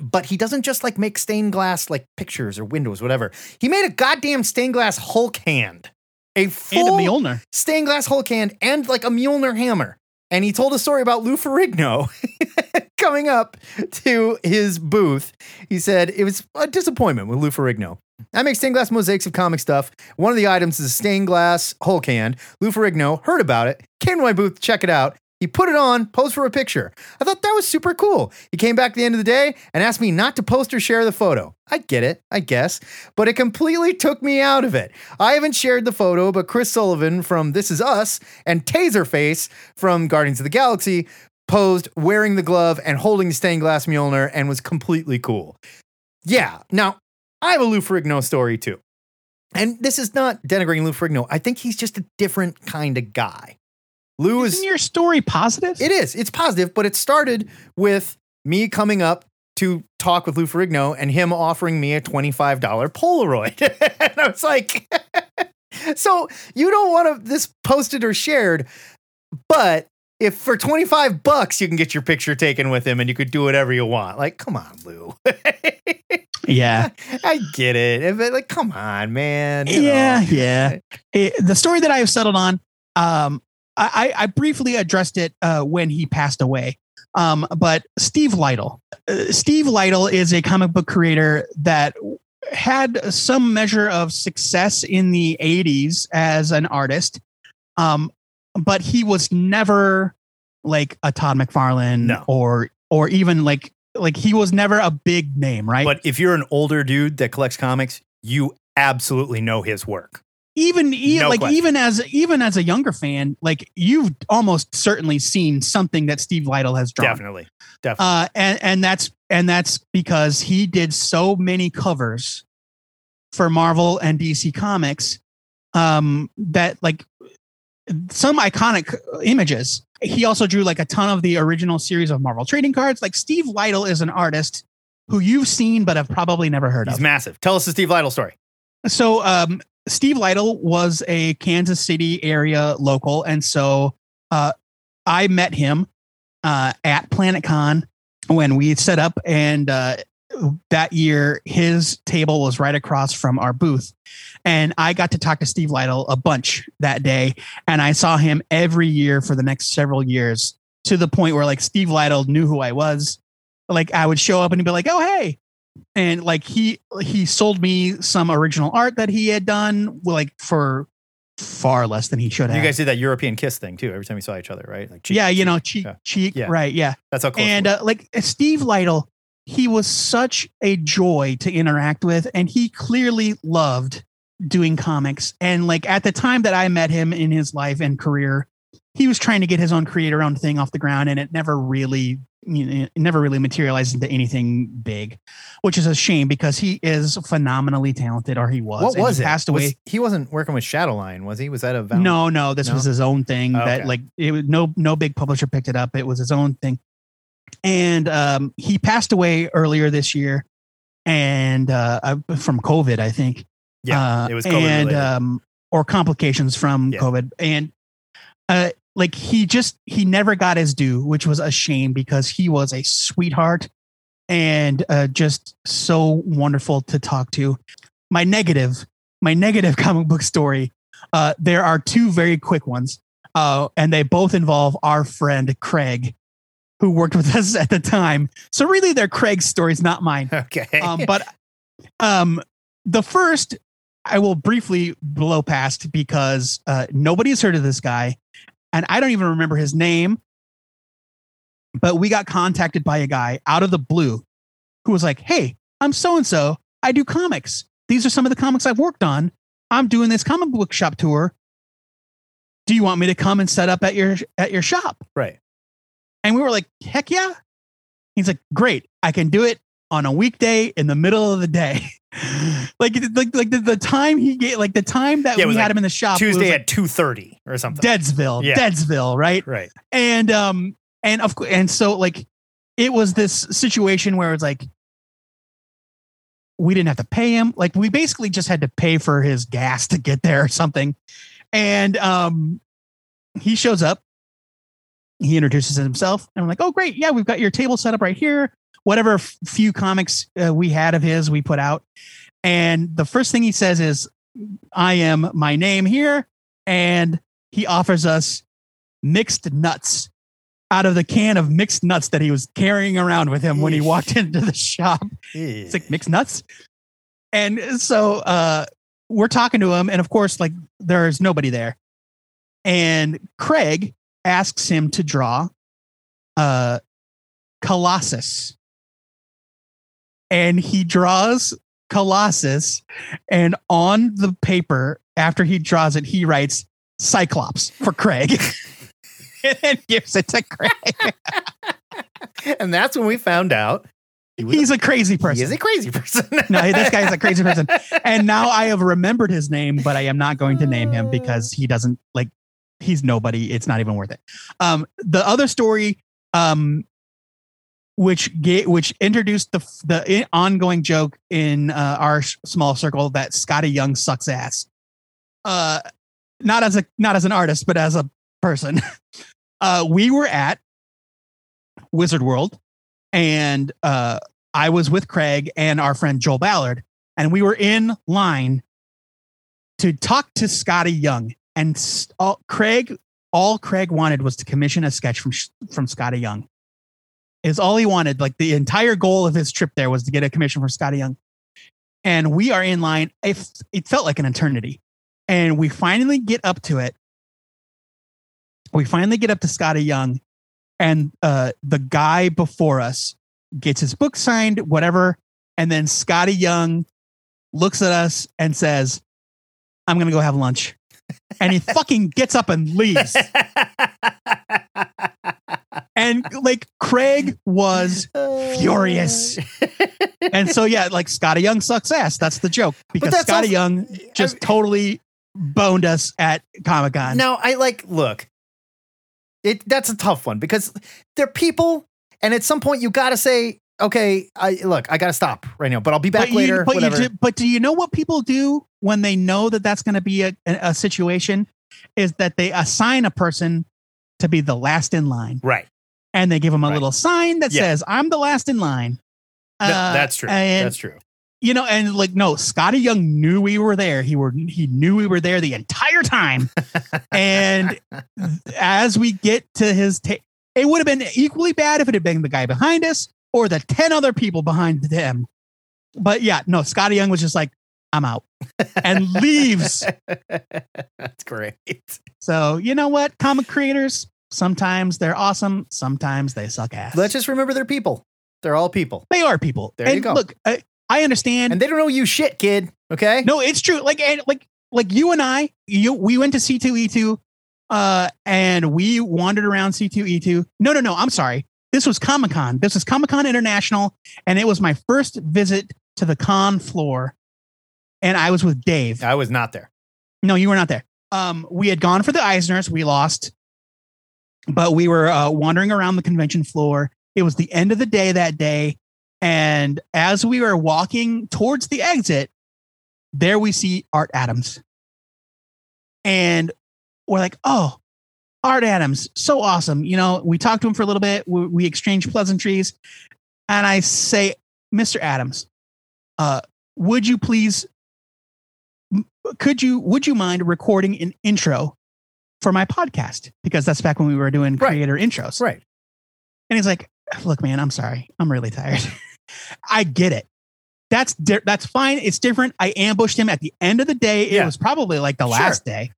Speaker 1: But he doesn't just like make stained glass like pictures or windows, whatever. He made a goddamn stained glass Hulk hand, a
Speaker 4: And a
Speaker 1: full
Speaker 4: Mjolnir.
Speaker 1: stained glass Hulk hand, and like a Mjolnir hammer. And he told a story about Lou Ferrigno coming up to his booth. He said it was a disappointment with Lou Ferrigno. I make stained glass mosaics of comic stuff. One of the items is a stained glass Hulk hand. Lou Ferrigno heard about it, came to my booth to check it out. He put it on, posed for a picture. I thought that was super cool. He came back at the end of the day and asked me not to post or share the photo. I get it, I guess, but it completely took me out of it. I haven't shared the photo, but Chris Sullivan from This Is Us and Taserface from Guardians of the Galaxy posed wearing the glove and holding the stained glass Mjolnir and was completely cool. Yeah. Now, I have a Lou Ferrigno story too. And this is not denigrating Lou Ferrigno. I think he's just a different kind of guy. Lou is
Speaker 4: Isn't your story positive?
Speaker 1: it is. It's positive, but it started with me coming up to talk with Lou Ferrigno and him offering me a $25 Polaroid. and I was like, so you don't want to this posted or shared, but if for 25 bucks you can get your picture taken with him and you could do whatever you want. Like, come on, Lou.
Speaker 4: Yeah.
Speaker 1: I get it. But like, come on, man. you know.
Speaker 4: Yeah. Yeah. It- the story that I have settled on, um, I, I I briefly addressed it uh, when he passed away. Um, but Steve Lytle. Uh, Steve Lytle is a comic book creator that had some measure of success in the 80s as an artist. Um, but he was never like a Todd McFarlane
Speaker 1: No.
Speaker 4: or or even like like he was never a big name, right?
Speaker 8: But if you're an older dude that collects comics, you absolutely know his work.
Speaker 4: even e-
Speaker 8: No
Speaker 4: like
Speaker 8: question.
Speaker 4: even as even as a younger fan, like you've almost certainly seen something that Steve Lytle has drawn.
Speaker 8: Definitely. Definitely.
Speaker 4: Uh, and and that's and that's because he did so many covers for Marvel and DC Comics um, that like some iconic images. He also drew like a ton of the original series of Marvel trading cards. Like Steve Lytle is an artist who you've seen but have probably never heard of.
Speaker 8: He's massive. Tell us the Steve Lytle story.
Speaker 4: So um, Steve Lytle was a Kansas City area local, and so uh, I met him uh, at PlanetCon when we set up, and uh, that year his table was right across from our booth, and I got to talk to Steve Lytle a bunch that day, and I saw him every year for the next several years to the point where like Steve Lytle knew who I was. Like I would show up and he'd be like, "Oh hey, and like he he sold me some original art that he had done like for far less than he should have
Speaker 8: You guys did that European kiss thing too every time we saw each other, right? Like cheek
Speaker 4: yeah
Speaker 8: to
Speaker 4: you
Speaker 8: cheek.
Speaker 4: know cheek
Speaker 8: Yeah.
Speaker 4: cheek
Speaker 8: Yeah.
Speaker 4: right yeah
Speaker 8: That's how close.
Speaker 4: and
Speaker 8: we
Speaker 4: uh, like steve lytle he was such a joy to interact with and he clearly loved doing comics and like at the time that i met him in his life and career he was trying to get his own creator own thing off the ground and it never really you know, it never really materialized into anything big which is a shame because he is phenomenally talented or he was
Speaker 8: were. what
Speaker 4: And
Speaker 8: was
Speaker 4: he
Speaker 8: it?
Speaker 4: passed
Speaker 8: Was-
Speaker 4: away
Speaker 8: he wasn't working with Shadowline, was he? Was that a Val-
Speaker 4: no, no, this
Speaker 8: No?
Speaker 4: was his own thing.
Speaker 8: Oh,
Speaker 4: That
Speaker 8: okay.
Speaker 4: like it was no no big publisher picked it up. It was his own thing, and um, he passed away earlier this year, and uh, I- from COVID, I think.
Speaker 8: Yeah,
Speaker 4: Uh,
Speaker 8: it was COVID
Speaker 4: and
Speaker 8: related.
Speaker 4: um, or complications from
Speaker 8: Yeah.
Speaker 4: COVID, and uh, like he just he never got his due, which was a shame because he was a sweetheart and uh, just so wonderful to talk to. My negative, my negative comic book story. Uh, there are two very quick ones, uh, and they both involve our friend Craig, who worked with us at the time. So really, they're Craig's stories, not mine.
Speaker 8: okay.
Speaker 4: Um, but um, the first I will briefly blow past because uh, nobody's heard of this guy, and I don't even remember his name. But we got contacted by a guy out of the blue who was like, "Hey, I'm so and so. I do comics. These are some of the comics I've worked on. I'm doing this comic book shop tour. Do you want me to come and set up at your at your shop?"
Speaker 8: right.
Speaker 4: And we were like, heck yeah. He's like, great. I can do it on a weekday in the middle of the day. like, like, like the, the time he gave, like the time that
Speaker 8: Yeah, it
Speaker 4: we
Speaker 8: was
Speaker 4: had
Speaker 8: like
Speaker 4: him in the shop was
Speaker 8: Tuesday
Speaker 4: like
Speaker 8: at 2:30 or something.
Speaker 4: Deadsville,
Speaker 8: Yeah.
Speaker 4: Deadsville, right?
Speaker 8: right.
Speaker 4: and um and of course and so like it was this situation where it's like we didn't have to pay him like we basically just had to pay for his gas to get there or something and um he shows up he introduces himself and i'm like oh great yeah we've got your table set up right here whatever f- few comics uh, we had of his we put out and the first thing he says is i am my name here and he offers us mixed nuts out of the can of mixed nuts that he was carrying around with him when he
Speaker 8: Eesh.
Speaker 4: walked into the shop. It's like mixed nuts. And so uh, we're talking to him, and of course, like there's nobody there. And Craig asks him to draw uh, Colossus. And he draws Colossus, and on the paper, after he draws it, he writes Cyclops for Craig. and gives it to Craig.
Speaker 8: and that's when we found out he was
Speaker 4: He's a crazy
Speaker 8: he
Speaker 4: person.
Speaker 8: is a crazy person.
Speaker 4: no, this guy's a crazy person. And now I have remembered his name, but I am not going to name him because he doesn't like he's nobody. It's not even worth it. Um, the other story, um, which ga- which introduced the f- the i- ongoing joke in uh, our s- small circle that Scotty Young sucks ass. Uh, not as a not as an artist, but as a person. Uh, we were at Wizard World, and uh, I was with Craig and our friend Joel Ballard, and we were in line to talk to Scotty Young. And s- all, Craig, all Craig wanted was to commission a sketch from sh- from Scotty Young. Is all he wanted. Like the entire goal of his trip there was to get a commission from Scotty Young. And we are in line. It, f- it felt like an eternity. And we finally get up to it. We finally get up to Scotty Young, and uh, the guy before us gets his book signed, whatever. And then Scotty Young looks at us and says, I'm going to go have lunch. And he fucking gets up and leaves. And like Craig was furious. and so, yeah, like Scotty Young sucks ass. That's the joke because
Speaker 1: that's
Speaker 4: Scotty
Speaker 1: also-
Speaker 4: Young just totally boned us at Comic Con.
Speaker 1: Now I like look. It that's a tough one because they're people, and at some point you got to say, okay, I look, I got to stop right now, but I'll be back
Speaker 4: you-
Speaker 1: later.
Speaker 4: but,
Speaker 1: whatever.
Speaker 4: do, but do you know what people do when they know that that's going to be a, a, a situation? Is that they assign a person to be the last in line,
Speaker 1: right.
Speaker 4: and they give them a
Speaker 1: Right.
Speaker 4: little sign that
Speaker 1: Yeah.
Speaker 4: says, "I'm the last in line."
Speaker 1: Th-
Speaker 4: Uh,
Speaker 1: that's true.
Speaker 4: and-
Speaker 1: that's true.
Speaker 4: you know, and like no, Scotty Young knew we were there. He were he knew we were there the entire time. and as we get to his, ta- it would have been equally bad if it had been the guy behind us or the ten other people behind him. But yeah, no, Scotty Young was just like, "I'm out," and leaves.
Speaker 1: That's great.
Speaker 4: So you know what, comic creators sometimes they're awesome, sometimes they suck ass.
Speaker 1: Let's just remember they're people. They're all people,
Speaker 4: they are people.
Speaker 1: There you
Speaker 4: and
Speaker 1: go.
Speaker 4: Look, I, I understand.
Speaker 1: and they don't know you shit, kid. Okay.
Speaker 4: No, it's true. Like and like like you and I, you we went to C two E two, uh, and we wandered around C two E two. No, no, no. I'm sorry. This was Comic Con. This was Comic Con International, and it was my first visit to the con floor, and I was with Dave.
Speaker 1: I was not there.
Speaker 4: No, you were not there. Um, we had gone for the Eisners. We lost, but we were uh, wandering around the convention floor. It was the end of the day that day, and as we were walking towards the exit, there we see Art Adams, and we're like, "Oh, Art Adams, so awesome!" You know, we talked to him for a little bit. We, we exchanged pleasantries, and I say, "Mr. Adams, uh, would you please could you would you mind recording an intro for my podcast because that's back when we were doing
Speaker 1: Right.
Speaker 4: creator intros
Speaker 1: Right.
Speaker 4: and he's like look man i'm sorry i'm really tired i get it that's di- that's fine it's different i ambushed him at the end of the day it
Speaker 1: Yeah.
Speaker 4: was probably like the
Speaker 1: Sure.
Speaker 4: last day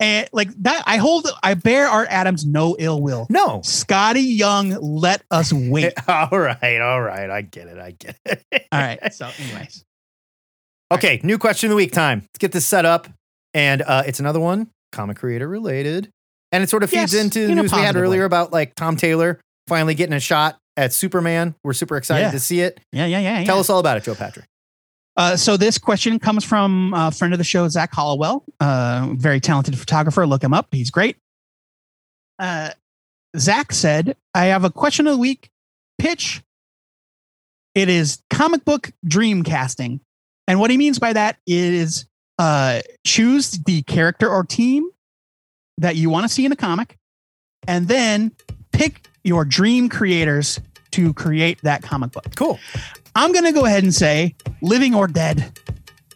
Speaker 4: and like that i hold i bear art adams no ill will
Speaker 1: No.
Speaker 4: scotty young let us wait
Speaker 1: All right. All right. I get it. I get it.
Speaker 4: all right so anyways
Speaker 1: Okay, new question of the week time. Let's get this set up. And uh, it's another one, comic creator related. And it sort of feeds
Speaker 4: Yes,
Speaker 1: into the
Speaker 4: in a
Speaker 1: news we had
Speaker 4: positive
Speaker 1: earlier
Speaker 4: way.
Speaker 1: about like Tom Taylor finally getting a shot at Superman. We're super excited
Speaker 4: Yeah.
Speaker 1: to see it.
Speaker 4: yeah yeah yeah, yeah.
Speaker 1: Tell us all about it, Joe Patrick.
Speaker 4: Uh, so this question comes from a friend of the show, Zach Hollowell, uh, very talented photographer. Look him up; he's great. Uh, Zach said, "I have a question of the week pitch. It is comic book dream casting, and what he means by that is uh, choose the character or team that you want to see in a comic, and then pick your dream creators to create that comic book."
Speaker 1: Cool.
Speaker 4: I'm going to go ahead and say living or dead.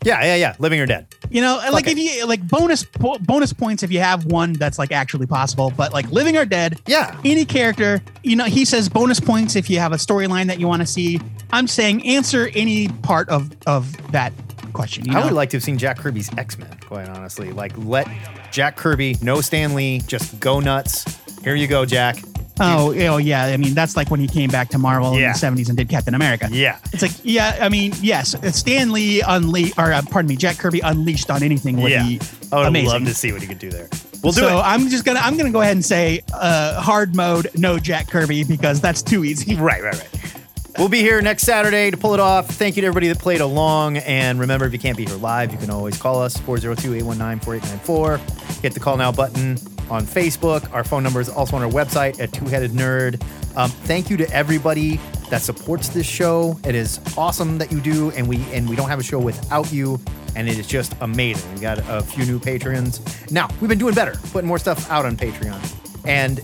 Speaker 1: Yeah, yeah, yeah. Living or dead.
Speaker 4: You know, like
Speaker 1: it.
Speaker 4: if you like bonus bo- bonus points if you have one that's like actually possible, but like living or dead,
Speaker 1: Yeah.
Speaker 4: any character, you know, he says bonus points if you have a storyline that you want to see. I'm saying answer any part of of that question. You
Speaker 1: I would
Speaker 4: know?
Speaker 1: like to have seen Jack Kirby's X Men, quite honestly. Like, let Jack Kirby, no Stan Lee, just go nuts. Here you go, Jack.
Speaker 4: oh, oh yeah, I mean that's like when he came back to Marvel
Speaker 1: Yeah.
Speaker 4: in the 70s and did Captain America.
Speaker 1: Yeah.
Speaker 4: It's like, yeah, I mean, yes, uh, Stan Lee unleashed, or uh, pardon me, Jack Kirby unleashed on anything would
Speaker 1: Yeah.
Speaker 4: be
Speaker 1: I would
Speaker 4: amazing.
Speaker 1: love to see what he could do there. We'll do
Speaker 4: so
Speaker 1: it.
Speaker 4: I'm just gonna I'm gonna go ahead and say uh, hard mode, no Jack Kirby because that's too easy.
Speaker 1: Right, right, right. We'll be here next Saturday to pull it off. Thank you to everybody that played along. And remember, if you can't be here live, you can always call us 402 819 4894. Hit the call now button on Facebook. Our phone number is also on our website at Two Headed Nerd. Um, thank you to everybody that supports this show. It is awesome that you do, and we and we don't have a show without you. And it is just amazing. We got a few new patrons. Now we've been doing better, putting more stuff out on Patreon and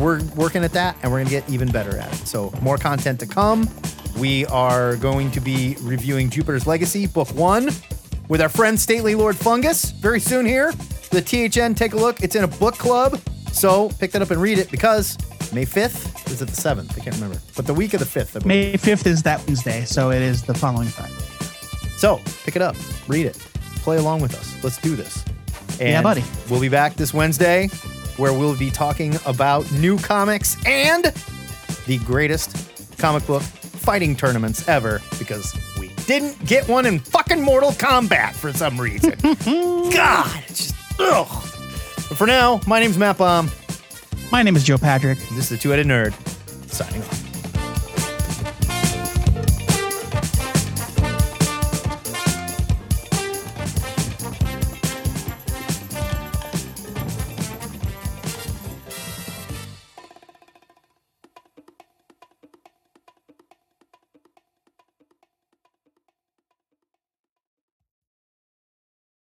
Speaker 1: we're working at that and we're going to get even better at it so more content to come we are going to be reviewing jupiter's legacy book one with our friend stately lord fungus very soon here the thn take a look it's in a book club so pick that up and read it because may 5th is it the 7th i can't remember but the week of the 5th I believe.
Speaker 4: May 5th is that Wednesday, so it is the following Friday.
Speaker 1: So pick it up, read it, play along with us. Let's do this. And
Speaker 4: Yeah, buddy.
Speaker 1: We'll be back this Wednesday where we'll be talking about new comics and the greatest comic book fighting tournaments ever because we didn't get one in fucking Mortal Kombat for some reason. God, it's just ugh. But for now, my name's Matt Bomb.
Speaker 4: My name is Joe Patrick.
Speaker 1: This is the Two Headed Nerd signing off.